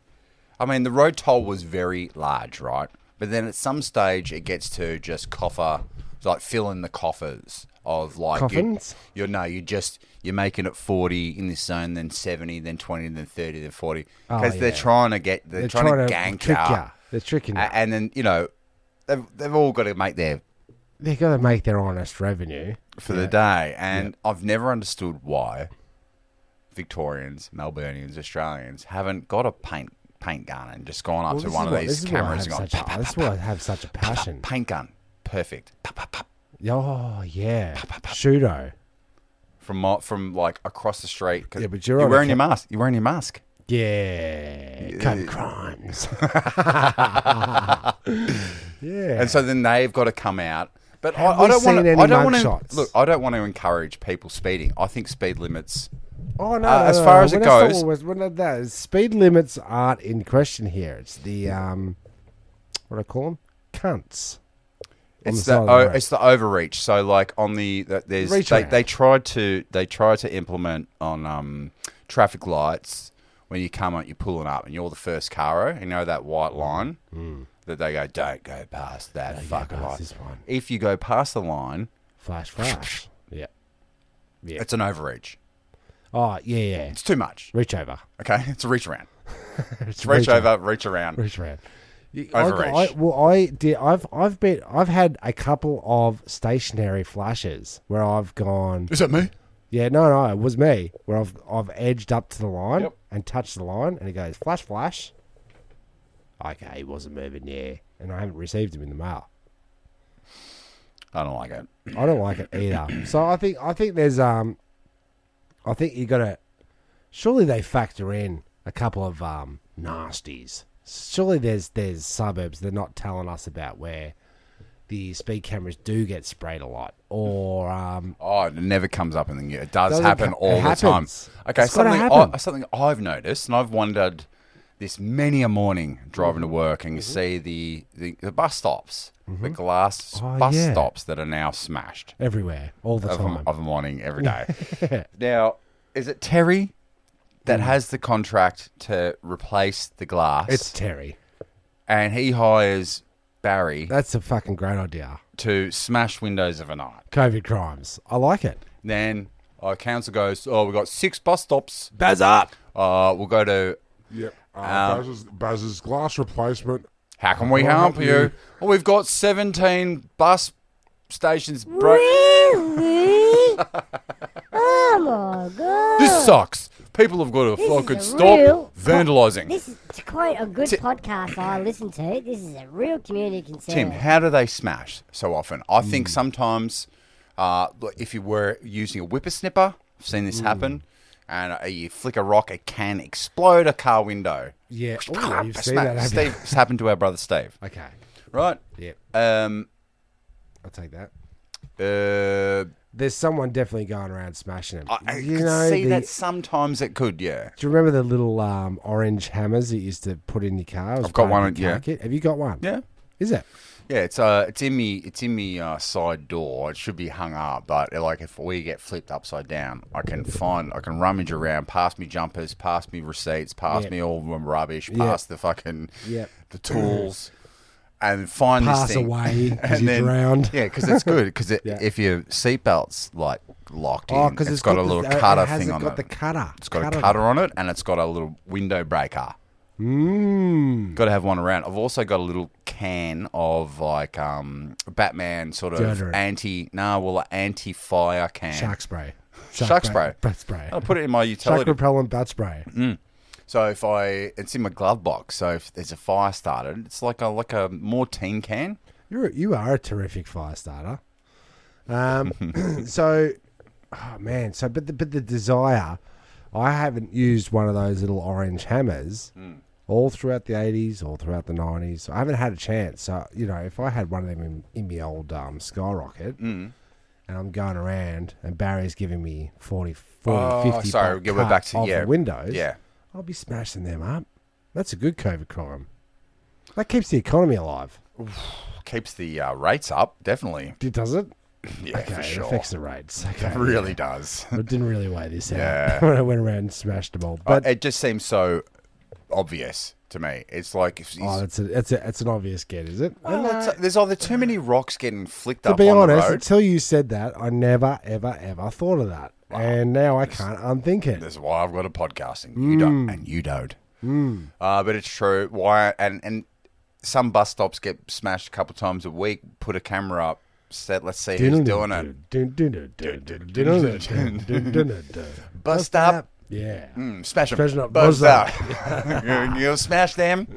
[SPEAKER 3] I mean, the road toll was very large, right? But then at some stage, it gets to just coffer, like fill in the coffers of like you-
[SPEAKER 4] Coffins?
[SPEAKER 3] You're no, you just you're making it forty in this zone, then seventy, then twenty, then thirty, then forty, because they're
[SPEAKER 4] yeah.
[SPEAKER 3] trying to get Oh, they're, trying, to gank
[SPEAKER 4] trick
[SPEAKER 3] ya.
[SPEAKER 4] ya. They're tricking you.
[SPEAKER 3] A- and then you know they've, they've all got to make their
[SPEAKER 4] They've got to make their honest revenue.
[SPEAKER 3] for the day and i've never understood why victorians melburnians australians haven't got a paint paint gun and just gone up
[SPEAKER 4] Well,
[SPEAKER 3] to
[SPEAKER 4] this
[SPEAKER 3] one
[SPEAKER 4] is
[SPEAKER 3] of
[SPEAKER 4] why-
[SPEAKER 3] these
[SPEAKER 4] this is why I
[SPEAKER 3] cameras
[SPEAKER 4] have
[SPEAKER 3] and gone
[SPEAKER 4] such a-
[SPEAKER 3] "Pop, pop,
[SPEAKER 4] That's
[SPEAKER 3] pop,
[SPEAKER 4] why I have such a
[SPEAKER 3] pop,
[SPEAKER 4] passion.
[SPEAKER 3] paint gun perfect Pop, pop, pop.
[SPEAKER 4] Oh yeah, Shudo.
[SPEAKER 3] from mo- from like across the street 'cause
[SPEAKER 4] Yeah, but you're on a
[SPEAKER 3] wearing your
[SPEAKER 4] ca-
[SPEAKER 3] mask you're wearing your mask
[SPEAKER 4] Yeah, Code crimes. yeah,
[SPEAKER 3] and so then they've got to come out but I,
[SPEAKER 4] Have
[SPEAKER 3] I
[SPEAKER 4] we
[SPEAKER 3] don't want
[SPEAKER 4] seen
[SPEAKER 3] to.
[SPEAKER 4] any
[SPEAKER 3] I don't want
[SPEAKER 4] mugshots?
[SPEAKER 3] to look. I don't want to encourage people speeding. I think speed limits.
[SPEAKER 4] oh no,
[SPEAKER 3] uh,
[SPEAKER 4] no,
[SPEAKER 3] as
[SPEAKER 4] no,
[SPEAKER 3] far
[SPEAKER 4] no,
[SPEAKER 3] as it
[SPEAKER 4] that's not
[SPEAKER 3] goes-
[SPEAKER 4] what we're- we're not that- speed limits aren't in question here. It's the
[SPEAKER 3] Mm.
[SPEAKER 4] um, what do I call them? Cunts. on
[SPEAKER 3] It's
[SPEAKER 4] the side
[SPEAKER 3] the,
[SPEAKER 4] of the
[SPEAKER 3] o-
[SPEAKER 4] road.
[SPEAKER 3] it's the overreach. So like on the, that there's
[SPEAKER 4] Reach
[SPEAKER 3] they,
[SPEAKER 4] around.
[SPEAKER 3] they tried to they tried to implement on um, traffic lights when you come up you're pulling up and you're the first car you know that
[SPEAKER 4] Mm.
[SPEAKER 3] white line that they go don't go past that fucking
[SPEAKER 4] past
[SPEAKER 3] light.
[SPEAKER 4] oh, this one."
[SPEAKER 3] If you go past the line,
[SPEAKER 4] Flash, flash. yeah. Yeah.
[SPEAKER 3] it's an overreach.
[SPEAKER 4] Oh yeah, yeah.
[SPEAKER 3] It's too much.
[SPEAKER 4] Reach over.
[SPEAKER 3] Okay, it's a reach around.
[SPEAKER 4] It's
[SPEAKER 3] Reach over, reach around.
[SPEAKER 4] Reach around. I,
[SPEAKER 3] Overreach.
[SPEAKER 4] I, well, I did. I've I've been I've had a couple of stationary flashes where I've gone.
[SPEAKER 3] Is that me?
[SPEAKER 4] Yeah, no, no, it was me where I've I've edged up to the line
[SPEAKER 3] Yep.
[SPEAKER 4] and touched the line, and it goes flash, flash. Okay, he wasn't moving. Yeah, and I haven't received him in the mail.
[SPEAKER 3] I don't like it.
[SPEAKER 4] I don't like it either. So I think I think there's um, I think you got to. Surely they factor in a couple of um nasties. Surely there's there's suburbs they're not telling us about where the speed cameras do get sprayed a lot, or um,
[SPEAKER 3] Oh, it never comes up in the news. It does
[SPEAKER 4] Doesn't
[SPEAKER 3] happen
[SPEAKER 4] ca-
[SPEAKER 3] all
[SPEAKER 4] it
[SPEAKER 3] the time.
[SPEAKER 4] happens.
[SPEAKER 3] Okay,
[SPEAKER 4] It's gotta
[SPEAKER 3] something,
[SPEAKER 4] happen.
[SPEAKER 3] I, something I've noticed, and I've wondered this many a morning driving
[SPEAKER 4] Mm-hmm.
[SPEAKER 3] to work, and you see the, the, the bus stops, the glass
[SPEAKER 4] Oh,
[SPEAKER 3] bus
[SPEAKER 4] yeah.
[SPEAKER 3] stops that are now smashed
[SPEAKER 4] everywhere all the
[SPEAKER 3] of,
[SPEAKER 4] time.
[SPEAKER 3] of the morning every day. now, is it Terry that
[SPEAKER 4] Mm.
[SPEAKER 3] has the contract to replace the glass?
[SPEAKER 4] It's Terry.
[SPEAKER 3] and he hires Barry
[SPEAKER 4] That's a fucking great idea.
[SPEAKER 3] to smash windows of a night.
[SPEAKER 4] COVID crimes. I like it.
[SPEAKER 3] Then our council goes, "Oh, we've got six bus stops.
[SPEAKER 4] Baz up.
[SPEAKER 3] Uh, we'll go to.
[SPEAKER 8] Yep. Uh,
[SPEAKER 3] Um,
[SPEAKER 8] Baz's, Baz's glass replacement.
[SPEAKER 3] How can we help you? Oh, we've got seventeen bus stations. Bro-
[SPEAKER 9] Oh my god.
[SPEAKER 3] this sucks. People have got to
[SPEAKER 9] This
[SPEAKER 3] fucking
[SPEAKER 9] is a
[SPEAKER 3] stop
[SPEAKER 9] real-
[SPEAKER 3] vandalising."
[SPEAKER 9] This is, to quote a good podcast I listen to, this is a real community concern.
[SPEAKER 3] Tim, how do they smash so often? I think sometimes, uh, look, if you were using a whippersnipper, I've seen this happen, and uh, you flick a rock, it can explode a car window.
[SPEAKER 4] Yeah. Ooh, you've seen that, have you?
[SPEAKER 3] Steve, it's happened to our brother Steve,
[SPEAKER 4] Okay.
[SPEAKER 3] right?
[SPEAKER 4] Yep.
[SPEAKER 3] Um,
[SPEAKER 4] I'll take that.
[SPEAKER 3] uh,
[SPEAKER 4] There's someone definitely going around smashing him.
[SPEAKER 3] I, I
[SPEAKER 4] you
[SPEAKER 3] can
[SPEAKER 4] know,
[SPEAKER 3] see
[SPEAKER 4] the-
[SPEAKER 3] that sometimes it could, yeah.
[SPEAKER 4] Do you remember the little um, orange hammers that you used to put in your car? as
[SPEAKER 3] I've got
[SPEAKER 4] part of
[SPEAKER 3] one,
[SPEAKER 4] your car
[SPEAKER 3] yeah.
[SPEAKER 4] kit? Have you got one?
[SPEAKER 3] Yeah.
[SPEAKER 4] Is it?
[SPEAKER 3] Yeah, it's uh, it's in me, it's in me uh, side door. It should be hung up, but like if we get flipped upside down, I can find, I can rummage around, past me jumpers, past me receipts, past
[SPEAKER 4] Yep.
[SPEAKER 3] me all my rubbish,
[SPEAKER 4] Yep.
[SPEAKER 3] past the fucking,
[SPEAKER 4] Yep.
[SPEAKER 3] the tools, and find
[SPEAKER 4] Pass
[SPEAKER 3] this thing.
[SPEAKER 4] away 'cause you drowned.
[SPEAKER 3] Yeah, because it's good because it,
[SPEAKER 4] Yeah.
[SPEAKER 3] if your seatbelt's like locked in,
[SPEAKER 4] Oh, because
[SPEAKER 3] it's got, a
[SPEAKER 4] the-
[SPEAKER 3] little
[SPEAKER 4] uh,
[SPEAKER 3] cutter
[SPEAKER 4] it has
[SPEAKER 3] thing on
[SPEAKER 4] got
[SPEAKER 3] it.
[SPEAKER 4] the cutter.
[SPEAKER 3] It's got a cutter on it, and it's got a little window breaker.
[SPEAKER 4] Mmm.
[SPEAKER 3] Got to have one around. I've also got a little can of like um Batman sort of
[SPEAKER 4] Deodorant.
[SPEAKER 3] anti nah well anti fire can
[SPEAKER 4] Shark spray.
[SPEAKER 3] Shark
[SPEAKER 4] bra-
[SPEAKER 3] spray.
[SPEAKER 4] Bat spray.
[SPEAKER 3] I'll put it in my
[SPEAKER 4] Shark
[SPEAKER 3] utility.
[SPEAKER 4] repellent bat spray.
[SPEAKER 3] so if I it's in my glove box, so if there's a fire started, it's like a like a Mortine can.
[SPEAKER 4] You're a- you are a terrific fire starter. Um, so, oh man, so but the, but the desire, I haven't used one of those little orange hammers
[SPEAKER 3] Hmm.
[SPEAKER 4] all throughout the eighties, all throughout the nineties. I haven't had a chance. So you know, if I had one of them in, in my old um, skyrocket,
[SPEAKER 3] Hmm.
[SPEAKER 4] and I'm going around, and Barry's giving me 40, 40
[SPEAKER 3] Oh,
[SPEAKER 4] 50
[SPEAKER 3] sorry,
[SPEAKER 4] buck
[SPEAKER 3] yeah, we're
[SPEAKER 4] cut
[SPEAKER 3] back to-
[SPEAKER 4] off the
[SPEAKER 3] yeah,
[SPEAKER 4] windows.
[SPEAKER 3] yeah.
[SPEAKER 4] I'll be smashing them up. That's a good COVID crime. That keeps the economy alive.
[SPEAKER 3] Keeps the uh, rates up, definitely.
[SPEAKER 4] It does it?
[SPEAKER 3] Yeah,
[SPEAKER 4] Okay,
[SPEAKER 3] for
[SPEAKER 4] it
[SPEAKER 3] sure.
[SPEAKER 4] affects the rates. Okay.
[SPEAKER 3] It really does.
[SPEAKER 4] I didn't really weigh this out
[SPEAKER 3] Yeah. Oh,
[SPEAKER 4] when I went around and smashed them all.
[SPEAKER 3] But
[SPEAKER 4] But
[SPEAKER 3] it just seems so obvious to me. It's like if he's,
[SPEAKER 4] oh, it's a, it's a, it's an obvious get, is it?
[SPEAKER 3] Well,
[SPEAKER 4] And, uh,
[SPEAKER 3] it's- there's either too many rocks getting flicked
[SPEAKER 4] to
[SPEAKER 3] up
[SPEAKER 4] be
[SPEAKER 3] on
[SPEAKER 4] honest,
[SPEAKER 3] the road.
[SPEAKER 4] until you said that, I never, ever, ever thought of that, and now I can't unthink it.
[SPEAKER 3] That's why I've got a podcast, and you
[SPEAKER 4] Hmm.
[SPEAKER 3] don't, and you don't. Uh, but it's true. Why? And and some bus stops get smashed a couple times a week. Put a camera up. Set. Let's see who's doing it.
[SPEAKER 4] it.
[SPEAKER 3] Bust up.
[SPEAKER 4] Yeah.
[SPEAKER 3] Mm, Smash them.
[SPEAKER 4] Smash 'em up,
[SPEAKER 3] Bust
[SPEAKER 4] buzz up.
[SPEAKER 3] up. You- You'll smash them.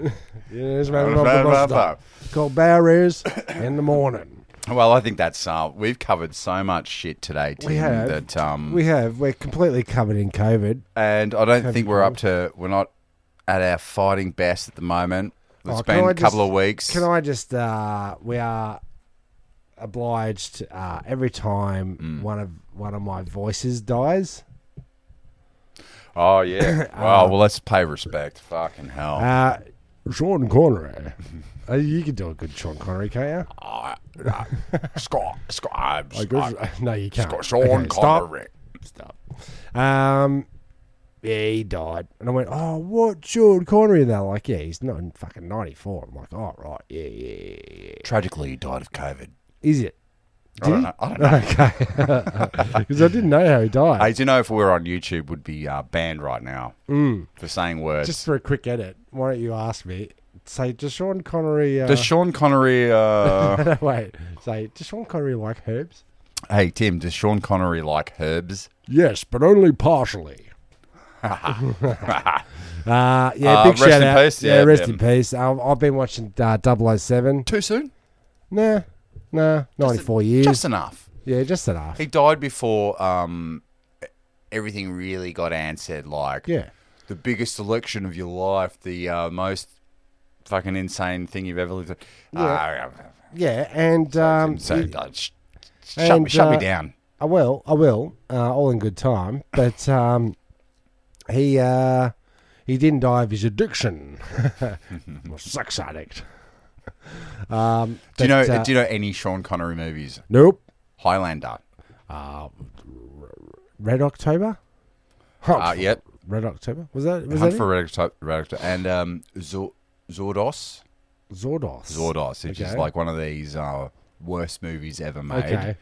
[SPEAKER 4] Yeah, it's about the bus stop. Called Barry's in the morning.
[SPEAKER 3] Well, I think that's uh, we've covered so much shit today, Tim.
[SPEAKER 4] We have.
[SPEAKER 3] That um,
[SPEAKER 4] We have. We're completely covered in COVID.
[SPEAKER 3] and I don't think we're up to. We're not at our fighting best at the moment. It's
[SPEAKER 4] Oh, can
[SPEAKER 3] been
[SPEAKER 4] I
[SPEAKER 3] a couple
[SPEAKER 4] just-
[SPEAKER 3] of weeks.
[SPEAKER 4] Can I just? Uh, we are obliged uh, every time
[SPEAKER 3] Mm.
[SPEAKER 4] one of one of my voices dies.
[SPEAKER 3] Oh yeah. wow. Well, let's pay respect. Fucking hell.
[SPEAKER 4] Uh, Sean Connery, uh, you can do a good Sean Connery, can't you?
[SPEAKER 3] Scott, Scott, I'm
[SPEAKER 4] A good- no, you can't.
[SPEAKER 3] Scott, Sean
[SPEAKER 4] Okay, stop.
[SPEAKER 3] Connery.
[SPEAKER 4] Stop. Um, yeah, he died, and I went, "Oh, what Sean Connery?" And they're like, "Yeah, he's not fucking ninety four. I'm like, "Oh, right, yeah, yeah, yeah, yeah.
[SPEAKER 3] Tragically, he died of COVID.
[SPEAKER 4] Is it?"
[SPEAKER 3] I don't know. I don't know.
[SPEAKER 4] Okay, because I didn't know how he died.
[SPEAKER 3] Hey, do you know if we were on YouTube, would be uh, banned right now for saying words?
[SPEAKER 4] Mm. just for a quick edit, why don't you ask me? Say, does Sean Connery? Uh,
[SPEAKER 3] Does Sean Connery? Uh,
[SPEAKER 4] wait, say, does Sean Connery like herbs?
[SPEAKER 3] hey Tim, does Sean Connery like herbs?
[SPEAKER 4] Yes, but only partially. uh, yeah,
[SPEAKER 3] Uh,
[SPEAKER 4] big
[SPEAKER 3] rest
[SPEAKER 4] shout
[SPEAKER 3] in
[SPEAKER 4] out.
[SPEAKER 3] peace, yeah,
[SPEAKER 4] rest
[SPEAKER 3] yeah.
[SPEAKER 4] in peace. I've, I've been watching uh, 007.
[SPEAKER 3] Too soon?
[SPEAKER 4] Nah, nah, 94 years.
[SPEAKER 3] Just enough.
[SPEAKER 4] yeah, just enough.
[SPEAKER 3] He died before um, everything really got answered. Like
[SPEAKER 4] yeah.
[SPEAKER 3] the biggest election of your life, the uh, most fucking insane thing you've ever lived. through.
[SPEAKER 4] Yeah.
[SPEAKER 3] Uh,
[SPEAKER 4] Yeah, and um,
[SPEAKER 3] So
[SPEAKER 4] it-
[SPEAKER 3] uh, sh- sh-
[SPEAKER 4] and,
[SPEAKER 3] shut, me, shut
[SPEAKER 4] uh,
[SPEAKER 3] me down.
[SPEAKER 4] I will. I will. Uh, all in good time. But um, he uh, he didn't die of his addiction. was a sex addict. Um,
[SPEAKER 3] Do you know?
[SPEAKER 4] but, uh,
[SPEAKER 3] do you know any Sean Connery movies?
[SPEAKER 4] nope.
[SPEAKER 3] Highlander.
[SPEAKER 4] Red October. Hunt
[SPEAKER 3] Uh,
[SPEAKER 4] for-
[SPEAKER 3] yep.
[SPEAKER 4] Red October. Was that? Was
[SPEAKER 3] Hunt
[SPEAKER 4] that
[SPEAKER 3] for Red Octo- Red Octo- and um, Zor- Zordos.
[SPEAKER 4] Zordos.
[SPEAKER 3] Zordos, which is
[SPEAKER 4] Okay.
[SPEAKER 3] like one of these uh, worst movies ever made.
[SPEAKER 4] Okay.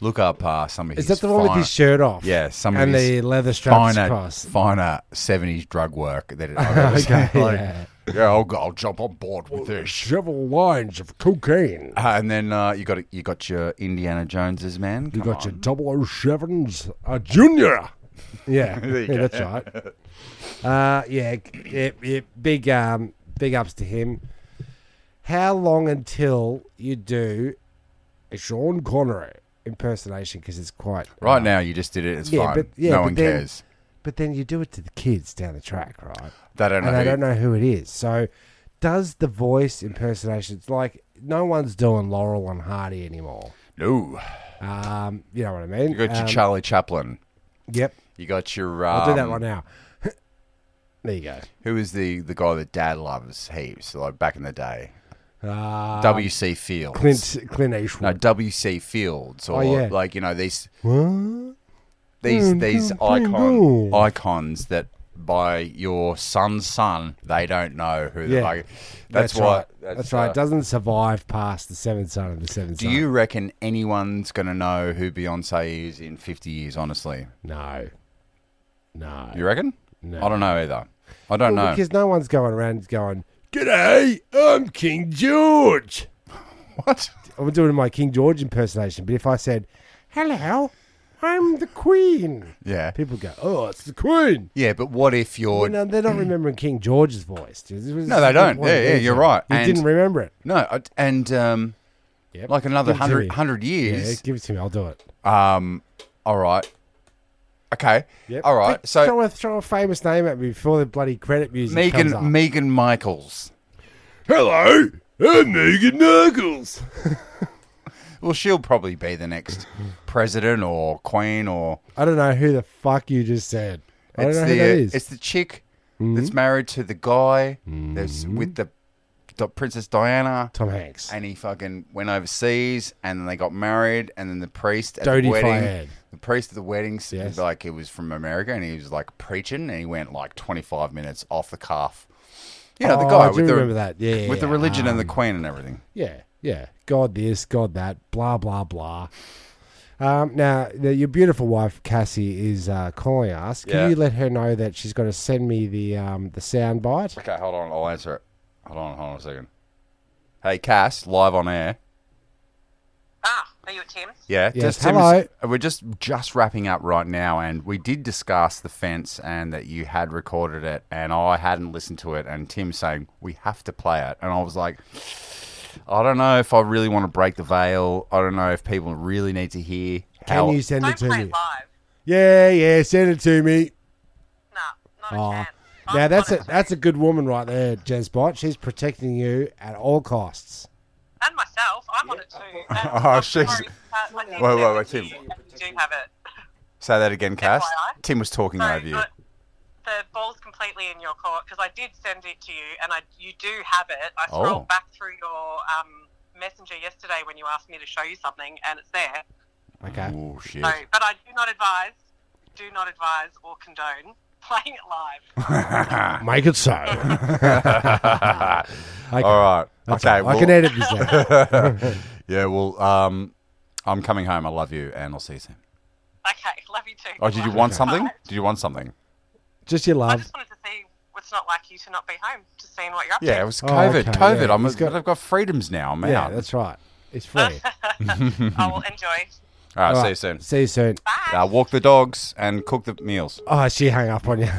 [SPEAKER 3] Look up uh, some of
[SPEAKER 4] Is
[SPEAKER 3] his.
[SPEAKER 4] that the one with
[SPEAKER 3] finer-
[SPEAKER 4] his shirt off?
[SPEAKER 3] Yeah, some
[SPEAKER 4] and
[SPEAKER 3] of his
[SPEAKER 4] the leather straps
[SPEAKER 3] finer,
[SPEAKER 4] across.
[SPEAKER 3] finer seventies drug work that it, I've ever
[SPEAKER 4] Okay,
[SPEAKER 3] seen. Like,
[SPEAKER 4] yeah.
[SPEAKER 3] yeah, I'll, go- I'll jump on board with this.
[SPEAKER 4] Several lines of cocaine.
[SPEAKER 3] Uh, and then uh, you got you got your Indiana Joneses, man.
[SPEAKER 4] You
[SPEAKER 3] Come
[SPEAKER 4] got
[SPEAKER 3] on.
[SPEAKER 4] your 007s, a junior. Yeah,
[SPEAKER 3] There you
[SPEAKER 4] yeah
[SPEAKER 3] go.
[SPEAKER 4] that's right. Uh, yeah, c- yeah, yeah, big, um, big ups to him. How long until you do a Sean Connery impersonation? Because it's quite
[SPEAKER 3] Right now, you just did it. It's
[SPEAKER 4] Yeah,
[SPEAKER 3] fine.
[SPEAKER 4] but- yeah,
[SPEAKER 3] no
[SPEAKER 4] but
[SPEAKER 3] one
[SPEAKER 4] then-
[SPEAKER 3] cares.
[SPEAKER 4] But then you do it to the kids down the track, right?
[SPEAKER 3] They don't know.
[SPEAKER 4] and
[SPEAKER 3] who-
[SPEAKER 4] I don't know who it is. So, does the voice impersonations like no one's doing Laurel and Hardy anymore?
[SPEAKER 3] No,
[SPEAKER 4] Um, you know what I mean?
[SPEAKER 3] you got your
[SPEAKER 4] Um,
[SPEAKER 3] Charlie Chaplin.
[SPEAKER 4] Yep,
[SPEAKER 3] You got your. Um,
[SPEAKER 4] I'll do that right now. there you go.
[SPEAKER 3] Who is the the guy that Dad loves heaps? Like back in the day,
[SPEAKER 4] Uh,
[SPEAKER 3] W. C. Fields.
[SPEAKER 4] Clint Clint
[SPEAKER 3] No,
[SPEAKER 4] Eastwood.
[SPEAKER 3] W. C. Fields, or
[SPEAKER 4] Oh, yeah.
[SPEAKER 3] like you know these
[SPEAKER 4] What?
[SPEAKER 3] these
[SPEAKER 4] Mm,
[SPEAKER 3] these
[SPEAKER 4] mm, mm,
[SPEAKER 3] icon
[SPEAKER 4] mm.
[SPEAKER 3] icons that by your son's son they don't know who the
[SPEAKER 4] Yeah.
[SPEAKER 3] fuck. That's,
[SPEAKER 4] right.
[SPEAKER 3] what.
[SPEAKER 4] That's, right.
[SPEAKER 3] uh,
[SPEAKER 4] It doesn't survive past the seventh son of the seventh
[SPEAKER 3] do
[SPEAKER 4] son.
[SPEAKER 3] you reckon anyone's gonna know who Beyonce is in fifty years? Honestly,
[SPEAKER 4] No. No.
[SPEAKER 3] you reckon?
[SPEAKER 4] No.
[SPEAKER 3] I don't know either. I don't
[SPEAKER 4] Well,
[SPEAKER 3] know.
[SPEAKER 4] Because no one's going around going, G'day, I'm King George.
[SPEAKER 3] what?
[SPEAKER 4] I'm doing my King George impersonation, but if I said, Hello, I'm the Queen,
[SPEAKER 3] Yeah.
[SPEAKER 4] people go, Oh, it's the Queen.
[SPEAKER 3] Yeah, but what if you're
[SPEAKER 4] Well, no, they're not remembering King George's voice. This was-
[SPEAKER 3] No, they don't.
[SPEAKER 4] what it
[SPEAKER 3] Yeah, yeah,
[SPEAKER 4] is.
[SPEAKER 3] you're right.
[SPEAKER 4] You
[SPEAKER 3] And-
[SPEAKER 4] didn't remember it.
[SPEAKER 3] no, I- and um,
[SPEAKER 4] Yep.
[SPEAKER 3] like another
[SPEAKER 4] Give it to me.
[SPEAKER 3] hundred hundred
[SPEAKER 4] Yeah,
[SPEAKER 3] years.
[SPEAKER 4] give it to me. I'll do it.
[SPEAKER 3] Um, all right. Okay.
[SPEAKER 4] Yep.
[SPEAKER 3] All right.
[SPEAKER 4] But
[SPEAKER 3] So
[SPEAKER 4] throw a, throw a famous name at me before the bloody credit music comes up.
[SPEAKER 3] Megan Megan Michaels.
[SPEAKER 4] Hello, I'm Megan Knuckles.
[SPEAKER 3] Well, she'll probably be the next president or queen or
[SPEAKER 4] I don't know who the fuck you just said. I don't
[SPEAKER 3] it's
[SPEAKER 4] know
[SPEAKER 3] the uh,
[SPEAKER 4] who that is. Mm-hmm.
[SPEAKER 3] it's the chick that's married to the guy that's with the, the Princess Diana.
[SPEAKER 4] Tom Hanks.
[SPEAKER 3] And he fucking went overseas, and then they got married, and then the priest at
[SPEAKER 4] Dodie
[SPEAKER 3] the wedding,
[SPEAKER 4] Fayed.
[SPEAKER 3] the priest at the wedding, s-
[SPEAKER 4] Yes.
[SPEAKER 3] like it was from America, and he was like preaching, and he went like twenty five minutes off the cuff. You know the
[SPEAKER 4] Oh,
[SPEAKER 3] guy
[SPEAKER 4] I
[SPEAKER 3] with
[SPEAKER 4] do
[SPEAKER 3] the
[SPEAKER 4] remember that. Yeah, yeah,
[SPEAKER 3] with the
[SPEAKER 4] yeah. Ah,
[SPEAKER 3] religion and the queen and everything.
[SPEAKER 4] Yeah, yeah. God this, God that, blah blah blah. Um, now, the, your beautiful wife Cassie is uh, calling us. Can
[SPEAKER 3] Yeah.
[SPEAKER 4] you let her know that she's got to send me the um, the sound bite?
[SPEAKER 3] Okay, hold on. I'll answer it. Hold on, hold on a second. Hey, Cass, live on air.
[SPEAKER 2] Ah, are you at Tim's?
[SPEAKER 3] Yeah,
[SPEAKER 4] Yes,
[SPEAKER 3] Tim's-
[SPEAKER 4] hello.
[SPEAKER 3] Uh, We're just just wrapping up right now, and we did discuss the fence and that you had recorded it, and I hadn't listened to it, and Tim saying we have to play it, and I was like, I don't know if I really want to break the veil. I don't know if people really need to hear.
[SPEAKER 4] Can
[SPEAKER 3] how-
[SPEAKER 4] you send
[SPEAKER 2] Don't
[SPEAKER 4] it to
[SPEAKER 2] play
[SPEAKER 4] me?
[SPEAKER 2] live.
[SPEAKER 4] Yeah, yeah. Send it to me.
[SPEAKER 2] Nah, not a
[SPEAKER 4] Oh.
[SPEAKER 2] chance.
[SPEAKER 4] Now
[SPEAKER 2] I'm
[SPEAKER 4] that's a
[SPEAKER 2] honest.
[SPEAKER 4] that's a good woman right there, Jezbot. She's protecting you at all costs.
[SPEAKER 2] And myself, I'm on it too. And
[SPEAKER 3] Oh,
[SPEAKER 2] I'm
[SPEAKER 3] she's-
[SPEAKER 2] sorry, uh, I did
[SPEAKER 3] Wait, wait,
[SPEAKER 2] send
[SPEAKER 3] wait,
[SPEAKER 2] it to
[SPEAKER 3] Tim.
[SPEAKER 2] you, and you Do have it.
[SPEAKER 3] Say that again, Cass.
[SPEAKER 2] FYI.
[SPEAKER 3] Tim was talking
[SPEAKER 2] So,
[SPEAKER 3] over you.
[SPEAKER 2] but the ball's completely in your court because I did send it to you, and I you do have it. I
[SPEAKER 3] Oh.
[SPEAKER 2] scrolled back through your um, messenger yesterday when you asked me to show you something, and it's there.
[SPEAKER 4] Okay.
[SPEAKER 3] Oh shit!
[SPEAKER 2] So, but I do not advise, do not advise or condone playing it live.
[SPEAKER 3] Ah.
[SPEAKER 4] Make it so. Okay.
[SPEAKER 3] All right.
[SPEAKER 4] That's
[SPEAKER 3] okay.
[SPEAKER 4] all. I can
[SPEAKER 3] well-
[SPEAKER 4] edit this out.
[SPEAKER 3] yeah, well, um, I'm coming home. I love you, and I'll see you soon.
[SPEAKER 2] Okay, love you too.
[SPEAKER 3] Oh, did you
[SPEAKER 2] Bye.
[SPEAKER 3] want something?
[SPEAKER 2] Bye.
[SPEAKER 3] Did you want something?
[SPEAKER 4] Just your
[SPEAKER 2] I
[SPEAKER 4] love.
[SPEAKER 2] just wanted to see what's not like you to not be home, just seeing what you're up
[SPEAKER 3] Yeah,
[SPEAKER 2] to.
[SPEAKER 3] it was
[SPEAKER 4] Oh,
[SPEAKER 3] COVID.
[SPEAKER 4] okay,
[SPEAKER 3] COVID.
[SPEAKER 4] yeah,
[SPEAKER 3] I'm,
[SPEAKER 4] he's got-
[SPEAKER 3] I've got freedoms now. I'm
[SPEAKER 4] Yeah,
[SPEAKER 3] out.
[SPEAKER 4] that's right. It's free.
[SPEAKER 2] I will enjoy.
[SPEAKER 3] All right,
[SPEAKER 4] All
[SPEAKER 3] See
[SPEAKER 4] right,
[SPEAKER 3] you soon.
[SPEAKER 4] See you soon.
[SPEAKER 2] Bye.
[SPEAKER 3] Uh, walk the dogs and cook the meals.
[SPEAKER 4] Oh, she hung up on you.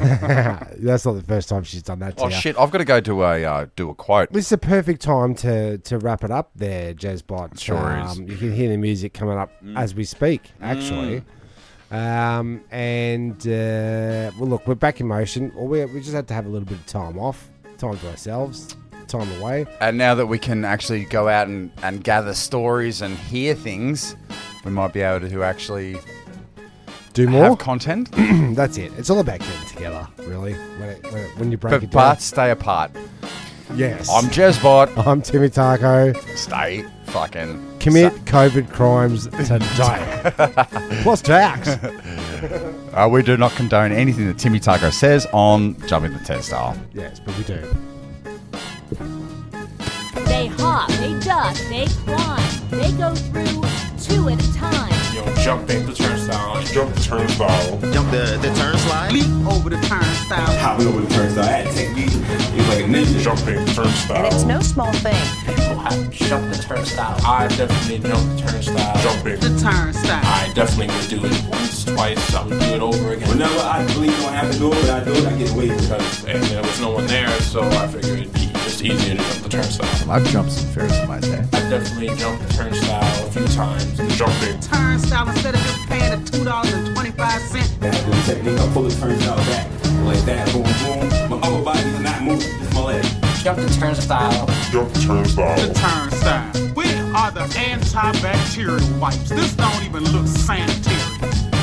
[SPEAKER 4] That's not the first time she's done that to
[SPEAKER 3] Oh
[SPEAKER 4] you.
[SPEAKER 3] shit! I've got to go do a uh, do a quote.
[SPEAKER 4] This is a perfect time to, to wrap it up there, Jazzbot.
[SPEAKER 3] Sure is. Mm.
[SPEAKER 4] You can hear the music coming up as we speak, actually. Um, and, uh, well, look, we're back in motion. Well, we, we just had to have a little bit of time off, time to ourselves, time away.
[SPEAKER 3] And now that we can actually go out and, and gather stories and hear things, we might be able to actually
[SPEAKER 4] Do more.
[SPEAKER 3] have content,
[SPEAKER 4] That's it. It's all about getting together, really, when, it, when, it, when you break
[SPEAKER 3] but,
[SPEAKER 4] it down.
[SPEAKER 3] but stay apart.
[SPEAKER 4] yes.
[SPEAKER 3] I'm Jezbot.
[SPEAKER 4] I'm Timmy Tarko.
[SPEAKER 3] Stay fucking
[SPEAKER 4] Commit COVID crimes today. Plus tax.
[SPEAKER 3] Uh, we do not condone anything that Timmy Taco says on Jumping the Turnstile.
[SPEAKER 4] yes, but we do.
[SPEAKER 10] hop, they duck, they climb, they go through two at a time.
[SPEAKER 11] You know, jump the turnstile. Jump the turnstile. Jump the, the turnstile. Leap over the turnstile. Hop over the turnstile. That technique is like a ninja. Jumping turnstile.
[SPEAKER 12] And it's no small thing.
[SPEAKER 11] People have jumped the turnstile. I definitely jumped the turnstile. Jumping the turnstile. I definitely would do it once, twice. I would do it over again. Whenever I believe I don't have to do it, but I do it, I get away because and there was no one there, so I figured it'd be just easier to jump the turnstile.
[SPEAKER 3] I've jumped some fairs in my day.
[SPEAKER 11] I definitely jumped the turnstile a few times. Jumping.
[SPEAKER 13] Turnstile instead of just paying the two dollars and twenty five cent.
[SPEAKER 11] That boom technique, I pull the turnstile back like that. Boom, boom. My upper body is not moving, just my leg. Jump the turnstile. Jump the turnstile.
[SPEAKER 13] The turnstile. We are the antibacterial wipes. This don't even look sanitary.